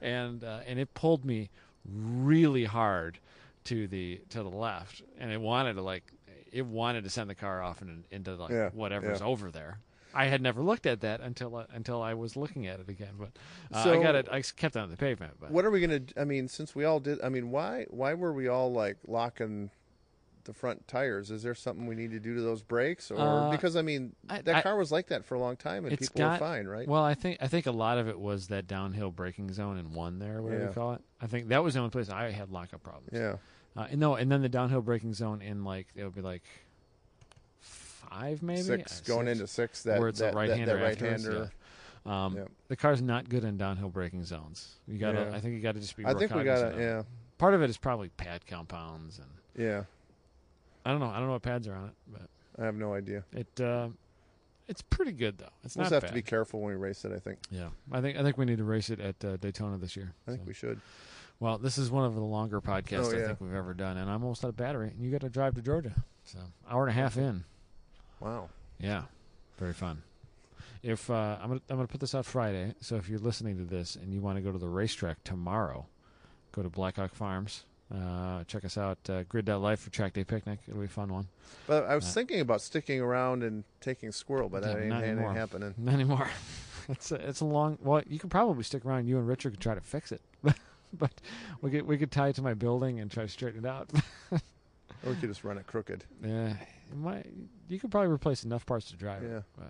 S1: and uh, and it pulled me really hard to the to the left, and it wanted to like it wanted to send the car off and into like
S2: Yeah,
S1: whatever's
S2: yeah.
S1: over there. I had never looked at that until I- until I was looking at it again, but uh, I
S2: So-
S1: got it. I kept it on the pavement, but
S2: What are we gonna? I mean, since we all did, I mean, why why were we all like locking the front tires? Is there something we need to do to those brakes? Or
S1: Uh,
S2: because I mean,
S1: I-
S2: that
S1: I-
S2: car was like that for a long time, and
S1: It's
S2: people were
S1: got-
S2: fine, right?
S1: Well, I think I think a lot of it was that downhill braking zone and one there, whatever you
S2: Yeah.
S1: call it. I think that was the only place I had lockup problems.
S2: yeah,
S1: Uh, and no, and then the downhill braking zone in like it would be like five, maybe
S2: six
S1: Uh,
S2: going into six. That
S1: where it's
S2: that,
S1: a right hander.
S2: That, that right hander.
S1: Um,
S2: Yeah.
S1: The car's not good in downhill braking zones. You gotta,
S2: Yeah.
S1: I think you gotta just be.
S2: I
S1: more
S2: think we
S1: cognizant
S2: gotta.
S1: of it.
S2: Yeah,
S1: Part of it is probably pad compounds, and
S2: yeah.
S1: I don't know. I don't know what pads are on it,
S2: I have no idea.
S1: but it uh, it's pretty good though. It's
S2: We'll
S1: not
S2: just have
S1: bad.
S2: to be careful when we race it. I think.
S1: yeah, I think I think we need to race it at uh, Daytona this year.
S2: I think
S1: So-
S2: we should.
S1: Well, this is one of the longer podcasts
S2: Oh,
S1: I
S2: yeah.
S1: think we've ever done, and I'm almost out of battery. And you got to drive to Georgia, so hour and a half in.
S2: Wow.
S1: Yeah, very fun. If uh, I'm gonna, I'm gonna put this out Friday, so if you're listening to this and you want to go to the racetrack tomorrow, go to Blackhawk Farms. Uh, check us out, uh, grid.life for track day picnic. It'll be a fun one.
S2: But I was
S1: Uh,
S2: thinking about sticking around and taking squirrel, but
S1: Yeah,
S2: that ain't,
S1: not
S2: that ain't
S1: anymore.
S2: happening.
S1: Not anymore. it's a, it's a long. Well, you can probably stick around. You and Richard could try to fix it, but we could we could tie it to my building and try to straighten it out.
S2: Or we could just run it crooked.
S1: Yeah, it might, you could probably replace enough parts to drive it.
S2: Yeah.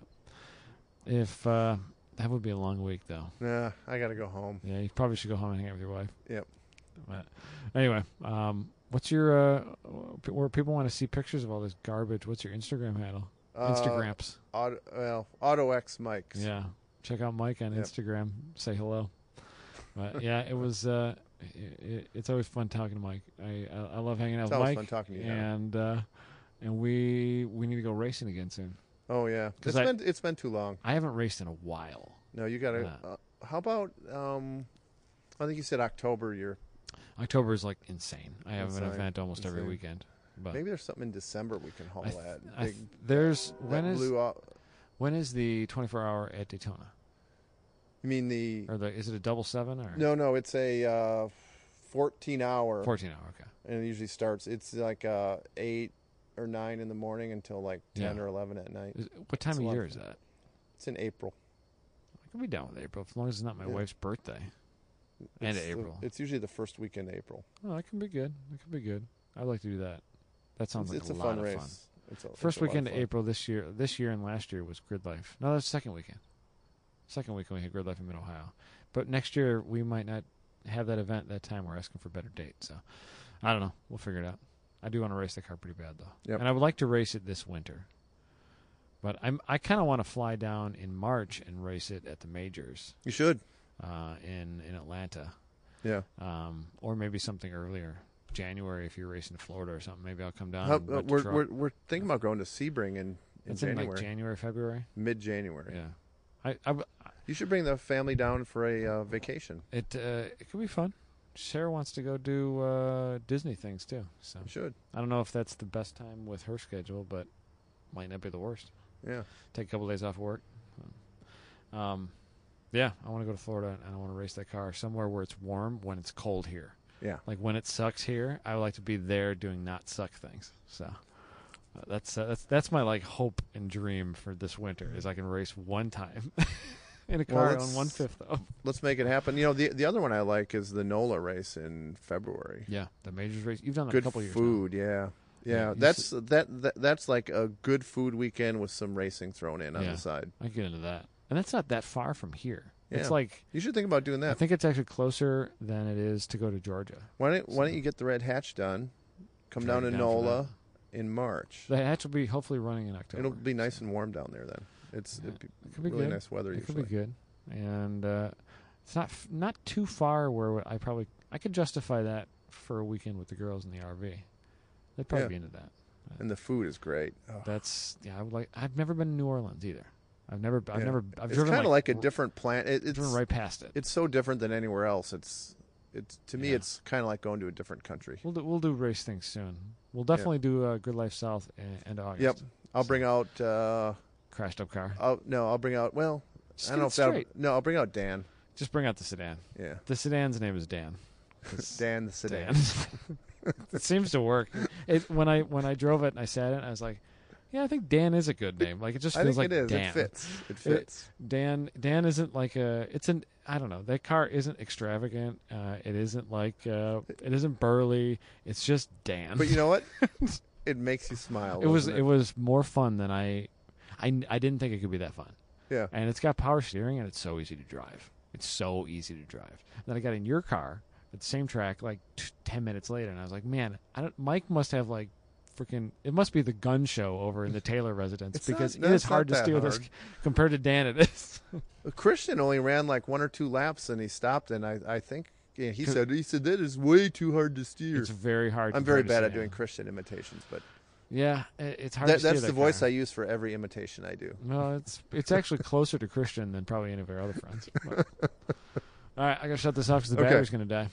S1: If uh, that would be a long week, though.
S2: Nah, I gotta go home.
S1: Yeah, you probably should go home and hang out with your wife.
S2: Yep.
S1: But anyway, um, what's your uh, where people want to see pictures of all this garbage? What's your Instagram handle?
S2: Uh,
S1: Instagrams.
S2: Auto, well, Auto X Mike's.
S1: Yeah, check out Mike on
S2: Yep.
S1: Instagram. Say hello. But yeah, it was. Uh, i i it's always fun talking to Mike. I I, I love hanging out
S2: It's
S1: with
S2: always
S1: Mike.
S2: fun talking to you. Howard.
S1: and uh, and we we need to go racing again soon.
S2: Oh yeah,
S1: 'Cause
S2: it's
S1: I-
S2: been it's been too long.
S1: I haven't raced in a while.
S2: No, you gotta.
S1: Yeah.
S2: Uh, how about? um I think you said October. You're
S1: October is like insane. I have an
S2: Insane.
S1: event almost every
S2: Insane.
S1: weekend. But
S2: maybe there's something in December we can haul
S1: I th-
S2: at.
S1: I th-
S2: Big-
S1: there's when
S2: that
S1: is
S2: blue? au-
S1: when is the 24 hour at Daytona?
S2: you mean the?
S1: Or the is it a double seven or
S2: No, no, it's a uh, 14 hour,
S1: 14 hour? Okay,
S2: and it usually starts. It's like uh, eight or nine in the morning until like 10
S1: Yeah.
S2: or 11 at night.
S1: Is- what time
S2: It's a
S1: of
S2: lot
S1: year
S2: of
S1: is that?
S2: It's in April.
S1: I can be down with April as long as it's not my
S2: Yeah.
S1: wife's birthday. And
S2: It's the-
S1: April.
S2: it's usually the first weekend of April.
S1: Oh, that can be good. That can be good. I'd like to do that. That sounds like
S2: it's
S1: a,
S2: a
S1: lot
S2: fun
S1: of
S2: race.
S1: fun.
S2: It's a- it's
S1: First
S2: a lot of
S1: weekend of
S2: fun.
S1: April this year, this year and last year was Grid Life. No, that's second weekend. Second weekend we had Grid Life in Mid Ohio, but next year we might not have that event that time. We're asking for a better date, so I don't know. We'll figure it out. I do want to race the car pretty bad though,
S2: Yep.
S1: and I would like to race it this winter. But I'm I kind of want to fly down in March and race it at the majors
S2: You should.
S1: uh, in in Atlanta,
S2: Yeah.
S1: um, or maybe something earlier. January, if you're racing to Florida or something, maybe I'll come down.
S2: How,
S1: and
S2: uh,
S1: rent um, the
S2: we're,
S1: truck.
S2: we're we're thinking about going to Sebring in, in
S1: it's in
S2: January,
S1: like January, February.
S2: mid January.
S1: Yeah, I, I w-
S2: You should bring the family down for a uh, vacation.
S1: it uh, it could be fun. Sarah wants to go do uh, Disney things too, so
S2: You should.
S1: I don't know if that's the best time with her schedule, but might not be the worst.
S2: Yeah.
S1: Take a couple days off work. Um, yeah, I want to go to Florida and I want to race that car somewhere where it's warm when it's cold here.
S2: Yeah.
S1: like when it sucks here, I would like to be there doing not suck things. So uh, that's uh, that's that's my like hope and dream for this winter is I can race one time in a
S2: Well,
S1: car
S2: let's-
S1: on one fifth of.
S2: Let's make it happen. You know, the the other one I like is the NOLA race in February.
S1: Yeah, the majors race. You've done that
S2: good
S1: a couple years. now.
S2: food, yeah.
S1: Yeah,
S2: Yeah,
S1: you
S2: that's that, that that's like a good food weekend with some racing thrown in on
S1: Yeah.
S2: the side.
S1: I can get into that, and that's not that far from here.
S2: Yeah.
S1: It's like
S2: You should think about doing
S1: I
S2: that.
S1: think it's actually closer than it is to go to Georgia.
S2: Why don't Why don't you get the red hatch done? Come down to
S1: Driving for
S2: NOLA in March.
S1: that. The hatch will be hopefully running in October.
S2: It'll be nice and warm down there then. It's
S1: Yeah.
S2: it'd be
S1: It could be
S2: really
S1: good.
S2: nice weather
S1: It could
S2: usually.
S1: be good, and uh, it's not f- not too far where I probably I could justify that for a weekend with the girls in the RV. They'd probably
S2: Yeah.
S1: be into that.
S2: And the food is great.
S1: That's yeah. I would like. I've never been to New Orleans either. I've never. I've
S2: Yeah.
S1: never. I've
S2: it's
S1: driven
S2: kind of like, a
S1: r-
S2: different plant. It, it's
S1: driven right past it.
S2: it's so different than anywhere else. It's it's to me
S1: Yeah.
S2: it's kind of like going to a different country.
S1: We'll do, we'll do race things soon. We'll definitely do uh, Good Life South and, and August.
S2: Yep. I'll bring out uh
S1: Crashed up car.
S2: i no, I'll bring out well,
S1: Just get
S2: I don't know
S1: it
S2: if that
S1: straight.
S2: No, I'll bring out Dan.
S1: Just bring out the sedan.
S2: Yeah.
S1: The sedan's name is Dan.
S2: Dan the sedan.
S1: Dan. it seems to work. It, when I when I drove it and I sat in, it, I was like, yeah, I think Dan is a good name. Like it just
S2: I
S1: feels
S2: think
S1: like
S2: it is.
S1: Dan.
S2: It fits. It fits.
S1: Dan Dan isn't like a. It's an. I don't know. That car isn't extravagant. Uh, it isn't like. Uh, it isn't burly. It's just Dan.
S2: but you know what? it makes you smile.
S1: it was
S2: doesn't
S1: it? was more fun than I, I I didn't think it could be that fun.
S2: Yeah.
S1: And it's got power steering and it's so easy to drive. It's so easy to drive. And then I got in your car at the same track like t- 10 minutes later and I was like, "Man, I don't Mike must have like freaking it must be the gun show over in the Taylor residence
S2: It's not-
S1: because
S2: no,
S1: it is
S2: it's not
S1: hard to
S2: that
S1: steal this
S2: hard.
S1: compared to Dan it is.
S2: Uh, Christian only ran like one or two laps and he stopped and I, I think yeah, he
S1: Cause-
S2: said he said that is way too hard to steer.
S1: it's very hard
S2: I'm very
S1: compared to
S2: bad at
S1: Sam.
S2: doing Christian imitations, but
S1: Yeah, it- it's hard
S2: that,
S1: to steer
S2: that's
S1: that
S2: the voice
S1: car.
S2: I use for every imitation I do.
S1: No, it's it's actually closer to Christian than probably any of our other friends. But- All right, I gotta shut this off because the
S2: Okay.
S1: battery's gonna die.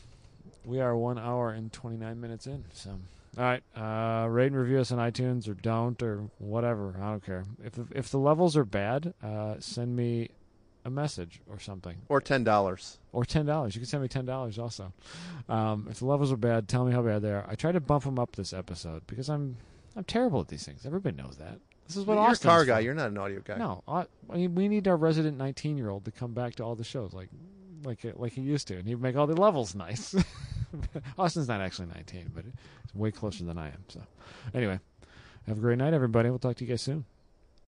S1: We are one hour and twenty nine minutes in. So, all right, uh, rate and review us on iTunes or don't or whatever. I don't care. If the, if the levels are bad, uh, send me a message or something
S2: Or ten dollars.
S1: or ten dollars. You can send me ten dollars also. Um, if the levels are bad, tell me how bad they are. I try to bump them up this episode because I'm I'm terrible at these things. Everybody knows that. This is what
S2: You're a
S1: Austin's
S2: car
S1: for.
S2: guy. You're not an audio guy.
S1: No, I, I mean we need our resident nineteen-year-old to come back to all the shows, like like it- like he used to, and he'd make all the levels nice. Austin's not actually nineteen, but he's way closer than I am. So, anyway, have a great night, everybody. We'll talk to you guys soon.